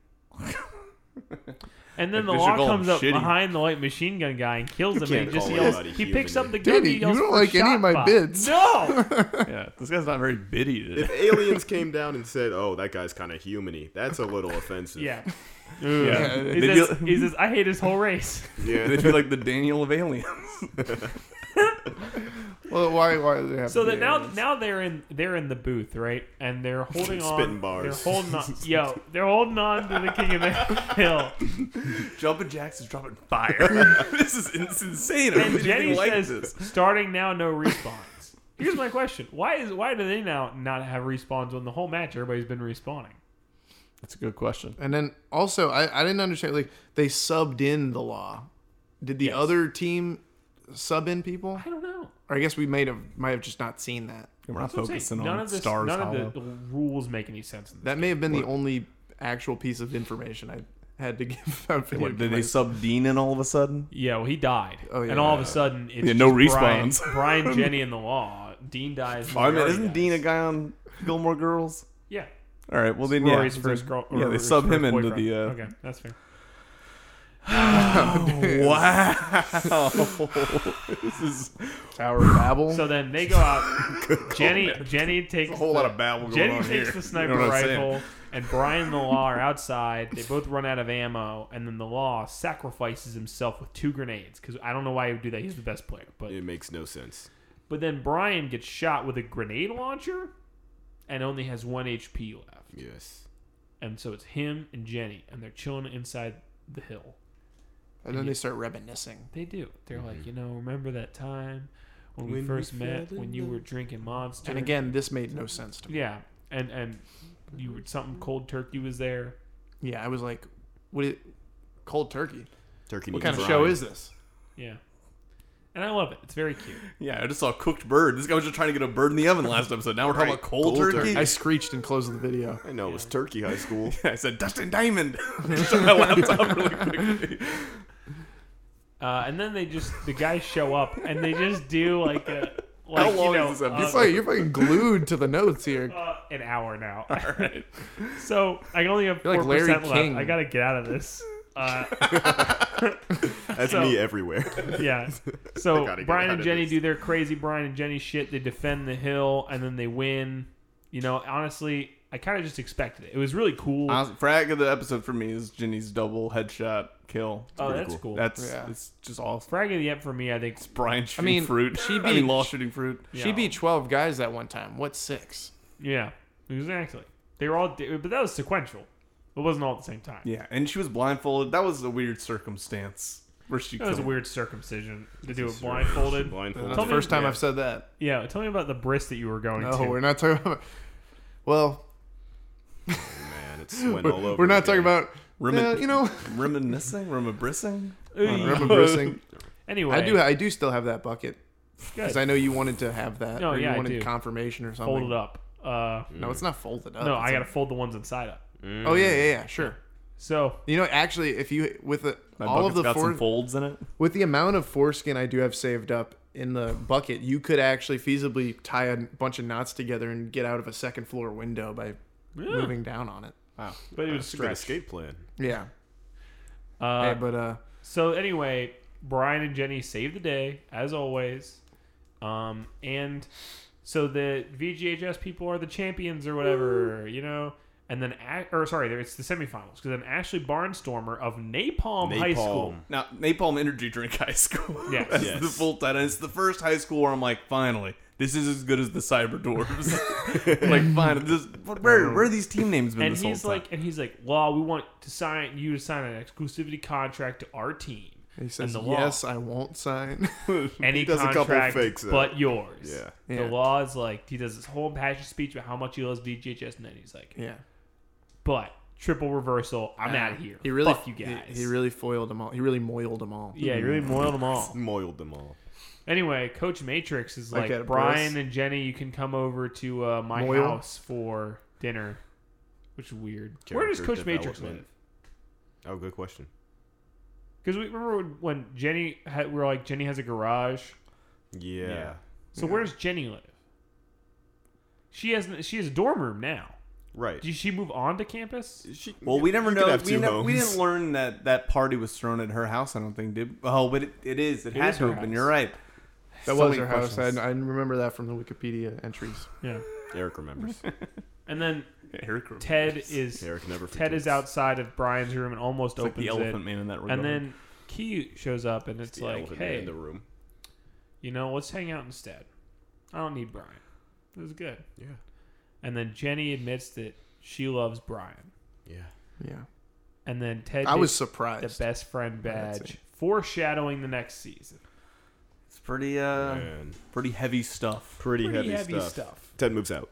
Speaker 3: And then the
Speaker 1: Like, they should
Speaker 3: law
Speaker 1: call him
Speaker 3: comes up
Speaker 1: shitty.
Speaker 3: behind the light machine gun guy and kills him. And
Speaker 2: can't
Speaker 3: he just
Speaker 2: call
Speaker 3: yells.
Speaker 2: anybody
Speaker 3: He
Speaker 2: human
Speaker 3: picks up the gun.
Speaker 4: anymore.
Speaker 3: and he
Speaker 4: Danny,
Speaker 3: yells
Speaker 4: you don't
Speaker 3: for
Speaker 4: like any of my
Speaker 3: shot
Speaker 4: bids. <laughs>
Speaker 3: No.
Speaker 1: Yeah. This guy's not very bitty today. <laughs>
Speaker 2: If aliens came down and said, "Oh, that guy's kind of humany," that's a
Speaker 3: <laughs>
Speaker 2: little offensive.
Speaker 3: yeah.
Speaker 1: Yeah.
Speaker 3: He
Speaker 1: They'd
Speaker 3: says,
Speaker 1: be-
Speaker 3: he says, "I hate his whole race."
Speaker 2: yeah.
Speaker 3: <laughs>
Speaker 1: They'd be like the Daniel of <laughs> aliens.
Speaker 4: Well, why? Why do they have?
Speaker 3: So
Speaker 4: to
Speaker 3: that
Speaker 4: be
Speaker 3: now,
Speaker 4: aliens?
Speaker 3: now they're in they're in the booth, right?
Speaker 1: <laughs>
Speaker 3: And they're holding on.
Speaker 2: Spitting bars.
Speaker 3: They're holding on. Yo, they're holding on to the king of the
Speaker 1: <laughs>
Speaker 3: hill.
Speaker 1: Jumpin' Jacks is dropping fire. <laughs> this is it's insane. I
Speaker 3: And
Speaker 1: didn't
Speaker 3: Jenny
Speaker 1: even like
Speaker 3: says,
Speaker 1: this.
Speaker 3: starting now, no respawns. Here's my question: Why is why do they now not have respawns when the whole match everybody's been respawning?
Speaker 1: That's a good question.
Speaker 4: and then also, I, I didn't understand. Like they subbed in the law. Did the
Speaker 3: Yes.
Speaker 4: other team sub in people?
Speaker 3: I don't know.
Speaker 4: Or I guess we might have might have just not seen that.
Speaker 1: We're not
Speaker 3: That's what I'm saying.
Speaker 1: focusing
Speaker 3: none
Speaker 1: on
Speaker 3: of this,
Speaker 1: stars
Speaker 3: None
Speaker 1: hollow.
Speaker 3: of the rules make any sense. In this.
Speaker 4: That may have been the only actual piece of information I had to <laughs> give. About video
Speaker 1: What, did they
Speaker 4: games.
Speaker 1: sub Dean in all of a sudden?
Speaker 3: Yeah, well, he died.
Speaker 4: Oh, yeah.
Speaker 3: And all of a sudden, it's
Speaker 1: Yeah, no
Speaker 3: just
Speaker 1: respawns.
Speaker 3: <laughs> Brian,
Speaker 1: <laughs>
Speaker 3: Brian, Jenny, and the law. Dean dies.
Speaker 1: Oh, I mean,
Speaker 3: Moriarty
Speaker 1: isn't
Speaker 3: dies.
Speaker 1: Dean a guy on Gilmore Girls?
Speaker 3: Yeah.
Speaker 1: All right, well then,
Speaker 3: Rory's
Speaker 1: yeah,
Speaker 3: first girl.
Speaker 1: yeah,
Speaker 3: or
Speaker 1: they
Speaker 3: his
Speaker 1: sub
Speaker 3: first
Speaker 1: him into
Speaker 3: boyfriend.
Speaker 1: the. Uh,
Speaker 3: Okay, that's fair.
Speaker 4: <laughs>
Speaker 1: Wow, <laughs> this is
Speaker 4: Tower of Babel?
Speaker 3: So then they
Speaker 1: <laughs>
Speaker 3: go out. Jenny, Jenny takes
Speaker 1: a whole
Speaker 3: the-
Speaker 1: lot of babble going
Speaker 3: Jenny
Speaker 1: on
Speaker 3: takes
Speaker 1: here.
Speaker 3: the
Speaker 1: You
Speaker 3: sniper
Speaker 1: know what I'm saying?
Speaker 3: rifle, and Brian and the law
Speaker 1: <laughs>
Speaker 3: are outside. They both run out of ammo, and then the law sacrifices himself with two grenades. Because I don't know why he would do that. He's the best player, but
Speaker 2: It makes no sense.
Speaker 3: But then Brian gets shot with a grenade launcher and only has one HP left.
Speaker 2: Yes.
Speaker 3: And so it's him and Jenny, and they're chilling inside the hill.
Speaker 4: and then they start reminiscing.
Speaker 3: They do. They're
Speaker 1: Mm-hmm.
Speaker 3: like, you know, remember that time when, we first met when you were drinking Monster?
Speaker 4: And again, this made no sense to me.
Speaker 3: yeah, and and you were something cold turkey was there.
Speaker 4: Yeah, I was like, what? Is, cold turkey.
Speaker 2: Turkey.
Speaker 4: What
Speaker 2: needs
Speaker 4: kind of
Speaker 2: brine.
Speaker 4: show is this?
Speaker 3: Yeah, and I love it. It's very cute.
Speaker 1: Yeah, I just saw a cooked bird. This guy was just trying to get a bird in the oven last episode. Now we're talking
Speaker 2: Right,
Speaker 1: about cold,
Speaker 2: cold
Speaker 1: turkey.
Speaker 2: turkey.
Speaker 4: I screeched and closed the video. <laughs>
Speaker 2: I know it was Turkey High School.
Speaker 1: <laughs> I, I said Dustin <laughs> Diamond. Shut my laptop really quickly.
Speaker 3: Uh, and then they just the guys show up and they just do like a like
Speaker 1: How long is
Speaker 3: you know,
Speaker 1: this episode?
Speaker 3: uh,
Speaker 4: It's like you're fucking glued to the notes here.
Speaker 3: uh, an hour now.
Speaker 1: All right.
Speaker 3: <laughs> So I only have
Speaker 4: You're
Speaker 3: four
Speaker 4: like Larry
Speaker 3: percent left.
Speaker 4: King.
Speaker 3: I gotta get out of this. Uh,
Speaker 2: That's
Speaker 3: So-
Speaker 2: me everywhere.
Speaker 3: yeah.
Speaker 2: I
Speaker 3: So
Speaker 2: gotta get
Speaker 3: Brian
Speaker 2: out
Speaker 3: and
Speaker 2: of
Speaker 3: Jenny
Speaker 2: this.
Speaker 3: do their crazy Brian and Jenny shit. They defend the hill and then they win. You know, honestly, I kind of just expected it. It was really cool.
Speaker 1: Honestly, Uh, frag of the episode for me is Ginny's double headshot kill.
Speaker 3: oh,
Speaker 2: pretty
Speaker 3: that's cool.
Speaker 2: cool.
Speaker 1: That's
Speaker 4: Yeah.
Speaker 1: it's just all
Speaker 3: Fragging the up for me, I think.
Speaker 1: Brian shooting
Speaker 4: mean,
Speaker 1: fruit.
Speaker 4: she
Speaker 1: <laughs> I mean,
Speaker 4: beat-
Speaker 1: law shooting fruit.
Speaker 4: She
Speaker 3: Yeah.
Speaker 4: beat 12 guys that one time. What's six?
Speaker 3: Yeah, exactly. They were all, but that was sequential. It wasn't all at the same time.
Speaker 1: Yeah, and she was blindfolded. That was a weird circumstance where she.
Speaker 3: That was a
Speaker 1: killed-
Speaker 3: weird circumcision to do it
Speaker 2: She <laughs>
Speaker 3: blindfolded.
Speaker 2: blindfolded.
Speaker 4: That's
Speaker 3: Tell
Speaker 4: the
Speaker 3: me-
Speaker 4: first time
Speaker 3: yeah.
Speaker 4: I've said that.
Speaker 3: Yeah, tell me about the brisk that you were going
Speaker 4: No,
Speaker 3: to. <laughs>
Speaker 4: we're not talking about. <laughs> Well,
Speaker 2: Man, it's went all over.
Speaker 4: we're not
Speaker 2: again.
Speaker 4: talking about.
Speaker 1: Remin-
Speaker 4: uh, you know,
Speaker 1: reminiscing, remembrissing.
Speaker 3: Ooh.
Speaker 4: reminiscing.
Speaker 3: <laughs> Anyway,
Speaker 4: I do. I do still have that bucket because
Speaker 3: Good.
Speaker 4: I know you wanted to have that.
Speaker 3: No,
Speaker 4: or
Speaker 3: Oh, yeah, I
Speaker 4: you wanted
Speaker 3: do.
Speaker 4: confirmation or something.
Speaker 3: fold it up. Uh,
Speaker 4: No, it's not folded up.
Speaker 3: no,
Speaker 4: It's
Speaker 3: I
Speaker 4: like-
Speaker 3: gotta fold the ones inside up.
Speaker 4: Oh yeah, yeah, yeah. Sure.
Speaker 3: So
Speaker 4: You know, actually, if you with the,
Speaker 1: My
Speaker 4: all
Speaker 1: bucket's
Speaker 4: of the
Speaker 1: got
Speaker 4: four,
Speaker 1: some folds in it.
Speaker 4: with the amount of foreskin I do have saved up in the bucket, you could actually feasibly tie a bunch of knots together and get out of a second floor window by moving down on it.
Speaker 1: Wow.
Speaker 3: But it was
Speaker 2: It's a good
Speaker 3: stretched.
Speaker 2: escape plan.
Speaker 4: Yeah.
Speaker 3: Uh,
Speaker 4: Hey, but uh,
Speaker 3: so anyway, Brian and Jenny save the day as always, um, and so the VGHS people are the champions or whatever, you know. And then, A- or sorry, there- it's the semifinals because then Ashley Barnstormer of Napalm, High School.
Speaker 2: Napalm.
Speaker 1: Now, Napalm Energy Drink High School.
Speaker 3: <laughs>
Speaker 1: <laughs>
Speaker 3: Yes.
Speaker 1: That's
Speaker 2: Yes.
Speaker 1: the full title. It's the first high school where I'm like, finally, this is as good as the Cyber Dwarves. <laughs> like, finally, this, what- where, where are these team names been
Speaker 3: And
Speaker 1: this whole
Speaker 3: he's
Speaker 1: time?
Speaker 3: like, and he's like, "Law, we want to sign you to sign an exclusivity contract to our team."
Speaker 4: He says,
Speaker 3: the law.
Speaker 4: "Yes, I
Speaker 3: <laughs>
Speaker 4: won't sign." <laughs>
Speaker 3: Any
Speaker 2: does a couple
Speaker 3: contract
Speaker 2: fakes there.
Speaker 3: but yours.
Speaker 2: Yeah.
Speaker 4: Yeah.
Speaker 3: The law is like he does this whole impassioned speech about how much he loves DGHS, and then he's like,
Speaker 4: yeah,
Speaker 3: "But triple reversal, I'm out of here.
Speaker 4: He really,
Speaker 3: Fuck you guys."
Speaker 4: He, he really foiled them all. He really moiled them all.
Speaker 3: yeah, he really moiled them
Speaker 2: <laughs>
Speaker 3: all.
Speaker 2: Moiled them all.
Speaker 3: Anyway, Coach Matrix is
Speaker 4: Like
Speaker 3: like,
Speaker 4: that at
Speaker 3: Brian
Speaker 4: Bliss.
Speaker 3: and Jenny, you can come over to uh, my
Speaker 4: Moil?
Speaker 3: house for dinner, which is weird. Where does
Speaker 2: Character
Speaker 3: Coach Matrix
Speaker 2: development.
Speaker 3: live?
Speaker 2: Oh, good question.
Speaker 3: Because we remember when- when Jenny had, we were like, Jenny has a garage.
Speaker 2: Yeah.
Speaker 3: Yeah. So where does Jenny live? She has she has a dorm room now.
Speaker 2: Right.
Speaker 3: Did she move on to campus?
Speaker 2: She-
Speaker 1: Well, we never
Speaker 2: you could
Speaker 1: know.
Speaker 2: have
Speaker 1: We,
Speaker 2: two
Speaker 1: ne- we
Speaker 2: homes.
Speaker 1: didn't learn that that party was thrown at her house. I don't think did. Oh, but it, it is. It,
Speaker 3: It
Speaker 1: had
Speaker 3: is
Speaker 1: to
Speaker 3: her
Speaker 1: have been.
Speaker 3: house.
Speaker 1: You're right. So
Speaker 4: That was
Speaker 1: many
Speaker 4: her house. I,
Speaker 1: questions.
Speaker 4: I remember that from the Wikipedia entries.
Speaker 3: Yeah.
Speaker 2: Eric remembers.
Speaker 3: And then
Speaker 1: Eric remembers.
Speaker 3: Ted is
Speaker 2: Eric never forgets.
Speaker 3: Ted is outside of Brian's room and almost
Speaker 1: It's like
Speaker 3: opens
Speaker 1: the elephant
Speaker 3: it.
Speaker 1: man in that regard.
Speaker 3: And then Key shows up and it's
Speaker 2: The
Speaker 3: like,
Speaker 2: elephant man
Speaker 3: hey,
Speaker 2: in the room.
Speaker 3: you know, let's hang out instead. I don't need Brian. It was good.
Speaker 2: Yeah.
Speaker 3: And then Jenny admits that she loves Brian.
Speaker 2: Yeah.
Speaker 4: Yeah,
Speaker 3: And then Ted
Speaker 4: I was
Speaker 3: gets the
Speaker 4: surprised.
Speaker 3: best friend
Speaker 4: That's
Speaker 3: badge,
Speaker 4: it.
Speaker 3: foreshadowing the next season.
Speaker 1: it's pretty uh
Speaker 2: Man.
Speaker 1: pretty heavy stuff.
Speaker 2: Pretty, heavy,
Speaker 3: Pretty heavy
Speaker 2: stuff.
Speaker 3: stuff.
Speaker 2: Ted moves out.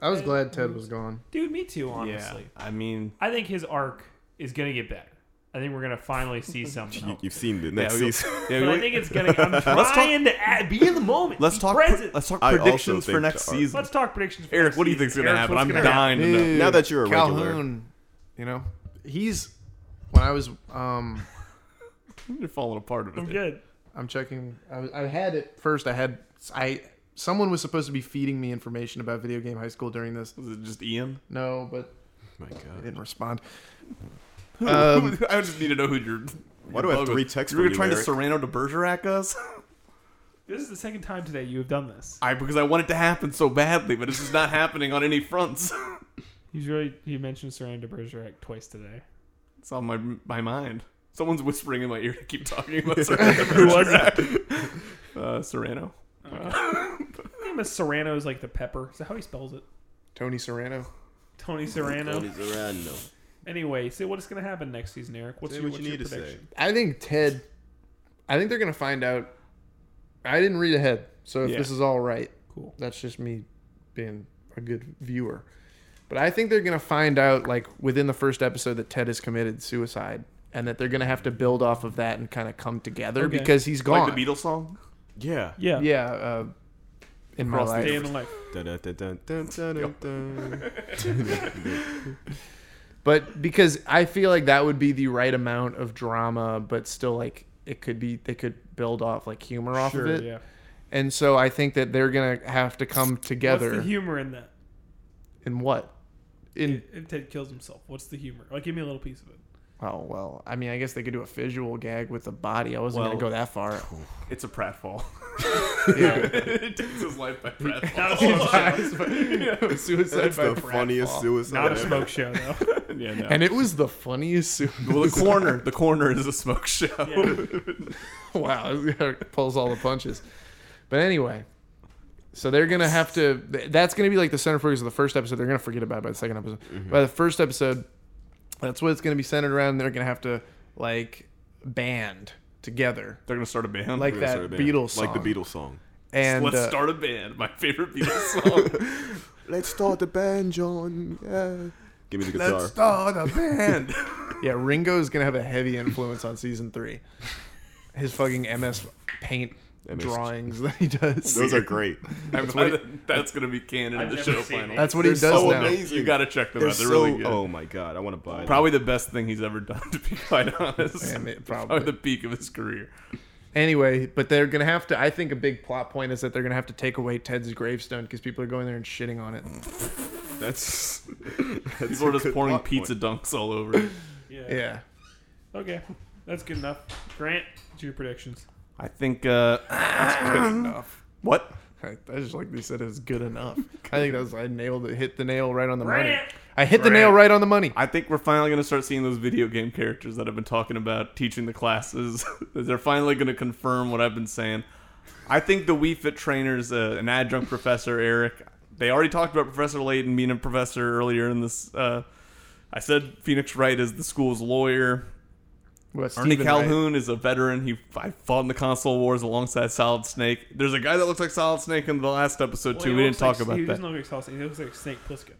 Speaker 4: I was glad Ted was gone.
Speaker 3: Dude, me too, honestly.
Speaker 1: Yeah. I mean,
Speaker 3: I think his arc is going to get better. I think we're going to
Speaker 1: <laughs>
Speaker 3: finally see something.
Speaker 2: You,
Speaker 3: else.
Speaker 2: you've seen the next
Speaker 1: yeah, we-
Speaker 2: season. <laughs>
Speaker 1: yeah,
Speaker 3: But
Speaker 1: we-
Speaker 3: I think it's going to.
Speaker 1: <laughs>
Speaker 3: I'm
Speaker 1: talk-
Speaker 3: trying to add, be in the moment.
Speaker 1: let's
Speaker 3: be
Speaker 1: talk.
Speaker 3: present.
Speaker 1: let's talk
Speaker 2: I also
Speaker 1: predictions
Speaker 2: think
Speaker 1: for next
Speaker 2: our-
Speaker 1: season.
Speaker 3: Let's talk predictions. for
Speaker 1: Eric,
Speaker 3: next
Speaker 1: what do you think's
Speaker 3: season.
Speaker 1: gonna
Speaker 3: Eric,
Speaker 1: happen?
Speaker 3: what's
Speaker 1: I'm
Speaker 3: gonna
Speaker 1: dying
Speaker 3: happen?
Speaker 1: to
Speaker 2: <laughs>
Speaker 1: know.
Speaker 2: Now that you're a
Speaker 4: Calhoun,
Speaker 2: regular.
Speaker 4: you know, he's when I was um,
Speaker 1: You're falling apart of it.
Speaker 3: I'm good.
Speaker 4: I'm checking. I, was, I had it first. I had I someone was supposed to be feeding me information about video game high school during this.
Speaker 1: Was it just Ian?
Speaker 4: No, but
Speaker 2: My
Speaker 4: I
Speaker 2: God.
Speaker 4: didn't respond.
Speaker 1: Um, <laughs> I just need to know who you're.
Speaker 2: Why do I have three texts
Speaker 1: You were
Speaker 2: from you,
Speaker 1: trying to
Speaker 2: Eric?
Speaker 1: Serrano de Bergerac us.
Speaker 3: This is the second time today you have done this.
Speaker 1: I because I want it to happen so badly, but it's just not happening on any fronts. <laughs>
Speaker 3: He's really he mentioned Serena de Bergerac twice today.
Speaker 1: It's on my my mind. Someone's whispering in my ear to keep talking about
Speaker 4: <laughs>
Speaker 1: Serrano.
Speaker 3: Who was it?
Speaker 1: uh, Serrano.
Speaker 3: His name is Serrano is like the pepper. Is that how he spells it?
Speaker 4: Tony Serrano.
Speaker 3: Tony Serrano.
Speaker 2: Serrano.
Speaker 3: Anyway, so what's gonna happen next season, Eric? What's
Speaker 2: Say
Speaker 3: your,
Speaker 2: what
Speaker 3: what's
Speaker 2: you
Speaker 3: your
Speaker 2: need to say.
Speaker 3: prediction?
Speaker 4: I think Ted. I think they're gonna find out. I didn't read ahead, so if
Speaker 1: Yeah.
Speaker 4: this is all right,
Speaker 3: Cool.
Speaker 4: that's just me being a good viewer. But I think they're gonna find out like within the first episode that Ted has committed suicide, and that they're gonna have to build off of that and kind of come together
Speaker 3: Okay.
Speaker 4: because he's gone.
Speaker 1: Like the Beatles song.
Speaker 2: Yeah.
Speaker 3: Yeah.
Speaker 4: yeah, uh, in my
Speaker 1: Across the
Speaker 4: life.
Speaker 3: Day in the life.
Speaker 2: Dun, dun, dun, dun, dun, dun, dun.
Speaker 4: But because I feel like that would be the right amount of drama, but still like it could be they could build off like humor off
Speaker 3: Sure,
Speaker 4: of it.
Speaker 3: yeah.
Speaker 4: And so I think that they're gonna have to come
Speaker 3: What's
Speaker 4: together
Speaker 3: the humor in that?
Speaker 4: in what? In
Speaker 3: If Ted kills himself, what's the humor? Like, give me a little piece of it.
Speaker 4: oh well, I mean I guess they could do a visual gag with the body. I wasn't
Speaker 1: Well-
Speaker 4: gonna go that
Speaker 1: <laughs>
Speaker 4: far. <laughs>
Speaker 1: It's a pratfall.
Speaker 4: Yeah.
Speaker 1: <laughs> it takes his life by
Speaker 4: <laughs>
Speaker 3: Not
Speaker 1: pratfall.
Speaker 3: a smoke
Speaker 4: Suicide
Speaker 2: That's
Speaker 4: by
Speaker 2: the
Speaker 4: pratfall.
Speaker 2: funniest
Speaker 3: show.
Speaker 2: suicide.
Speaker 3: Not a
Speaker 2: ever.
Speaker 3: smoke show though.
Speaker 1: <laughs> yeah, no.
Speaker 4: And it was the funniest
Speaker 1: <laughs>
Speaker 4: suicide. <laughs>
Speaker 1: well, the corner, the corner is a smoke show.
Speaker 4: wow, <laughs> it pulls all the punches. But anyway, so they're gonna have to. th- That's gonna be like the center focus of the first episode. They're gonna forget about it by the second episode.
Speaker 1: Mm-hmm.
Speaker 4: By the first episode, that's what it's gonna be centered around. They're gonna have to like band together,
Speaker 1: <laughs> They're gonna start a band.
Speaker 4: like
Speaker 2: That's
Speaker 4: that
Speaker 2: what I mean.
Speaker 4: Beatles song.
Speaker 2: Like the Beatles song.
Speaker 4: And
Speaker 1: let's
Speaker 4: uh,
Speaker 1: start a band. My favorite Beatles
Speaker 4: <laughs>
Speaker 1: song.
Speaker 2: Let's start the band, John. Yeah. Give me the guitar.
Speaker 1: let's start a
Speaker 2: <laughs>
Speaker 1: band.
Speaker 4: yeah, Ringo is gonna have a heavy influence on season three. His fucking MS Paint
Speaker 2: MS
Speaker 4: drawings that he does.
Speaker 2: Those are great.
Speaker 1: that's, what that's gonna be canon
Speaker 3: I've
Speaker 1: in the
Speaker 3: never
Speaker 1: show
Speaker 3: seen
Speaker 1: final.
Speaker 3: it.
Speaker 4: That's what he does
Speaker 2: They're so
Speaker 4: now.
Speaker 2: amazing.
Speaker 1: You gotta check them
Speaker 2: They're
Speaker 1: out. They're
Speaker 2: so-
Speaker 1: really good.
Speaker 2: Oh my god, I want to buy. them.
Speaker 1: Probably the best thing he's ever done, <laughs> to be quite honest.
Speaker 4: Yeah, I mean,
Speaker 1: <laughs>
Speaker 4: probably.
Speaker 1: Probably the peak of his career.
Speaker 4: Anyway, but they're gonna have to. I think a big plot point is that they're gonna have to take away Ted's gravestone because people are going there and shitting on it.
Speaker 1: <laughs>
Speaker 2: That's.
Speaker 1: People are just pouring pizza
Speaker 2: pizza.
Speaker 1: dunks all over. it.
Speaker 3: yeah.
Speaker 4: Yeah,
Speaker 3: Okay. That's good enough. Grant, what's your predictions?
Speaker 1: I think. uh
Speaker 4: good enough.
Speaker 1: What?
Speaker 4: I, I just like they said it was good enough. I think that was I nailed it. Hit the nail right on the money.
Speaker 3: Grant!
Speaker 4: I hit the nail right on the money.
Speaker 1: I think we're finally going to start seeing those video game characters that I've been talking about teaching the classes. <laughs> They're finally going to confirm what I've been saying. I think the Wii Fit trainers, uh, an adjunct professor, Eric, they already talked about Professor Layden being a professor earlier in this. Uh, I said Phoenix Wright is the school's lawyer.
Speaker 4: What,
Speaker 1: Ernie
Speaker 4: Steven Wright?
Speaker 1: Calhoun is a veteran. He I fought in the console wars alongside Solid Snake. There's a guy that looks like Solid Snake in the last episode
Speaker 3: Well,
Speaker 1: too.
Speaker 3: he
Speaker 1: We didn't
Speaker 3: looks like-
Speaker 1: talk about
Speaker 3: he
Speaker 1: that.
Speaker 3: doesn't look like Saul- He looks like Snake
Speaker 4: <sighs>
Speaker 3: Plissken.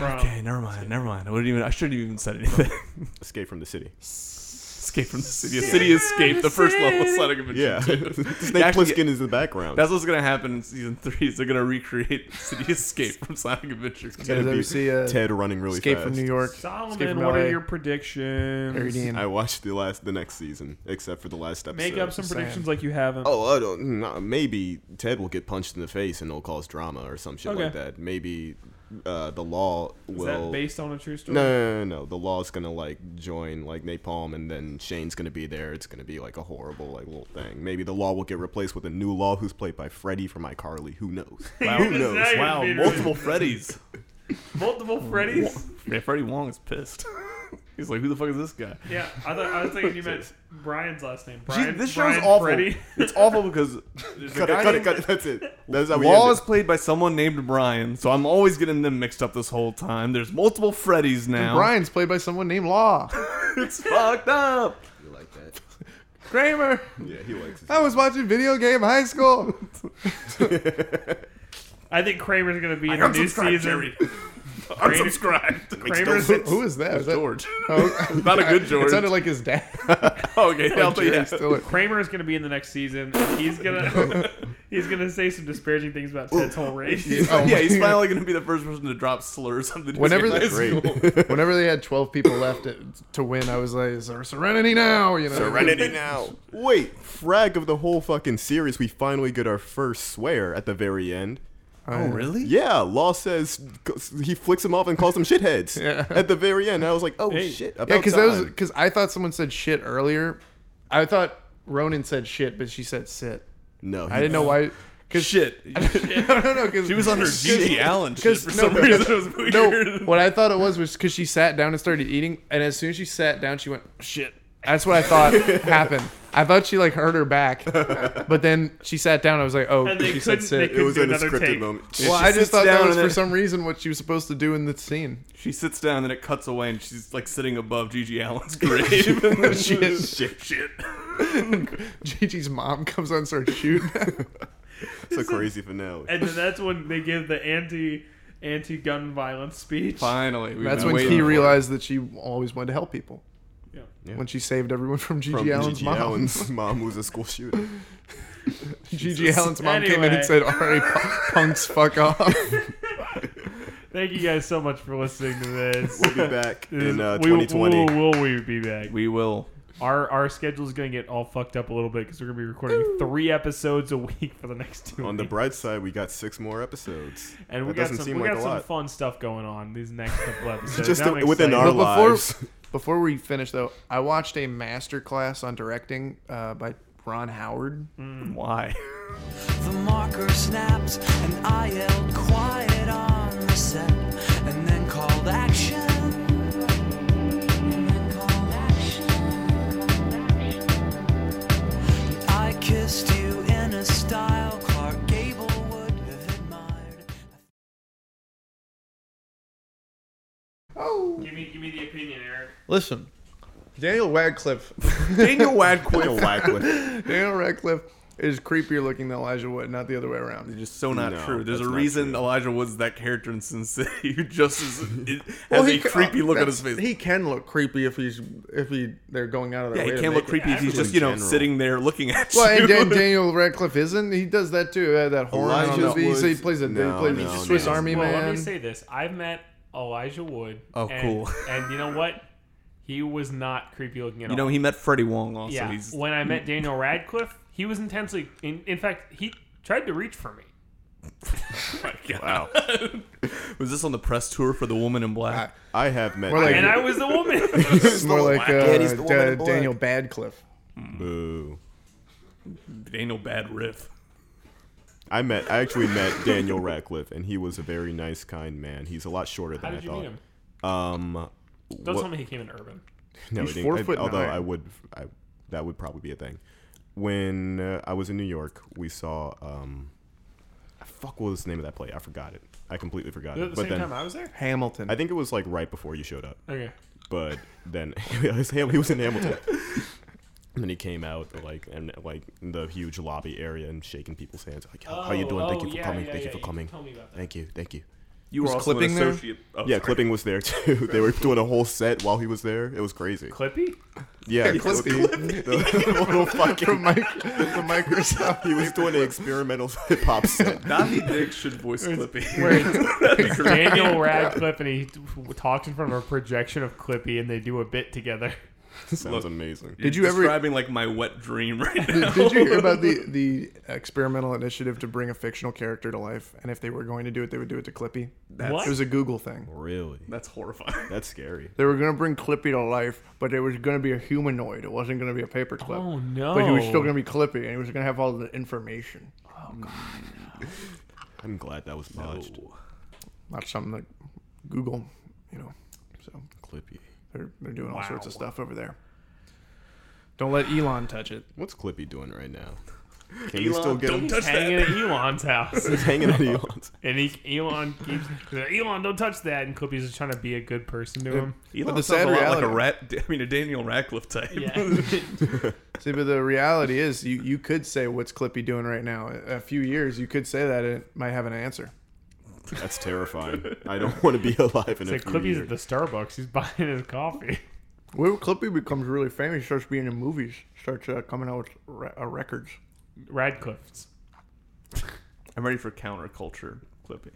Speaker 3: From,
Speaker 1: Okay, never mind, never mind. I wouldn't even. I shouldn't even said anything. <laughs>
Speaker 2: Escape from the city.
Speaker 1: escape from the city. A city escape. The first level of Sonic Adventure.
Speaker 2: Yeah,
Speaker 1: 2.
Speaker 2: <laughs> Snake
Speaker 1: Actually,
Speaker 2: Plissken is in the background.
Speaker 1: That's what's gonna happen in season three. Is they're gonna recreate City Escape from Sonic Adventure.
Speaker 4: You guys
Speaker 2: It'd
Speaker 4: ever
Speaker 2: be
Speaker 4: see uh,
Speaker 2: Ted running really
Speaker 4: Escape
Speaker 2: fast.
Speaker 4: from New York? Escape
Speaker 3: Solomon,
Speaker 4: from
Speaker 3: what are
Speaker 4: LA.
Speaker 3: your predictions?
Speaker 4: Harry Dean.
Speaker 2: I watched the last, the next season, except for the last episode.
Speaker 3: Make up some
Speaker 4: Sam.
Speaker 3: predictions like you haven't.
Speaker 2: Oh, I don't. Nah, maybe Ted will get punched in the face and it'll cause drama or some shit like
Speaker 3: Okay.
Speaker 2: that. Maybe uh, the law
Speaker 3: Is
Speaker 2: will.
Speaker 3: that based on a true story?
Speaker 2: no, no, no, no, no. The law's gonna like join like Napalm, and then Shane's gonna be there. It's gonna be like a horrible like little thing. Maybe the law will get replaced with a new law who's played by Freddie from iCarly. Who
Speaker 3: <laughs>
Speaker 2: knows?
Speaker 1: Wow,
Speaker 3: Who knows?
Speaker 1: wow,
Speaker 3: Peter.
Speaker 1: multiple Freddys.
Speaker 3: Multiple Freddy's?
Speaker 1: Yeah, Freddy Wong is pissed. He's like, who the fuck is this guy?
Speaker 3: yeah, I, thought, I was thinking you meant Brian's last name. Brian,
Speaker 1: Jeez, this show's
Speaker 3: Brian
Speaker 1: awful.
Speaker 3: Freddy.
Speaker 1: It's awful
Speaker 3: <laughs>
Speaker 1: because there's a
Speaker 2: cut
Speaker 1: guy
Speaker 2: it, cut it,
Speaker 1: named-
Speaker 2: cut it. That's it. That's how we
Speaker 1: Law
Speaker 2: end
Speaker 1: is played by someone named Brian, so I'm always getting them mixed up this whole time. There's multiple Freddys now.
Speaker 4: Brian's played by someone named Law.
Speaker 1: it's fucked up.
Speaker 2: it. You like that?
Speaker 4: Kramer.
Speaker 2: <laughs> Yeah, he likes it.
Speaker 4: I was watching video game high school.
Speaker 3: I think Kramer's going to be in the
Speaker 1: got
Speaker 3: new
Speaker 1: subscribed,
Speaker 3: season.
Speaker 1: Jerry. Unsubscribed.
Speaker 3: Kramer's,
Speaker 4: Who- Who is that? Is that
Speaker 1: George.
Speaker 4: <laughs> Oh,
Speaker 1: Not a <laughs> good
Speaker 4: It
Speaker 1: George. Oh,
Speaker 4: sounded like his dad. <laughs>
Speaker 1: okay, I'll tell you.
Speaker 4: Jerry <laughs> Stiller.
Speaker 3: Kramer's going to be in the next season. and
Speaker 1: <laughs>
Speaker 3: He's going to <laughs> he's going to say some disparaging things about Ted's whole race.
Speaker 1: <laughs>
Speaker 4: Oh
Speaker 1: yeah,
Speaker 4: my
Speaker 1: he's
Speaker 4: God.
Speaker 1: finally going to be the first person to drop slurs on the
Speaker 4: Whenever
Speaker 1: Disney High
Speaker 4: the-
Speaker 1: School.
Speaker 2: Great.
Speaker 4: <laughs> Whenever they had 12 people left it, to win, I was like, "Is there serenity now?" You
Speaker 2: <laughs>
Speaker 4: know,
Speaker 2: Serenity now. Wait, frag of the whole fucking series, we finally get our first swear at the very end.
Speaker 1: Oh, really?
Speaker 2: Yeah, Law says he flicks him off and calls them shitheads
Speaker 4: Yeah.
Speaker 2: at the very end. I was like, oh
Speaker 3: Hey.
Speaker 2: shit.
Speaker 4: <laughs> Yeah,
Speaker 2: About
Speaker 4: because that was
Speaker 2: time.
Speaker 4: because I thought someone said shit earlier. I thought Ronan said shit, but she said sit.
Speaker 2: no.
Speaker 4: I didn't know why. Cause
Speaker 1: Shit.
Speaker 4: <laughs> I don't know because
Speaker 1: She was on
Speaker 4: <laughs>
Speaker 1: her Gigi Allen shit
Speaker 4: 'Cause-
Speaker 1: for
Speaker 4: no,
Speaker 1: some
Speaker 4: because-
Speaker 1: reason. <laughs> It was weird.
Speaker 4: No,
Speaker 1: <laughs>
Speaker 4: what I thought it was was because she sat down and started eating, and as soon as she sat down, she went shit. That's what
Speaker 1: <laughs>
Speaker 4: I thought happened. I thought she like hurt her back, but then she sat down. I was like, oh,
Speaker 3: And they
Speaker 4: she said
Speaker 3: couldn't-
Speaker 4: sit.
Speaker 3: they
Speaker 2: It was
Speaker 3: Do
Speaker 2: in a
Speaker 3: another
Speaker 2: scripted
Speaker 3: take.
Speaker 2: moment.
Speaker 1: Yeah.
Speaker 4: well,
Speaker 1: she
Speaker 4: I just
Speaker 1: sits
Speaker 4: thought
Speaker 1: down
Speaker 4: that was
Speaker 1: and
Speaker 4: for
Speaker 1: then-
Speaker 4: some reason what she was supposed to do in the scene. <laughs>
Speaker 1: She sits down, and then it cuts away, and she's like sitting above Gigi Allen's
Speaker 4: <laughs>
Speaker 1: grave.
Speaker 4: Shit.
Speaker 1: <laughs> shit, shit.
Speaker 4: Gigi's mom comes on and starts
Speaker 1: <laughs>
Speaker 4: shooting.
Speaker 2: It's a crazy finale.
Speaker 3: And then that's when they give the anti anti gun violence speech.
Speaker 1: Finally, we've
Speaker 4: <laughs> That's
Speaker 1: been
Speaker 4: when
Speaker 1: waiting
Speaker 4: he
Speaker 1: for it.
Speaker 4: realized that she always wanted to help people.
Speaker 3: Yeah.
Speaker 2: Yeah.
Speaker 4: When she saved everyone from Gigi
Speaker 2: From
Speaker 4: Allen's
Speaker 2: G.G.
Speaker 4: mom.
Speaker 2: Allen's <laughs> mom who's a school shooter.
Speaker 4: <laughs> Gigi Allen's mom came in
Speaker 3: Anyway.
Speaker 4: and said, "All right, pu- punks, fuck
Speaker 1: <laughs>
Speaker 4: off."
Speaker 3: Thank you guys so much for listening to this.
Speaker 2: We'll
Speaker 3: <laughs>
Speaker 2: be back
Speaker 3: This
Speaker 2: <laughs>
Speaker 3: is-
Speaker 2: in uh,
Speaker 3: we will-
Speaker 2: 2020.
Speaker 3: Will, will we be back?
Speaker 1: We will.
Speaker 3: Our our schedule is going to get all fucked up a little bit because we're going to be recording three episodes a week for the next two.
Speaker 2: On the
Speaker 3: weeks.
Speaker 2: bright side, we got six more episodes.
Speaker 3: and we
Speaker 2: that
Speaker 3: got
Speaker 2: doesn't
Speaker 3: some
Speaker 2: seem
Speaker 3: we
Speaker 2: like
Speaker 3: got
Speaker 2: a
Speaker 3: some
Speaker 2: lot.
Speaker 3: fun stuff going on these next
Speaker 2: <laughs>
Speaker 3: couple episodes.
Speaker 2: Just
Speaker 3: I'm
Speaker 2: within our
Speaker 3: excited.
Speaker 4: But before-
Speaker 2: lives.
Speaker 4: Before we finish, though, I watched a master class on directing uh, by Ron Howard.
Speaker 1: Why?
Speaker 5: The marker snapped, and I yelled quiet on the set, and then called action. And then called action. I kissed you in a style Clark Gable would have admired.
Speaker 4: Oh,
Speaker 3: Give me give me the opinion, Eric.
Speaker 4: listen, Daniel Radcliffe.
Speaker 1: <laughs> Daniel
Speaker 2: Little
Speaker 1: Radcliffe.
Speaker 3: <laughs>
Speaker 2: Wackwood.
Speaker 4: <laughs> Daniel Radcliffe is creepier looking than Elijah Wood, not the other way around.
Speaker 1: Just so not
Speaker 2: No,
Speaker 1: true. There's a
Speaker 2: that's not
Speaker 1: reason
Speaker 2: true.
Speaker 1: Elijah Wood's that character in Sin City who just is,
Speaker 4: <laughs>
Speaker 1: it, has a
Speaker 4: ca-
Speaker 1: creepy look on
Speaker 4: that's-
Speaker 1: his face.
Speaker 4: He can look creepy if he's if he they're going out of their
Speaker 1: yeah,
Speaker 4: way.
Speaker 1: he
Speaker 4: to
Speaker 1: can
Speaker 4: make
Speaker 1: look
Speaker 4: it.
Speaker 1: creepy. if He's
Speaker 2: actually
Speaker 1: just you know
Speaker 2: general.
Speaker 1: sitting there looking at
Speaker 4: Well,
Speaker 1: <laughs> you.
Speaker 4: and Dan- Daniel Radcliffe isn't. He does that too. Uh, that horror
Speaker 2: Elijah
Speaker 4: movie. He,
Speaker 2: Wood-
Speaker 4: said he plays a
Speaker 2: no,
Speaker 4: he plays
Speaker 2: no,
Speaker 4: a Swiss
Speaker 2: no.
Speaker 4: Army
Speaker 3: Well, let
Speaker 4: Man.
Speaker 3: me say this: I've met Elijah Wood.
Speaker 1: Oh,
Speaker 3: and-
Speaker 1: cool.
Speaker 3: <laughs> And you know what? He was not creepy looking at
Speaker 1: you
Speaker 3: all.
Speaker 1: know he met Freddie Wong also.
Speaker 3: yeah.
Speaker 1: He's,
Speaker 3: When
Speaker 2: <laughs>
Speaker 3: I met Daniel Radcliffe, he was intensely. In, in fact, he tried to reach for me.
Speaker 1: wow. <laughs> Was this on the press tour for The Woman in Black?
Speaker 2: I have met.
Speaker 4: We're like-
Speaker 3: and I was
Speaker 2: <laughs>
Speaker 3: the woman.
Speaker 4: it's more like uh,
Speaker 2: Yeah, he's the woman
Speaker 4: Da-
Speaker 2: in black.
Speaker 4: Daniel Badcliffe.
Speaker 2: Boo.
Speaker 1: Daniel Bad Riff.
Speaker 2: I met. I actually met
Speaker 3: <laughs>
Speaker 2: Daniel Radcliffe, and he was a very nice, kind man. He's a lot shorter
Speaker 3: How
Speaker 2: than I
Speaker 3: did you meet
Speaker 2: thought.
Speaker 3: him?
Speaker 2: Um,
Speaker 3: Don't
Speaker 2: what-
Speaker 3: tell me he came in urban.
Speaker 2: no,
Speaker 4: He's
Speaker 2: I didn't-
Speaker 4: four
Speaker 2: I-
Speaker 4: foot
Speaker 2: although
Speaker 4: nine.
Speaker 2: I would, I, that would probably be a thing. When uh, I was in New York, we saw. Um, fuck, what was the name of that play? I forgot it. I completely forgot
Speaker 3: Was it
Speaker 2: it.
Speaker 3: the
Speaker 2: But
Speaker 3: same
Speaker 2: then
Speaker 3: time I was there?
Speaker 4: Hamilton.
Speaker 2: I think it was like right before you showed up.
Speaker 3: Okay.
Speaker 2: but then <laughs> he was he was in Hamilton. <laughs> And then he came out like and like in the huge lobby area and shaking people's hands like how, how you doing
Speaker 3: Oh,
Speaker 2: thank you for coming thank you for coming thank you thank you
Speaker 1: You
Speaker 4: were also an
Speaker 1: associate. oh,
Speaker 2: yeah clipping was there too <laughs> they were doing a whole set while he was there it was crazy
Speaker 3: Clippy?
Speaker 4: <laughs>
Speaker 2: yeah, Clippy, <laughs> the little fucking
Speaker 4: Mike, from Microsoft.
Speaker 2: he was doing an experimental <laughs> hip hop set
Speaker 1: Donnie Dick should voice Clippy.
Speaker 3: <laughs>
Speaker 1: <laughs>
Speaker 3: <laughs> Daniel Radcliffe and he talks in front of a projection of Clippy and they do a bit together. <laughs>
Speaker 2: sounds amazing
Speaker 4: <laughs>
Speaker 1: Did
Speaker 4: you ever-
Speaker 1: describing like my wet dream right now?
Speaker 4: Did you hear about the the experimental initiative to bring a fictional character to life? And if they were going to do it, they would do it to Clippy.
Speaker 3: What?
Speaker 4: It was a Google thing.
Speaker 2: really
Speaker 1: <laughs> That's horrifying.
Speaker 2: that's scary
Speaker 4: They were going to bring Clippy to life, but it was going to be a humanoid. It wasn't going to be a paperclip.
Speaker 3: Oh, no.
Speaker 4: But he was still going to be Clippy, and he was going to have all the information.
Speaker 2: I'm glad that was botched
Speaker 4: Not something that Google, you know. So
Speaker 2: Clippy
Speaker 4: they're they're doing all sorts of stuff over there. Don't let Elon touch it.
Speaker 2: what's Clippy doing right now can you still get
Speaker 1: don't
Speaker 2: him
Speaker 1: touch that.
Speaker 3: hanging <laughs> at Elon's house.
Speaker 2: He's <laughs> hanging on Elon's
Speaker 3: And he, Elon keeps <laughs> Elon, don't touch that. And Clippy's just trying to be a good person to him.
Speaker 1: Elon
Speaker 4: But the
Speaker 1: sounds
Speaker 4: sad
Speaker 1: a lot like a
Speaker 4: reality-
Speaker 1: rat. <laughs> I mean, a Daniel Radcliffe type.
Speaker 3: <laughs>
Speaker 4: See, but the reality is, you, you could say what's Clippy doing right now. A a few years, you could say that, and it might have an answer.
Speaker 2: That's terrifying. I don't want to be alive in
Speaker 3: It's
Speaker 2: a
Speaker 3: like
Speaker 2: few
Speaker 3: Clippy's at
Speaker 2: years.
Speaker 3: the Starbucks. He's <laughs> buying his coffee.
Speaker 4: Where Clippy becomes really famous, starts being in movies, starts uh, coming out with re- uh, records.
Speaker 3: Radcliffe's.
Speaker 1: <laughs> I'm ready for counterculture Clippy.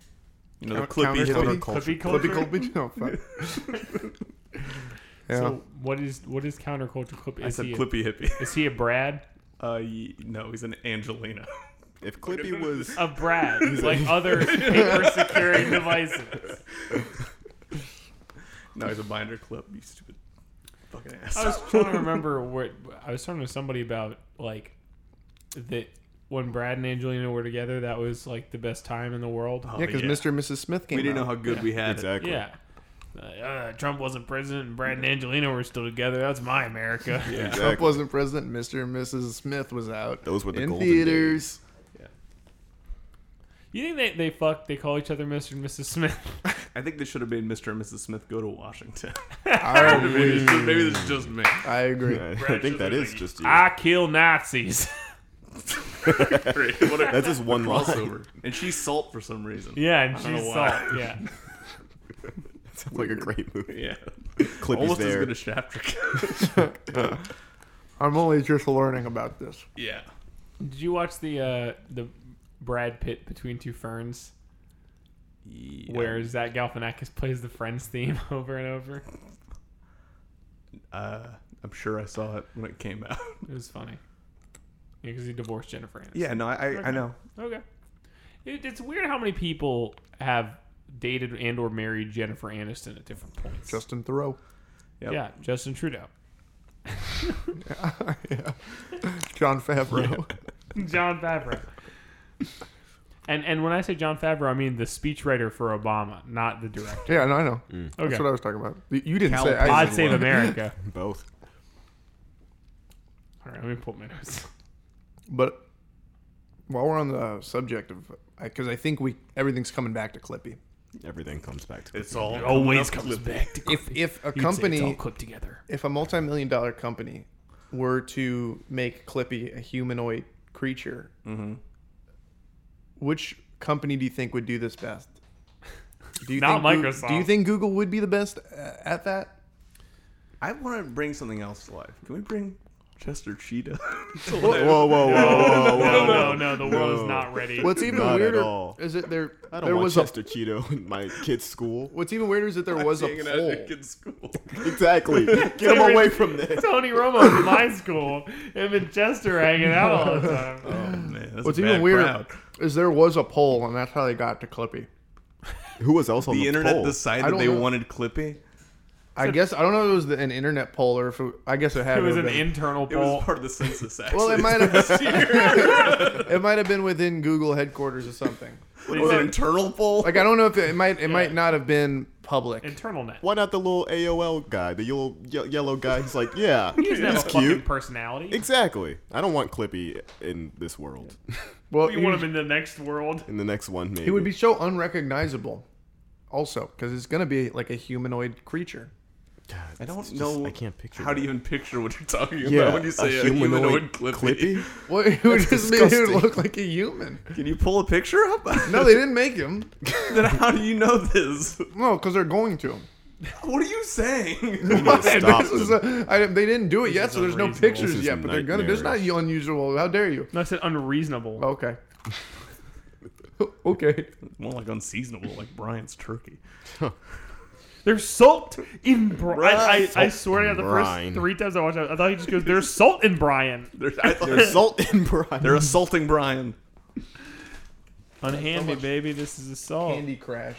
Speaker 1: You know, the
Speaker 4: Count-
Speaker 1: Clippy.
Speaker 4: counter-
Speaker 3: Clippy culture.
Speaker 4: Clippy Clippy? No, fuck.
Speaker 3: <laughs>
Speaker 4: yeah.
Speaker 3: So what is what is counterculture Clippy?
Speaker 1: I
Speaker 3: Is,
Speaker 1: said
Speaker 3: he a-
Speaker 1: Clippy hippie.
Speaker 3: is he a Brad?
Speaker 1: <laughs> Uh, ye- no, he's an Angelina. <laughs>
Speaker 2: If Clippy was
Speaker 3: A Brad, like other paper <laughs> securing devices.
Speaker 1: No, he's a binder clip. You stupid fucking ass.
Speaker 3: I was trying to remember what I was talking to somebody about, like that when Brad and Angelina were together, that was like the best time in the world.
Speaker 1: Oh,
Speaker 4: yeah, because Mr. and Mrs. Smith came
Speaker 1: We didn't
Speaker 4: out.
Speaker 1: know how good we had it.
Speaker 3: <laughs>
Speaker 2: exactly,
Speaker 3: Yeah. Uh, uh, Trump wasn't president, and Brad and Angelina were still together. That's
Speaker 1: <laughs>
Speaker 3: my America.
Speaker 2: exactly.
Speaker 4: Trump wasn't president. Mr. and Mrs. Smith was out.
Speaker 2: Those were the
Speaker 4: in
Speaker 2: golden
Speaker 4: theaters.
Speaker 3: You think they, they fuck, they call each other Mr. and Mrs. Smith?
Speaker 1: I think they should have made Mr. and Mrs. Smith go to Washington.
Speaker 4: I,
Speaker 1: <laughs> maybe,
Speaker 4: agree.
Speaker 1: it's just, maybe this is just me.
Speaker 2: <laughs>
Speaker 4: I agree.
Speaker 2: I think that is just you.
Speaker 3: I kill Nazis. <laughs>
Speaker 1: Great. What a
Speaker 2: That's just one
Speaker 1: <laughs>
Speaker 2: line. <laughs>
Speaker 1: crossover. And she's salt for some reason.
Speaker 3: yeah, and
Speaker 1: don't
Speaker 3: she's
Speaker 1: know why.
Speaker 3: salt. Yeah.
Speaker 2: Sounds like a great movie.
Speaker 1: Yeah.
Speaker 2: Clippy's
Speaker 1: Almost as
Speaker 2: there.
Speaker 1: good as Shafter.
Speaker 4: I'm only just learning about this.
Speaker 1: <laughs> yeah.
Speaker 3: Did you watch the uh, the Brad Pitt Between Two Ferns, where Zach Galifianakis plays the Friends theme <laughs> over and over?
Speaker 1: Uh, I'm sure I saw it when it came out.
Speaker 3: It was funny. Because he divorced Jennifer Aniston.
Speaker 1: Yeah, no, I, I, I know.
Speaker 3: Okay. It, it's weird how many people have dated and or married Jennifer Aniston at different points.
Speaker 4: Justin Thoreau.
Speaker 1: Yep.
Speaker 3: Yeah, Justin Trudeau.
Speaker 4: yeah. John Favreau.
Speaker 3: John Favreau. <laughs> and and when I say John Favreau, I mean the speechwriter for Obama, not the director.
Speaker 4: <laughs> Yeah, no, I know.
Speaker 2: Mm.
Speaker 3: Okay.
Speaker 4: That's what I was talking about. You- You didn't say. I
Speaker 3: God
Speaker 4: said
Speaker 3: Save
Speaker 4: one. <laughs>
Speaker 3: America.
Speaker 2: Both.
Speaker 3: All right, let me pull up my notes.
Speaker 4: But while we're on the subject of, because I, think we everything's coming back to Clippy.
Speaker 2: Everything comes back to
Speaker 1: It's all
Speaker 3: Always
Speaker 1: coming
Speaker 3: comes
Speaker 1: up to
Speaker 3: back to
Speaker 4: If if a
Speaker 3: You'd say it's all
Speaker 4: company,
Speaker 3: clipped together.
Speaker 4: if a multi-million dollar company were to make Clippy a humanoid creature,
Speaker 3: Mm-hmm.
Speaker 4: which company do you think would do this best? Do you
Speaker 3: Not
Speaker 4: think Goo-
Speaker 3: Microsoft.
Speaker 4: do you think Google would be the best uh, at that?
Speaker 1: I want to bring something else to life. Can we bring Chester <laughs> Cheetah?
Speaker 2: Whoa, whoa, whoa, whoa, whoa.
Speaker 3: <laughs> No, no, no. The world is not ready.
Speaker 4: What's even
Speaker 2: Not at
Speaker 4: weirder
Speaker 2: all.
Speaker 4: is that there
Speaker 2: I don't
Speaker 4: there
Speaker 2: want
Speaker 4: was a
Speaker 2: Chester Cheeto in my kid's school.
Speaker 4: what's even weirder is that there was a
Speaker 1: Hanging out
Speaker 4: poll.
Speaker 1: at kid's <laughs> school.
Speaker 2: Exactly. Get him away from this.
Speaker 3: <laughs> Tony Romo from my school. Him and Chester hanging out all the time.
Speaker 1: <laughs> Oh, man. That's
Speaker 4: What's
Speaker 1: a
Speaker 4: even
Speaker 1: bad
Speaker 4: weirder
Speaker 1: crowd.
Speaker 4: is there was a poll, and that's how they got to Clippy.
Speaker 2: Who was else on the,
Speaker 1: The internet
Speaker 2: poll?
Speaker 4: I
Speaker 1: decided
Speaker 4: don't
Speaker 1: they
Speaker 4: know.
Speaker 1: wanted Clippy.
Speaker 4: I guess I don't know if it was the, an internet poll or if it, I guess it had.
Speaker 3: It
Speaker 4: to
Speaker 3: was
Speaker 4: have
Speaker 3: an
Speaker 4: been.
Speaker 3: internal
Speaker 1: It
Speaker 3: poll.
Speaker 1: was part of the census, actually.
Speaker 4: Well, it might have.
Speaker 2: <laughs>
Speaker 4: it might have been within Google headquarters or something.
Speaker 3: It
Speaker 1: was
Speaker 3: was
Speaker 1: an
Speaker 3: an
Speaker 1: internal poll.
Speaker 4: Like I don't know if it, it might. It might not have been public.
Speaker 3: internal net.
Speaker 2: Why not the little AOL guy, the little ye- yellow guy? He's like,
Speaker 4: <laughs>
Speaker 2: yeah,
Speaker 3: He doesn't have
Speaker 2: he's
Speaker 3: a fucking
Speaker 2: cute.
Speaker 3: personality.
Speaker 2: Exactly. I don't want Clippy in this world.
Speaker 4: well,
Speaker 3: You
Speaker 4: he,
Speaker 3: want him in the next world?
Speaker 2: In the next one, maybe.
Speaker 4: he would be so unrecognizable. Also, because it's gonna be like a humanoid creature.
Speaker 2: God,
Speaker 1: I don't
Speaker 2: It's just-
Speaker 1: know.
Speaker 2: I can't picture.
Speaker 1: How do
Speaker 2: that.
Speaker 1: you even picture what you're talking
Speaker 2: Yeah,
Speaker 1: about when you say
Speaker 2: a
Speaker 1: a
Speaker 2: humanoid,
Speaker 1: humanoid, Clippy? <laughs>
Speaker 2: Clippy?
Speaker 4: What? It would just made him
Speaker 2: disgusting.
Speaker 4: look like a human.
Speaker 1: Can you pull a picture up?
Speaker 4: No, they didn't make him.
Speaker 1: <laughs> then how do you know this?
Speaker 4: No, because they're going to him.
Speaker 1: What are you saying?
Speaker 2: <laughs>
Speaker 4: <laughs>
Speaker 2: Stop
Speaker 4: this
Speaker 2: them.
Speaker 4: is a, I, they didn't do it yet,
Speaker 3: is
Speaker 4: so there's no
Speaker 3: unreasonable.
Speaker 2: This
Speaker 4: pictures
Speaker 2: is
Speaker 4: yet. But they're gonna. There's not
Speaker 2: nightmarish.
Speaker 4: unusual. How dare you?
Speaker 3: No, I said unreasonable.
Speaker 4: Okay. <laughs> okay.
Speaker 1: More like unseasonable, like Brian's turkey.
Speaker 3: There's salt in brine. I, I, I
Speaker 2: Salt
Speaker 3: swear to God, the
Speaker 2: brine.
Speaker 3: first three times I watched it, I thought he just goes, "There's salt in Brian."
Speaker 1: There's, I thought,
Speaker 2: There's salt in
Speaker 1: <laughs>
Speaker 2: brine.
Speaker 1: they're assaulting Brian.
Speaker 3: Unhandy, baby. This is assault.
Speaker 4: Candy Crash.